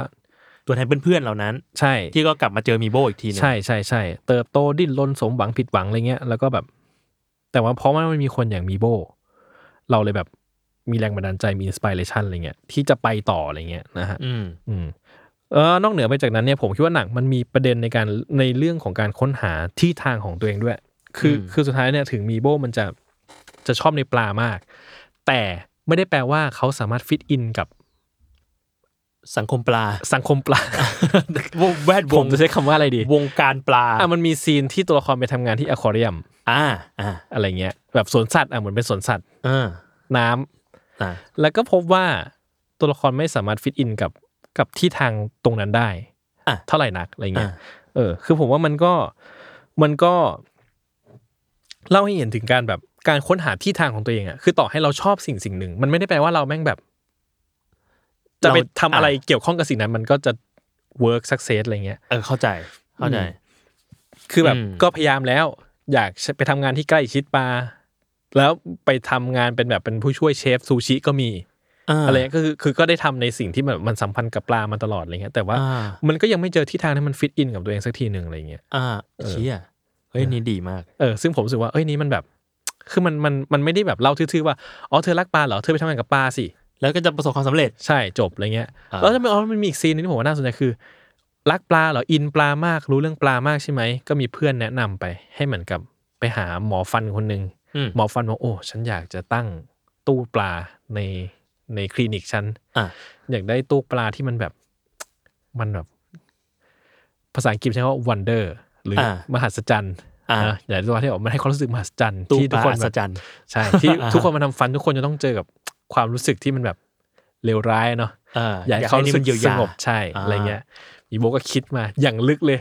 Speaker 3: ตัวแทนเพื่อนๆเหล่านั้น
Speaker 2: ใช่
Speaker 3: ที่ก็กลับมาเจอมีโบอีกทีหนึง
Speaker 2: ใช่ใช่ใช่เติบโตดิ้นรนสมหวังผิดหวังอะไรเงี้ยแล้วก็แบบ แต่ว่าเพราะว่ามันมีคนอย่างมีโบ เราเลยแบบมีแรงบันดาลใจมีอินสปิเรชันอะไรเงี้ยที่จะไปต่ออะไรเงี้ยนะฮะ
Speaker 3: อืม
Speaker 2: อืมเออนอกเหนือไปจากนั้นเนี่ยผมคิดว่าหนังมันมีประเด็นในการในเรื่องของการค้นหาที่ทางของตัวเองด้วย คือ
Speaker 3: อืม
Speaker 2: คือสุดท้ายเนี่ยถึงมีโบมันจะจะชอบในปลามาก แต่ไม่ได้แปลว่าเขาสามารถฟิตอินกับ
Speaker 3: สังคมปลา
Speaker 2: สังคมปลา
Speaker 3: วงแวดว
Speaker 2: ผ
Speaker 3: ง
Speaker 2: มจะใช้คำว่าอะไรดี
Speaker 3: วงการปลา
Speaker 2: อ่ะมันมีซีนที่ตัวละครไปทำงานที่อควาเรียม
Speaker 3: อ่าอ่า
Speaker 2: อะไรเงี้ยแบบสวนสัตว์อ่ะเหมือนเป็นสวนสัตว์
Speaker 3: เออ
Speaker 2: น้ำ
Speaker 3: อ่า
Speaker 2: แล้วก็พบว่าตัวละครไม่สามารถฟิตอินกับกับที่ทางตรงนั้นได้
Speaker 3: อ่ะ
Speaker 2: เท่าไหร่นักอะไร
Speaker 3: อ่า
Speaker 2: เงี้ย เออคือผมว่ามันก็มันก็ เล่าให้เห็นถึงการแบบการค้นหาที่ทางของตัวเองอะคือต่อให้เราชอบสิ่งสิ่งหนึ่ง มันไม่ได้แปลว่าเราแม่งแบบ จะไปทำอะไรเกี่ยวข้องกับสิ่งนั้น มันก็จะ work success อะไรเงี้ย
Speaker 3: เออเข้าใจเข้าใจ
Speaker 2: อืม คือแบบ
Speaker 3: อืม
Speaker 2: ก็พยายามแล้ว อยากไปทำงานที่ใกล้ชิดปลาแล้วไปทำงานเป็นแบบเป็นผู้ช่วยเชฟซูชิก็มีอะไรเงี้ยก็คือคือก็ได้ทำในสิ่งที่แบบมันสัมพันธ์กับปลามาตลอดอะไรเงี้ยแต่ว่า
Speaker 3: อ่า
Speaker 2: มันก็ยังไม่เจอที่ทางที่มันฟิตอินกับตัวเองสักทีหนึ่งอะไรเงี้ย
Speaker 3: อ่าเชี่ยเฮ้ยนี่ดีมาก
Speaker 2: เออซึ่งผมรู้สึกว่าเอ้ยนี่มันแบบ คือมันมันมันไม่ได้แบบเล่าทื่อๆว่าอ๋อเธอรักปลาเหรอเธอไปทำงานกับปลาสิ
Speaker 3: แล้วก็จะประสบความสำเร็จ
Speaker 2: ใช่จบอะไรเงี้ย
Speaker 3: อ่า
Speaker 2: แล้วทำไมอ๋อมันมีอีกซีนหนึงที่ผมว่าน่าสนใจคือ รักปลาเหรออินปลามากรู้เรื่องปลามากใช่ไหมก็มีเพื่อนแนะนำไป ให้เหมือนกับไปหาหมอฟันคนหนึ่ง
Speaker 3: อืม
Speaker 2: หมอฟันบอกโอ้ฉันอยากจะตั้งตู้ปลาในในคลินิกฉัน
Speaker 3: อ่ะ
Speaker 2: อยากได้ตู้ปลาที่มันแบบ มันแบบ ภาษาอังกฤษใช้คำว่า wonder หรืออา มหัศจรรย์
Speaker 3: อ่า
Speaker 2: นะอยากจะว่าที่บอกมันให้ความรู้สึกมหัศจรรย์
Speaker 3: ตู้
Speaker 2: ที่
Speaker 3: ป
Speaker 2: ทุก
Speaker 3: ลา
Speaker 2: คน
Speaker 3: อั
Speaker 2: แบ
Speaker 3: ศ
Speaker 2: บ
Speaker 3: จรรย์
Speaker 2: ใช่ ที่
Speaker 3: อ่า
Speaker 2: ทุกคนมาทำฟันทุกคนจะต้องเจอกับความรู้สึกที่มันแบบเลวร้ายเนาะ
Speaker 3: เอออ
Speaker 2: อยากให้เขา
Speaker 3: นี่
Speaker 2: รู้สึก
Speaker 3: มันเยียวยา
Speaker 2: สงบใช่
Speaker 3: อ่า
Speaker 2: อะไรเงี้ยอีโบก็คิดมาอย่างลึกเลย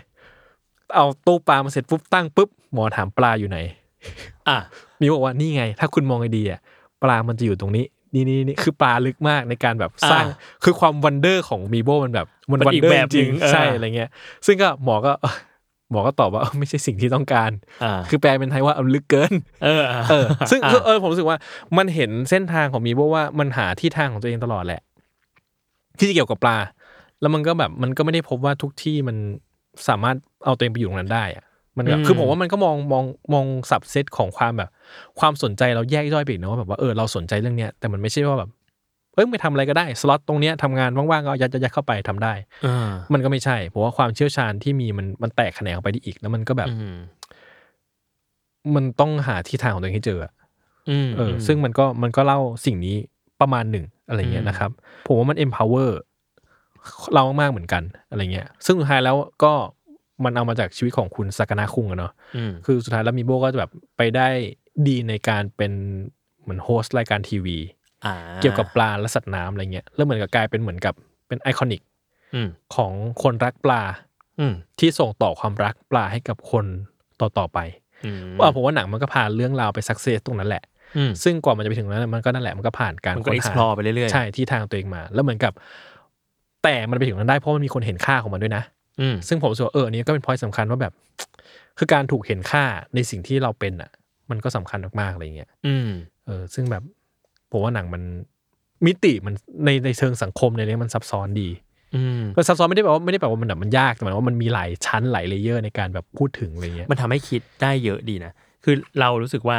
Speaker 2: เอาตู้ปลามาเสร็จปุ๊บตั้งปุ๊บหมอถามปลาอยู่ไหน
Speaker 3: อ่ะ
Speaker 2: มีบอกว่านี่ไง ถ้าคุณมองให้ดีอ่ะปลามันจะอยู่ตรงนี้ นี่นี่นี่คือปลาลึกมากในการแบบสร้างคือความวันเดอร์ของมีโบมันแบบ มันวันเดอร์จริงๆใช่อะไรเงี้ย ซึ่งก็หมอก็ หมอก็ตอบว่าเออไม่ใช่สิ่งที่ต้องการ
Speaker 3: อ่า
Speaker 2: คือแปลเป็นไทยว่าเอาลึกเกิน
Speaker 3: เออ
Speaker 2: เออ ซึ่ง
Speaker 3: อ่ะ
Speaker 2: เออผมรู้สึกว่ามันเห็นเส้นทางของมีโบว่ามันหาที่ทางของตัวเองตลอดแหละ ที่เกี่ยวกับปลา แล้วมันก็แบบมันก็ไม่ได้พบว่าทุกที่มันสามารถเอาตัวเองไปอยู่ตรงนั้นได้อะมันแบบคือผมว่ามันก็มองมองมองสับเซตของความแบบ ความสนใจเราแยกย่อยไปอีกนะว่าแบบว่าเออเราสนใจเรื่องเนี้ยแต่มันไม่ใช่ว่าแบบเอ้ยไม่ทำอะไรก็ได้สล็อตตรงเนี้ยทำงานว่างๆก็เอายัดยัดยัดเข้าไปทำได้
Speaker 3: เออ
Speaker 2: มันก็ไม่ใช่เพราะว่าความเชี่ยวชาญที่มีมันมันแตกแขนงออกไปได้อีกแล้วมันก็แบบ
Speaker 3: อืม
Speaker 2: มันต้องหาที่ทางของตัวเองให้เจออะ
Speaker 3: อืม
Speaker 2: เออซึ่งมันก็มันก็เล่าสิ่งนี้ประมาณหนึ่งอะไรเงี้
Speaker 3: อื
Speaker 2: ย
Speaker 3: ม
Speaker 2: นะครับ ผมว่ามัน empower เรามากๆเหมือนกันอะไรเงี้ย ซึ่งสุดท้ายแล้วก็มันเอามาจากชีวิตของคุณสากนาคุงอะเนาะ
Speaker 3: อืม
Speaker 2: คือสุดท้ายแล้วมีโบก็จะแบบไปได้ดีในการเป็นเหมือนโฮสต์รายการทีวี
Speaker 3: อ่า
Speaker 2: เกี่ยวกับปลาและสัตว์น้ำอะไรเงี้ยแล้วเหมือนกับกลายเป็นเหมือนกับเป็นไอคอนิก
Speaker 3: อืม
Speaker 2: ของคนรักปลา
Speaker 3: อืม
Speaker 2: ที่ส่งต่อความรักปลาให้กับคนต่อๆไป
Speaker 3: อืม
Speaker 2: ว่าผมว่าหนังมันก็พาเรื่องราวไปสักเซสตรงนั้นแหละ
Speaker 3: อืม
Speaker 2: ซึ่งกว่ามันจะไปถึงนั้นนะมันก็นั่นแหละมันก็ผ่านการ
Speaker 3: มันก็
Speaker 2: ค้นหา
Speaker 3: explore ไปเรื่อยๆ
Speaker 2: ใช่ที่ทางตัวเองมา แล้วเหมือนกับ แต่มันไปถึงนั้นได้เพราะมันมีคนเห็นค่าของมันด้วยนะ
Speaker 3: อืม
Speaker 2: ซึ่งผมรู้สึกว่าเอออนนี้ก็เป็นพอยต์สำคัญว่าแบบ คือการถูกเห็นค่าในสิ่งที่เราเป็นอ่ะ มันก็สำคัญมากๆอะไรเงี้ย
Speaker 3: อืม
Speaker 2: เออซึ่งแบบผมว่าหนังมันมิติมันในในเชิงสังคมในเรื่องมันซับซ้อนดี
Speaker 3: อืม
Speaker 2: ก็ซับซ้อนไม่ได้แปลว่าไม่ได้แปลว่ามันแบบมันยากแต่หมายความว่ามันมีหลายชั้นหลายเลเยอร์ในการแบบพูดถึงอะไรเงี้ย
Speaker 3: มันทำให้คิดได้เยอะดีนะ คือเรารู้สึกว่า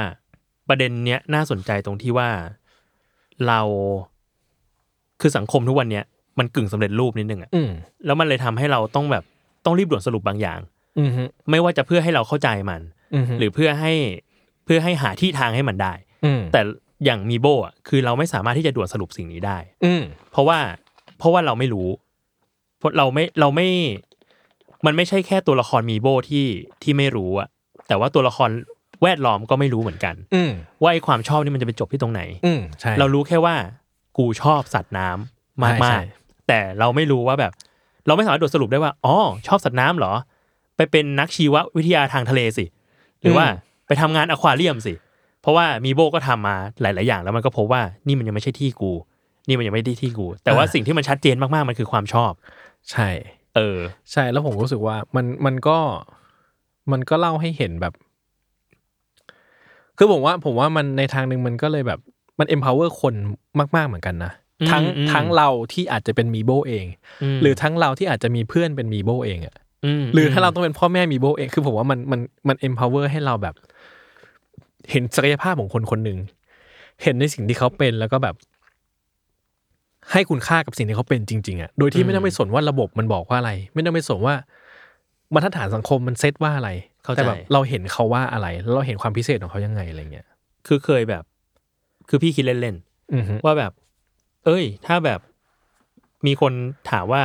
Speaker 3: ประเด็นเนี้ยน่าสนใจตรงที่ว่าเราคือสังคมทุกวันเนี้ยมันกึ่งสำเร็จรูปนิดนึงอะ
Speaker 2: อืม
Speaker 3: แล้วมันเลยทำให้เราต้องแบบต้องรีบด่วนสรุปบางอย่าง
Speaker 2: อืมฮึ
Speaker 3: ไม่ว่าจะเพื่อให้เราเข้าใจมัน
Speaker 2: อืมฮึ
Speaker 3: หรือเพื่อให้เพื่อให้หาที่ทางให้มันได้
Speaker 2: ม
Speaker 3: แต่อย่างมีโบอะคือเราไม่สามารถที่จะด่วนสรุปสิ่งนี้ได้
Speaker 2: อืม
Speaker 3: เพราะว่าเพราะว่าเราไม่รู้เพราะเราไม่เราไม่ มันไม่ใช่แค่ตัวละครมีโบที่ที่ไม่รู้อะแต่ว่าตัวละคร แวดล้อมก็ไม่รู้เหมือนกัน
Speaker 2: อืม
Speaker 3: ว่าไอ้ความชอบนี่มันจะไปจบที่ตรงไหน
Speaker 2: อืมใช่
Speaker 3: เรารู้แค่ว่ากูชอบสัตว์น้ำ
Speaker 2: ใช่
Speaker 3: มา
Speaker 2: ใช่
Speaker 3: กๆ แต่เราไม่รู้ว่าแบบ เราไม่สามารถด่วนสรุปได้ว่าอ๋อชอบสัตว์น้ำเหรอ ไปเป็นนักชีววิทยาทางทะเลสิ หรือว่าไปทำงานอควาเรียมสิ เพราะว่ามีโบก็ทำมาหลาย ๆ อย่าง แล้วมันก็พบว่านี่มันยังไม่ใช่ที่กู นี่มันยังไม่ได้ที่กู แต่ว่าสิ่งที่มันชัดเจนมากๆมันคือความชอบ
Speaker 2: ใช่
Speaker 3: เออ
Speaker 2: ใช่ แล้วผมรู้สึกว่ามันมันก็มันก็เล่าให้เห็นแบบ คือผมว่า ผมว่ามันในทางหนึ่งมันก็เลยแบบมัน empower คนมาก ๆเหมือนกันนะ
Speaker 3: อืม
Speaker 2: ทั้ง
Speaker 3: อืม
Speaker 2: ทั้งเราที่อาจจะเป็นมีโบเอง
Speaker 3: ม
Speaker 2: หรือทั้งเราที่อาจจะมีเพื่อนเป็นมีโบเองอะ
Speaker 3: ม
Speaker 2: หรือถ้าเราต้องเป็นพ่อแม่มีโบเอง คือผมว่ามันมันมัน empower ให้เราแบบ เห็นศักยภาพของคนคนหนึ่งเห็นในสิ่งที่เขาเป็นแล้วก็แบบ ให้คุณค่ากับสิ่งที่เขาเป็นจริงๆอะ่ะโดยที่ไม่ต้องไปสนว่าระบบมันบอกว่าอะไร ไม่ต้องไปสนว่ามาตรฐานสังคมมันเซตว่าอะไร
Speaker 3: เข้าใจ
Speaker 2: แต่แบบเราเห็นเขาว่าอะไรแล้วเราเห็นความพิเศษของเขายังไงอะไรเงี้ย
Speaker 3: คือเคยแบบ คือพี่คิดเล่น ๆ
Speaker 2: อือฮึ
Speaker 3: ว่าแบบ เอ้ย ถ้าแบบมีคนถามว่า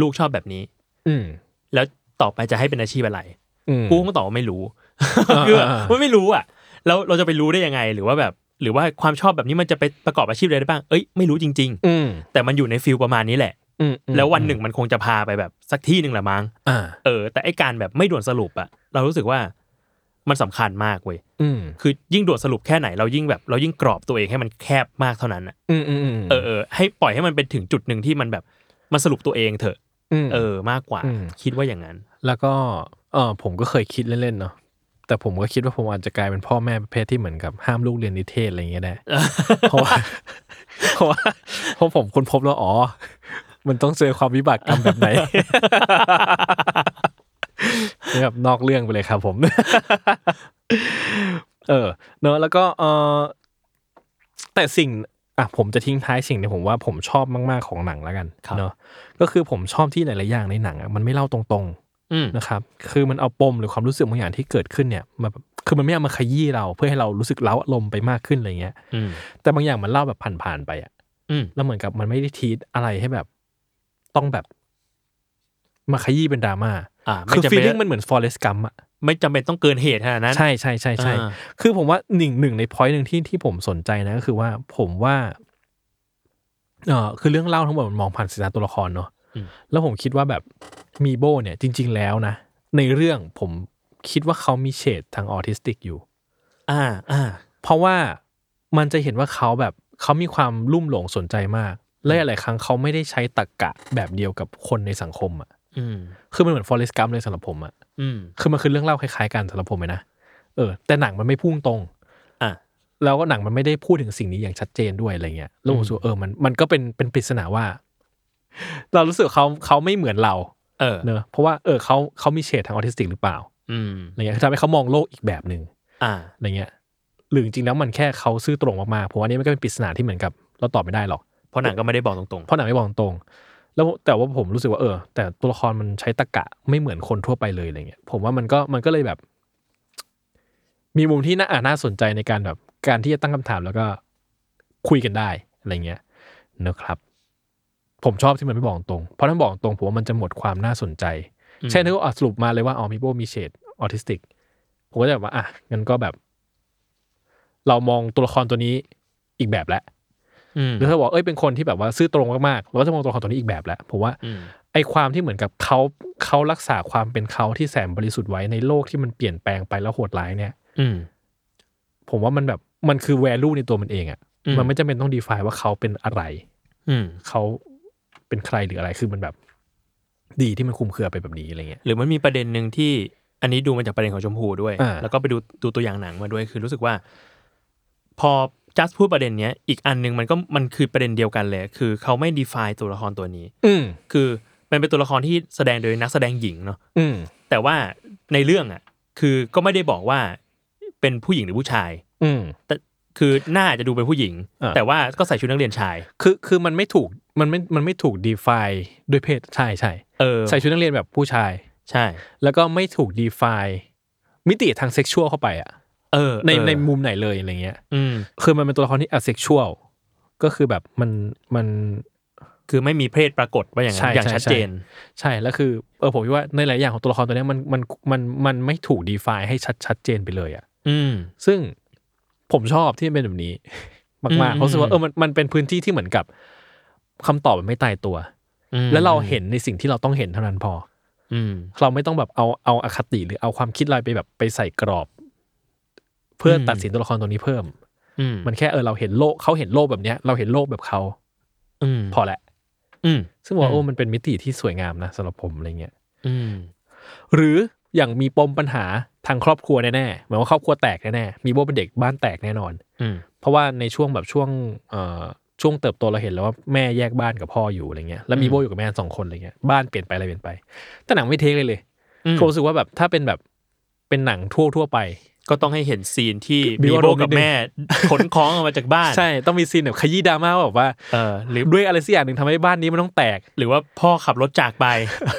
Speaker 3: ลูกชอบแบบนี้
Speaker 2: อืม
Speaker 3: แล้วต่อไปจะให้เป็นอาชีพอะไร
Speaker 2: อืม
Speaker 3: กูก็ตอบว่าไม่รู้
Speaker 2: อ่า
Speaker 3: คือแบบ
Speaker 2: อ่า
Speaker 3: มันไม่รู้อ่ะ แล้วเราจะไปรู้ได้ยังไง หรือว่าแบบ หรือว่าความชอบแบบนี้มันจะไปประกอบอาชีพอะไรได้บ้าง เอ้ย ไม่รู้จริง
Speaker 2: อืม
Speaker 3: ๆ แต่มันอยู่ในฟิลประมาณนี้แหละ
Speaker 2: อืมอืม
Speaker 3: แล้ววันหนึ่งมันคงจะพาไปแบบสักที่หนึ่งแหละมั้ง
Speaker 2: อ่า
Speaker 3: เออ แต่ไอการแบบไม่ด่วนสรุปอะเรารู้สึกว่ามันสำคัญมากเว้ย
Speaker 2: อืม
Speaker 3: คือยิ่งด่วนสรุปแค่ไหน เรายิ่งแบบ เรายิ่งกรอบตัวเองให้มันแคบมากเท่านั้นอะ
Speaker 2: อืมอืมอืม
Speaker 3: เออเออให้ปล่อยให้มันเป็นถึงจุดหนึ่งที่มันแบบมันสรุปตัวเองเถอะ
Speaker 2: ม
Speaker 3: เออ มากกว่า
Speaker 2: อืม
Speaker 3: คิดว่าอย่างนั้น
Speaker 2: แล้วก็เออผมก็เคยคิดเล่นๆเนาะแต่ผมก็คิดว่าผมอาจจะกลายเป็นพ่อแม่ประเภทที่เหมือนกับห้ามลูกเรียนนิเทศอะไรอย่างเงี้ยได้ เพราะ ว่าเพราะว่าเพราะผมคนพบแล้วอ๋อ มันต้องเจอความวิบากกรรมแบบไหน นี่แบบนอกเรื่องไปเลยครับผม เออเนอะแล้วก็เออแต่สิ่งอ่ะผมจะทิ้งท้ายสิ่งที่ผมว่าผมชอบมากๆของหนังแล้วกัน
Speaker 3: ครับ
Speaker 2: เนอะก็คือผมชอบที่หลายๆอย่างในหนังอ่ะมันไม่เล่าตรงๆ
Speaker 3: อืม
Speaker 2: นะครับ คือมันเอาปมหรือความรู้สึกบางอย่างที่เกิดขึ้นเนี่ยมาแบบคือมันไม่เอามาขยี้เราเพื่อให้เรารู้สึกเล้าอารมณ์ไปมากขึ้นอะไรเงี้ย
Speaker 3: อืม
Speaker 2: แต่บางอย่างมันเล่าแบบผ่านๆไปอะ
Speaker 3: อืม
Speaker 2: แล้วเหมือนกับมันไม่ได้ทีตอะไรให้แบบ ต้องแบบ มาขยี้เป็นดราม่า
Speaker 3: อ่า ไม่
Speaker 2: คือ
Speaker 3: จำ
Speaker 2: ฟี
Speaker 3: เป็
Speaker 2: ลลิ่
Speaker 3: น
Speaker 2: งมันเหมือนฟอเรสกัมอะ
Speaker 3: ไม่จำเป็นต้องเกินเหตุขนาดนั้น
Speaker 2: ใช่ใช่ใช่ใช่
Speaker 3: อ่า
Speaker 2: คือผมว่าหนึ่งหนึ่งในพอยต์หนึ่งที่ที่ผมสนใจนะก็คือว่าผมว่าเออคือเรื่องเล่าทั้งหมดมันมองผ่านสายตาตัวละครเนาะ
Speaker 3: อืม
Speaker 2: แล้วผมคิดว่าแบบมีโบเนี่ยจริง ๆ แล้วนะ ในเรื่องผมคิดว่าเขามีเฉดทางออทิสติกอยู่
Speaker 3: อ่า อ่า
Speaker 2: เพราะว่ามันจะเห็นว่าเขาแบบเขามีความลุ่มหลงสนใจมาก และหลายๆครั้งเขาไม่ได้ใช้ตรกกะแบบเดียวกับคนในสังคมอ่ะ
Speaker 3: อืม
Speaker 2: คือมันเหมือนฟอเรสกัมเลยสำหรับผมอ่ะ
Speaker 3: อืม
Speaker 2: คือมันคือเรื่องเล่าคล้ายๆกันสำหรับผมเลยนะ เออ แต่หนังมันไม่พุ่งตรง
Speaker 3: อ่า
Speaker 2: แล้วก็หนังมันไม่ได้พูดถึงสิ่งนี้อย่างชัดเจนด้วยอะไรเงี้ยแล้วผมรู้สึกว่าเออมันมันก็เป็นเป็นปริศนาว่า เรารู้สึกเขาเขาไม่เหมือนเรา
Speaker 3: เออ
Speaker 2: เนอะเพราะว่าเออเขาเขามีเฉดทางออทิสติกหรือเปล่า
Speaker 3: อืม
Speaker 2: อะไรเงี้ยทำให้เขามองโลกอีกแบบหนึ่ง
Speaker 3: อ่า
Speaker 2: อะไรเงี้ยหรือจริงๆแล้วมันแค่เขาซื่อตรงมากๆเพราะว่านี่มันก็เป็นปริศนาที่เหมือนกับ เราตอบไม่ได้หรอก
Speaker 3: เพราะหนังก็ไม่ได้บอกตรง
Speaker 2: เพราะหนังไม่บอกตรง แล้วแต่ว่าผมรู้สึกว่าเออ แต่ตัวละครมันใช้ตะกะไม่เหมือนคนทั่วไปเลยอะไรเงี้ยผมว่ามันก็มันก็เลยแบบ มีมุมที่น่าอ่าน่าสนใจในการแบบ การที่จะตั้งคำถามแล้วก็คุยกันได้อะไรเงี้ยนะครับ ผมชอบที่มันไม่บอกตรง เพราะถ้าบอกตรงผมว่ามันจะหมดความน่าสนใจ
Speaker 3: ๆอืม
Speaker 2: เช่นถ้าเอาสรุปมาเลยว่าอ๋อมีโบมีเฉดออทิสติก ผมก็จะแบบว่า อ่ะงั้นก็แบบ เรามองตัวละครตัวนี้อีกแบบแล้ว
Speaker 3: อืม
Speaker 2: หรือถ้าบอกเอ้ยเป็นคนที่แบบว่าซื่อตรงมากๆเราก็จะมองตัวละครตัวนี้อีกแบบแล้วผมว่า
Speaker 3: อืม
Speaker 2: ไอ้ความที่เหมือนกับเขาเขารักษาความเป็นเขาที่แสนบริสุทธิ์ไว้ในโลกที่มันเปลี่ยนแปลงไปแล้วโหดร้ายเนี่ย
Speaker 3: อืม
Speaker 2: ผมว่ามันแบบมันคือแวลูในตัวมันเองอะ่ะ
Speaker 3: อืม
Speaker 2: มันไม่จำเป็นต้องดีไฟว่าเขาเป็นอะไร
Speaker 3: อืม
Speaker 2: เขาเป็นใครหรืออะไรคือมันแบบ ดีที่มันคลุมเครือไปแบบนี้อะไรเงี้ย
Speaker 3: หรือมันมีประเด็นหนึ่งที่อันนี้ดูมาจากประเด็นของชมพูด้วย
Speaker 2: อ่า
Speaker 3: แล้วก็ไปดูดูตัวอย่างหนังมาด้วยคือรู้สึกว่า พอจัสพูดประเด็นเนี้ยอีกอันหนึ่งมันก็มันคือประเด็นเดียวกันเลย คือเขาไม่ define ตัวละครตัวนี้
Speaker 2: อืม
Speaker 3: คือมันเป็นตัวละครที่แสดงโดยนักแสดงหญิงเนาะ
Speaker 2: อืม
Speaker 3: แต่ว่าในเรื่องอ่ะคือก็ไม่ได้บอกว่าเป็นผู้หญิงหรือผู้ชาย
Speaker 2: อืม
Speaker 3: คือหน้าอาจจะดูเป็นผู้หญิง
Speaker 2: อ่า
Speaker 3: แต่ว่าก็ใส่ชุดนักเรียนชาย
Speaker 2: คือคือมันไม่ถูกมันไม่มันไม่ถูกดีไฟด้วยเพศใช่ใช่
Speaker 3: เออ
Speaker 2: ใส่ชุดนักเรียนแบบผู้ชาย
Speaker 3: ใช่
Speaker 2: แล้วก็ไม่ถูกดีไฟมิติทางเซ็กชวลเข้าไปอ่ะ
Speaker 3: เออ
Speaker 2: ใน
Speaker 3: เออ
Speaker 2: ในมุมไหนเลยอะไรเงี้ย
Speaker 3: อืม
Speaker 2: คือมันเป็นตัวละครที่อเซ็กชวล ก็คือแบบมันมัน
Speaker 3: คือไม่มีเพศปรากฏว่าอย่างนั้นอย่างชัดเจน
Speaker 2: ใช่ แล้วคือเออผมคิดว่าในหลายอย่างของตัวละครตัวเนี้ยมันมันมันมันไม่ถูกดีไฟให้ชัดชัดเจนไปเลยอะ
Speaker 3: อืม
Speaker 2: ซึ่งผมชอบที่เป็นแบบนี้ มากๆ
Speaker 3: อืม
Speaker 2: เพราะรู้สึกว่าเออมันมันเป็นพื้นที่ที่เหมือนกับคำตอบมันไม่ตายตัว
Speaker 3: อืม
Speaker 2: แล้วเราเห็นในสิ่งที่เราต้องเห็นเท่านั้นพอ
Speaker 3: อืม
Speaker 2: เราไม่ต้องแบบเอาเอาอคติหรือเอาความคิดอะไรไปแบบไปใส่กรอบ เพื่ออ
Speaker 3: ม
Speaker 2: ตัดสินตัวละครตัวนี้เพิ่ม
Speaker 3: อืม
Speaker 2: มันแค่เออเราเห็นโลกเขาเห็นโลกแบบเนี้ย เราเห็นโลกแบบเขา
Speaker 3: อืม
Speaker 2: พอแหละ
Speaker 3: อืม
Speaker 2: ซึ่งว่า
Speaker 3: อืม
Speaker 2: โอ้มันเป็นมิติที่สวยงามนะสำหรับผมอะไรเงี้ย
Speaker 3: อืม
Speaker 2: หรืออย่างมีปมปัญหาทางครอบครัวแน่ๆหมายว่าครอบครัวแตกแน่ๆมีโบเป็นเด็กบ้านแตกแน่นอน
Speaker 3: อืม
Speaker 2: เพราะว่าในช่วงแบบช่วงเอ่อช่วงเติบโตเราเห็นแล้วว่าแม่แยกบ้านกับพ่ออยู่อะไรเงี้ยแล้วมี
Speaker 3: อืม
Speaker 2: โบอยู่กับแม่สองคนอะไรเงี้ยบ้านเปลี่ยนไปอะไรเปลี่ยนไป แต่หนังไม่เทคเลยเลย
Speaker 3: อืม
Speaker 2: ผมรู้สึกว่าแบบถ้าเป็นแบบเป็นหนังทั่วทั่วๆไป
Speaker 3: ก็ต้องให้เห็นซีนที่
Speaker 2: บิ
Speaker 3: บี
Speaker 2: วอารมณ์
Speaker 3: โบกับ
Speaker 2: นิดนึง
Speaker 3: แม่ขนของออกมาจากบ้าน
Speaker 2: ใช่ต้องมีซีนแบบขยี้ดราม่าแบบว่า
Speaker 3: เออหรือ
Speaker 2: ด้วยอะไรสักอย่างหนึ่งทำให้บ้านนี้มันต้องแตก
Speaker 3: หรือว่าพ่อขับรถจากไป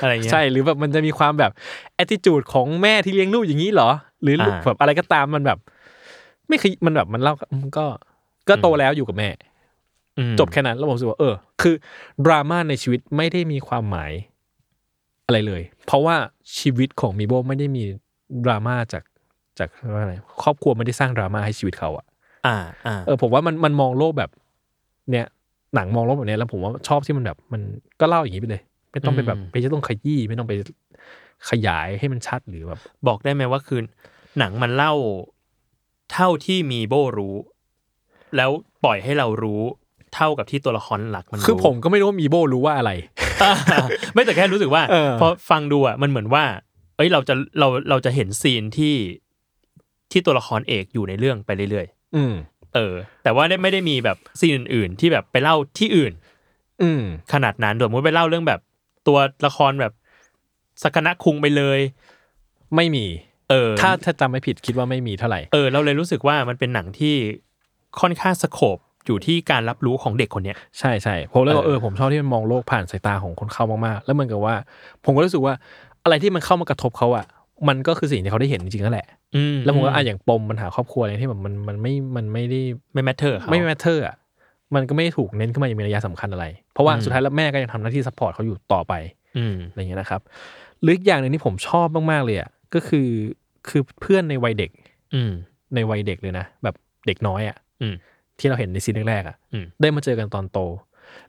Speaker 3: อะไรเงี้ย
Speaker 2: ใช่หรือแบบมันจะมีความแบบ แอ t i จูดของแม่ที่เลี้ยงลูกอย่างนี้เหรอ หรือลูก
Speaker 3: อ่า
Speaker 2: แบบอะไรก็ตามมันแบบ ไม่เคยมันแบบมันเล่าอืมก็ก็
Speaker 3: อืม
Speaker 2: โตแล้วอยู่กับแม่
Speaker 3: อืม
Speaker 2: จบแค่นั้นแล้วผมรู้สึกว่าเออ คือดราม่าในชีวิตไม่ได้มีความหมายอะไรเลย เพราะว่าชีวิตของมีโบไม่ได้มีดราม่าจากจากว่าอะไรครอบครัวไม่ได้สร้างดราม่าให้ชีวิตเขาอะ
Speaker 3: อ่าอ่า
Speaker 2: เออผมว่ามันมันมองโลกแบบ เนี้ยหนังมองโลกแบบเนี้ยแล้วผมว่าชอบที่มันแบบ มันก็เล่าอย่างนี้ไปเลย ไม่ต้องไปแบบไปจะต้องขยี้ไม่ต้องไปขยายให้มันชัดหรือแบบ
Speaker 3: บอกได้ไหมว่าคือหนังมันเล่าเท่าที่มีโบรู้ แล้วปล่อยให้เรารู้เท่ากับที่ตัวละครหลักมันรู้
Speaker 2: คือผม ก็ไม่รู้ว่ามีโบรู้ว่าอะไร
Speaker 3: อ่า ไม่แต่แค่รู้สึกว่า
Speaker 2: เออ
Speaker 3: พอฟังดูอ่ะมันเหมือนว่า เอ้ยเราจะเราเราจะเห็นซีนที่ที่ตัวละครเอกอยู่ในเรื่องไปเรื่อย
Speaker 2: อืม
Speaker 3: ๆเออ แต่ว่าไม่ได้มีแบบซีนอื่นๆ ที่แบบไปเล่าที่อื่น
Speaker 2: อืม
Speaker 3: ขนาดนั้นสมมติไปเล่าเรื่องแบบตัวละครแบบสักนะคุงไปเลย
Speaker 2: ไม่มี
Speaker 3: เออ
Speaker 2: ถ้าถ้าจำไม่ผิดคิดว่าไม่มีเท่าไหร่
Speaker 3: เออ เราเลยรู้สึกว่ามันเป็นหนังที่ค่อนข้างสโคบอยู่ที่การรับรู้ของเด็กคนเนี้ย
Speaker 2: ใช่ใช่ผมเลยว่า
Speaker 3: เอ
Speaker 2: เอ
Speaker 3: อ
Speaker 2: อผมชอบที่มันมองโลกผ่านสายตาของคนเข้ามากๆ แล้วเหมือนกับว่า ผมก็รู้สึกว่าอะไรที่มันเข้ามากระทบเขาอะมันก็คือสิ่งที่เขาได้เห็นจริงๆนั่นแหละ
Speaker 3: อื
Speaker 2: แล้วผมก็อ่ะอย่างปมปัญหาครอบครัวอะไรที่แบบมันมันไม่มันไม่ได้
Speaker 3: ไม่แมทเทอร์เขา
Speaker 2: ไม่ matter อ่ะ มันก็ไม่ได้ถูกเน้นขึ้นมาอย่างมีนัยสำคัญอะไร เพราะว่า
Speaker 3: อืม
Speaker 2: สุดท้ายแล้วแม่ก็ยังทำหน้าที่ซัพพอร์ตเขาอยู่ต่อไป
Speaker 3: อืม
Speaker 2: อะไรเงี้ยนะครับ หรืออีกอย่างหนึ่งที่ผมชอบมาก ๆ เลยอ่ะ ก็คือคือเพื่อนในวัยเด็ก
Speaker 3: อืม
Speaker 2: ในวัยเด็กเลยนะ แบบเด็กน้อยอ่ะ
Speaker 3: อืม
Speaker 2: ที่เราเห็นในซีนแรกๆอ่ะ
Speaker 3: อืม
Speaker 2: ได้มาเจอกันตอนโต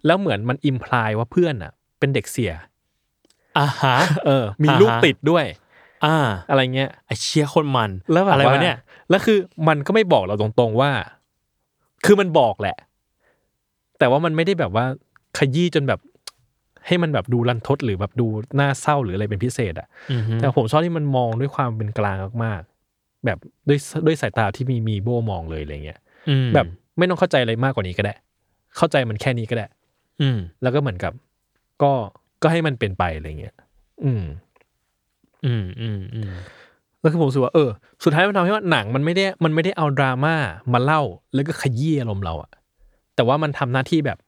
Speaker 2: แล้วเหมือนมันอิมพลายว่าเพื่อนอ่ะ เป็นเด็กเสีย
Speaker 3: อ่าฮะ
Speaker 2: เออ มี
Speaker 3: อ่าฮะ
Speaker 2: ลูกติดด้วย
Speaker 3: อ่า
Speaker 2: อะไรเงี้ย
Speaker 3: ไอเชียคนมัน
Speaker 2: แล้วแบบ
Speaker 3: อะ
Speaker 2: ว่าว
Speaker 3: ไระเนี่ย
Speaker 2: แล้วคือมันก็ไม่บอกเราตรงๆว่า คือมันบอกแหละ แต่ว่ามันไม่ได้แบบว่าขยี้จนแบบ ให้มันแบบดูรันทดหรือแบบดูน่าเศร้าหรืออะไรเป็นพิเศษอะ่ะ
Speaker 3: อือฮึ
Speaker 2: แต่ผมชอบที่มันมองด้วยความเป็นกลางมากๆ แบบด้วยด้วยสายตาที่มีมีโบมองเลยอะไรเงี้ย
Speaker 3: อืม
Speaker 2: แบบไม่ต้องเข้าใจอะไรมากกว่านี้ก็ได้ เข้าใจมันแค่นี้ก็ได้
Speaker 3: อืม
Speaker 2: แล้วก็เหมือนกับ ก็ก็ให้มันเป็นไปอะไรเงี้ย อืม
Speaker 3: อืมอืมอืม
Speaker 2: แล้วคือผมรู้สึกว่าเออสุดท้ายมันทำให้ว่าหนังมันไม่ได้มันไม่ได้เอาดราม่ามาเล่าแล้วก็ขยี้อารมณ์เราอะแต่ว่ามันทำหน้าที่แบบ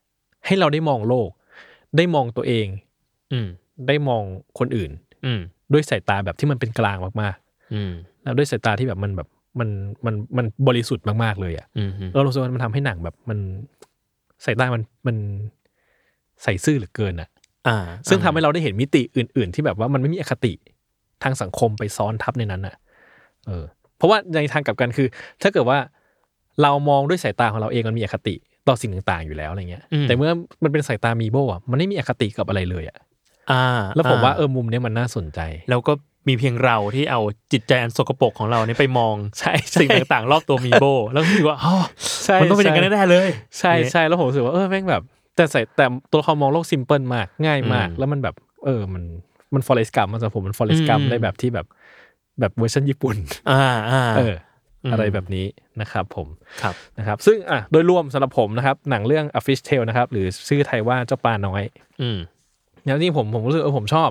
Speaker 2: ให้เราได้มองโลก ได้มองตัวเอง
Speaker 3: อืม
Speaker 2: ได้มองคนอื่น
Speaker 3: อืม
Speaker 2: ด้วยสายตาแบบที่มันเป็นกลางมาก
Speaker 3: อืม
Speaker 2: ๆ แล้วด้วยสายตาที่แบบมันแบบมันมันมันบริสุทธิ์มากๆเลยอะ
Speaker 3: อืม
Speaker 2: เรารู้สึกว่ามันทำให้หนังแบบมันสายตามันมันใส่ซื่อเหลือเกินอะ
Speaker 3: อ่า
Speaker 2: ซึ่งทำให้เราได้เห็นมิติอื่น ๆ ที่แบบว่ามันไม่มีอคติทางสังคมไปซ้อนทับในนั้นน่ะ เออ เพราะว่าในทางกลับกันคือ ถ้าเกิดว่าเรามองด้วยสายตาของเราเองมันมีอคติต่อสิ่งต่างๆอยู่แล้วอะไรเงี้ย แต่เมื่อมันเป็นสายตามีโบอ่ะมันไม่มีอคติกับอะไรเลยอ่ะ
Speaker 3: อ่า
Speaker 2: แล้วผมว่าเอ
Speaker 3: อ
Speaker 2: อมุมเนี้ยมันน่าสนใจ
Speaker 3: แล้วก็มีเพียงเราที่เอาจิตใจอันสกปรกของเราเนี่ยไปมอง
Speaker 2: ใช่
Speaker 3: สิ่งต่างๆ รอบตัวมีโบ แล้วรู้สึกว่าอ๋อ
Speaker 2: ใช่
Speaker 3: มันต้องเป็นอย่างนั้นแน่ๆเลย
Speaker 2: ใช่ใช่แล้วผมรู้สึกว่าเออแม่งแบบ แต่ใส่แต่ตัวละครมองโลกซิมเพิลมากง่ายมาก
Speaker 3: อืม
Speaker 2: แล้วมันแบบ เออมันมันฟอเรสกัมมันสำหรับผมมันฟอเรสกัม
Speaker 3: อืม
Speaker 2: ได้แบบที่แบบแบบเวอร์ชันญี่ปุ่น
Speaker 3: อ่าอ่า
Speaker 2: เอออ
Speaker 3: ม
Speaker 2: อะไรแบบนี้นะครับผม
Speaker 3: ครับ
Speaker 2: นะครับ ซึ่งอ่ะโดยรวมสำหรับผมนะครับ หนังเรื่อง A Fish Tale นะครับ หรือชื่อไทยว่าเจ้าปลาน้อย
Speaker 3: อืม
Speaker 2: อย่างที่ผมผมรู้สึกเออผมชอบ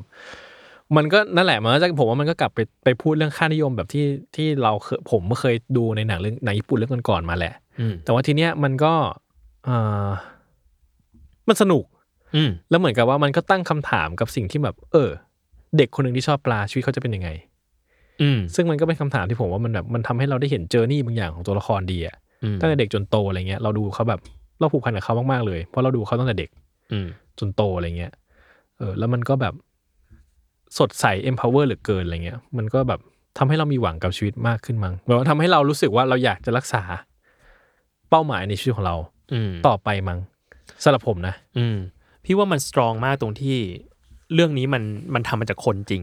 Speaker 2: มันก็นั่นแหละมันก็จะผมว่ามันก็กลับไปไปพูดเรื่องค่านิยมแบบที่ที่เราเคยผมเคยดูในหนังเรื่องหนังญี่ปุ่นเรื่องก่อนๆมาแหละ
Speaker 3: อืม
Speaker 2: แต่ว่าทีเนี้ยมันก็เอ่อมันสนุก
Speaker 3: อืม
Speaker 2: แล้วเหมือนกับว่ามันก็ตั้งคำถามกับสิ่งที่แบบ เออ เด็กคนหนึ่งที่ชอบปลาชีวิตเขาจะเป็นยังไง
Speaker 3: อืม
Speaker 2: ซึ่งมันก็เป็นคำถามที่ผมว่ามันแบบมันทำให้เราได้เห็นเจอร์นี่บางอย่างของตัวละครดีอะ
Speaker 3: อืม
Speaker 2: ตั้งแต่เด็กจนโตอะไรเงี้ยเราดูเขาแบบเราผูกพันกับเขามากๆเลย เพราะเราดูเขาตั้งแต่เด็ก
Speaker 3: อืม
Speaker 2: จนโตอะไรเงี้ยเออแล้วมันก็แบบสดใส empower เหลือเกินอะไรเงี้ย มันก็แบบ ทำให้เรามีหวังกับชีวิตมากขึ้นมั้งแบบว่าทำให้เรารู้สึกว่าเราอยากจะรักษาเป้าหมายในชีวิตของเรา
Speaker 3: อืม
Speaker 2: ต่อไปมั้งสำหรับผมนะ
Speaker 3: อืมพี่ว่ามันสตรองมากตรงที่เรื่องนี้มันมันทำมาจากคนจริง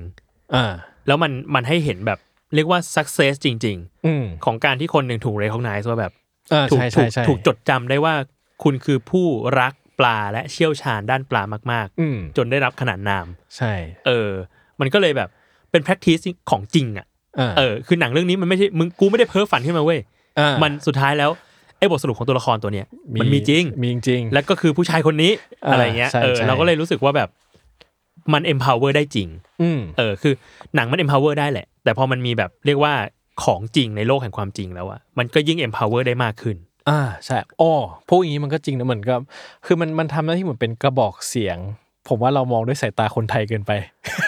Speaker 2: อ่า
Speaker 3: แล้วมันมันให้เห็นแบบเรียกว่า success จริง
Speaker 2: อืม
Speaker 3: ๆ ของการที่คนหนึ่งถูก recognize ว่าแบบ
Speaker 2: อ่า
Speaker 3: ถูก
Speaker 2: ใช่
Speaker 3: ถู
Speaker 2: ใช่
Speaker 3: ก
Speaker 2: ใช่
Speaker 3: ถูกจดจำได้ว่าคุณคือผู้รักปลาและเชี่ยวชาญด้านปลามาก
Speaker 2: อืม
Speaker 3: ๆ จนได้รับขนานนาม
Speaker 2: ใช่
Speaker 3: เออ มันก็เลยแบบเป็น practice ของจริงอ่ะ
Speaker 2: อ่า
Speaker 3: เออคือหนังเรื่องนี้มันไม่ใช่มึงกูไม่ได้เพ้อฝันขึ้นมาเว้ย
Speaker 2: อ่า
Speaker 3: มันสุดท้ายแล้วไอ้บทสรุปของตัวละครตัวเนี้ยมันมีจริง
Speaker 2: มีจริง
Speaker 3: และก็คือผู้ชายคนนี้
Speaker 2: อ่า
Speaker 3: อะไรเงี้ย
Speaker 2: ใช่
Speaker 3: เออ
Speaker 2: ใช่
Speaker 3: เราก็เลยรู้สึกว่าแบบมัน empower ได้จริง
Speaker 2: อืม
Speaker 3: เออคือหนังมัน empower ได้แหละ แต่พอมันมีแบบเรียกว่าของจริงในโลกแห่งความจริงแล้วอะมันก็ยิ่ง empower ได้มากขึ้น
Speaker 2: อ่าใช่อ๋อพวกอย่างนี้มันก็จริงนะเหมือนกับ คือมันมันทำหน้าที่เหมือนเป็นกระบอกเสียง ผมว่าเรามองด้วยสายตาคนไทยเกินไป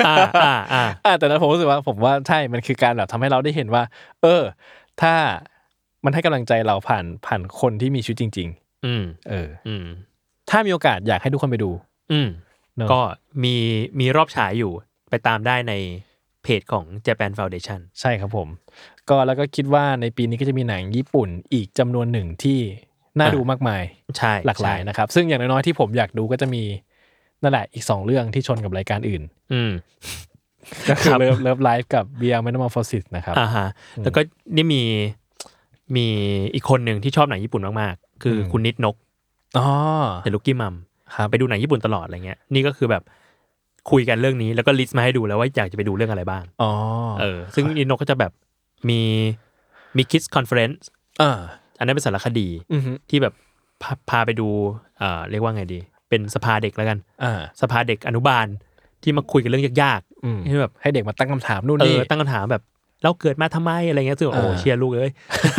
Speaker 3: อ่าอ่าอ่า
Speaker 2: อ่าแต่นั้นผมรู้สึกว่าผมว่าใช่มันคือการแบบทำให้เราได้เห็นว่า เออ ถ้ามันให้กำลังใจเราผ่านผ่านคนที่มีชีวิตจริง
Speaker 3: อืม
Speaker 2: ๆ เออ
Speaker 3: อืม
Speaker 2: ถ้ามีโอกาสอยากให้ทุกคนไปดู
Speaker 3: อืม
Speaker 2: เนอะ
Speaker 3: ก็มีมีรอบฉายอยู่ไปตามได้ในเพจของ Japan Foundation
Speaker 2: ใช่ครับผม ก็แล้วก็คิดว่าในปีนี้ก็จะมีหนังญี่ปุ่นอีกจำนวนหนึ่งที่น่า
Speaker 3: อ่ะ
Speaker 2: ดูมากมาย
Speaker 3: ใช่
Speaker 2: หลากหลาย
Speaker 3: ใช่
Speaker 2: นะครับ ซึ่งอย่างน้อยๆที่ผมอยากดูก็จะมีนั่นแหละอีก 2 เรื่องที่ชนกับรายการอื่น
Speaker 3: อืม
Speaker 2: ก็คื
Speaker 3: ค
Speaker 2: อ
Speaker 3: รับ
Speaker 2: เลิฟเลิฟไลฟ์กับเบียร์แมนนอมฟอสิสนะครับ
Speaker 3: อ่าฮะ แล้วก็นี่มีมีอีกคนหนึ่งที่ชอบหนังญี่ปุ่นมาก ๆ คืออ
Speaker 2: ม
Speaker 3: คุณนิดนก
Speaker 2: อ๋อ
Speaker 3: เดลูกี้มัม
Speaker 2: ครับ
Speaker 3: ไปดูหนังญี่ปุ่นตลอดอะไรเงี้ย นี่ก็คือแบบคุยกันเรื่องนี้แล้วก็ลิสต์มาให้ดูแล้วว่าอยากจะไปดูเรื่องอะไรบ้าง
Speaker 2: อ๋อ
Speaker 3: เออ ซึ่งนิดนกก็จะแบบมีมีคิดคอนเฟอเรนซ์
Speaker 2: อ่า
Speaker 3: อันนั้นเป็นสารคดี
Speaker 2: อือฮึ
Speaker 3: ที่แบบพาพาไปดูเอ่อเรียกว่าไงดี เป็นสภาเด็กแล้วกัน
Speaker 2: อ่า
Speaker 3: สภาเด็กอนุบาลที่มาคุยกันเรื่องยาก
Speaker 2: อืม
Speaker 3: ๆที่แบบ
Speaker 2: ให้เด็กมาตั้งคำถามนู่น
Speaker 3: เอ
Speaker 2: นี่
Speaker 3: อตั้งคำถามแบบเราเกิดมาทำไมอะไรเงี้ยซึ่งแบบโอ้โห
Speaker 2: อ่า
Speaker 3: เชียร์ลูกเอ้ย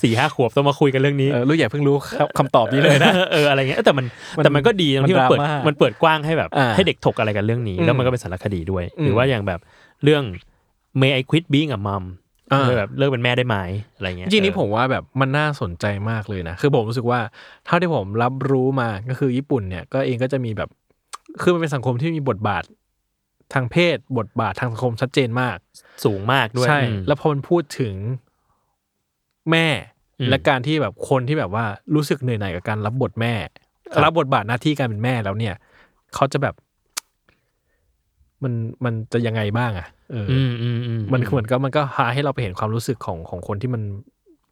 Speaker 3: สี่ห้าขวบต้องมาคุยกันเรื่องนี้
Speaker 2: เออลูกอย่าเพิ่งรู้ครับคำตอบนี้เลยนะ
Speaker 3: เอออะไรเงี้ยแต่มัน
Speaker 2: มัน
Speaker 3: แต่มันก็ดีตรงที่มันเปิด
Speaker 2: มันดราม่ามั
Speaker 3: มันเปิดกว้างให้แบบ
Speaker 2: อ่า
Speaker 3: ให้เด็กถกอะไรกันเรื่องนี้
Speaker 2: อืม
Speaker 3: แล้วมันก็เป็นสารคดีด้วย
Speaker 2: อืม
Speaker 3: หรือว่าอย่างแบบเรื่อง May I quit being a mom
Speaker 2: อ่า
Speaker 3: เออแบบเลิกเป็นแม่ได้ไหมอะไรเงี้ย
Speaker 2: จริงๆนี่
Speaker 3: เออ
Speaker 2: ผมว่าแบบมันน่าสนใจมากเลยนะ คือผมรู้สึกว่าเท่าที่ผมรับรู้มาก็คือญี่ปุ่นเนี่ยก็เองก็จะมีแบบ คือมันเป็นสังคมที่มีบทบาททางเพศบทบาททางสังคมชัดเจนมาก
Speaker 3: สูงมากด้วย
Speaker 2: ใช่
Speaker 3: อืม
Speaker 2: แล้วพอมันพูดถึงแม่
Speaker 3: อืม
Speaker 2: และการที่แบบคนที่แบบว่ารู้สึกเหนื่อยหน่ายกับการรับบทแม่
Speaker 3: ครับ
Speaker 2: รับบทบาทหน้าที่การเป็นแม่แล้วเนี่ยเขาจะแบบ มันมันจะยังไงบ้างอะเอออ
Speaker 3: อืมอืมอืม
Speaker 2: มันเหมือนก็มันก็พาให้เราไปเห็นความรู้สึกของของคนที่มัน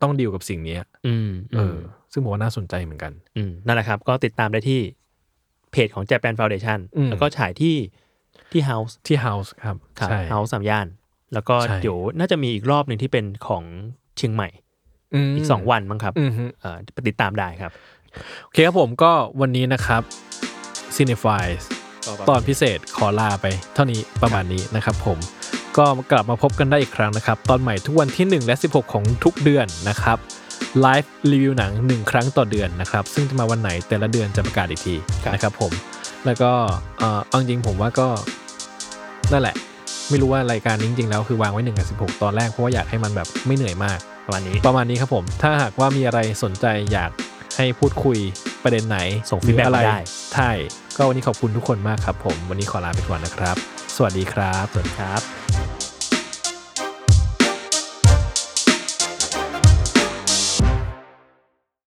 Speaker 2: ต้องดีลกับสิ่งเนี้ย
Speaker 3: อืม
Speaker 2: เอออซึ่งผมว่าน่าสนใจเหมือนกัน
Speaker 3: อืมนั่นแหละครับ ก็ติดตามได้ที่เพจของ Japan Foundation
Speaker 2: อืม
Speaker 3: แล้วก็ฉายที่ที่ House
Speaker 2: ที่ House ครับ
Speaker 3: ครับ
Speaker 2: ใช่
Speaker 3: House สามย่าน แล้วก็
Speaker 2: ใช่
Speaker 3: เดี๋ยวน่าจะมีอีกรอบหนึ่งที่เป็นของเชียงใหม่
Speaker 2: ม
Speaker 3: อีก 2 วันมั้งครับ
Speaker 2: อืมฮึ
Speaker 3: เอ่อไปติดตามได้ครับ
Speaker 2: โอเคครับผมก็วันนี้นะครับ c i n e f i e s ตอนพิเศษขอลาไป เท่านี้ประมาณนี้นะครับผมก็กลับมาพบกันได้อีกครั้งนะครับ ตอนใหม่ทุกวันที่ 1 และ 16 ของทุกเดือนนะครับไลฟ์รีวิวหนัง 1 ครั้งต่อเดือนนะครับ ซึ่งจะมาวันไหนแต่ละเดือนจะประกาศอีกที
Speaker 3: ครับ
Speaker 2: นะครับผมแล้วก็เอ่อเอาจริงๆผมว่าก็นั่นแหละ ไม่รู้ว่ารายการนี้จริงๆแล้วคือวางไว้1กับ16 ตอนแรกเพราะว่าอยากให้มันแบบไม่เหนื่อยมาก
Speaker 3: ประมาณนี้
Speaker 2: ประมาณนี้ครับผม ถ้าหากว่ามีอะไรสนใจอยากให้พูดคุยประเด็นไหน
Speaker 3: ส่ง feedback
Speaker 2: หรืออะไร
Speaker 3: มาได้
Speaker 2: ใช่ก็วันนี้ขอบคุณทุกคนมากครับผม วันนี้ขอลาไปก่อนนะครับ สวัสดีครับ
Speaker 3: ครับ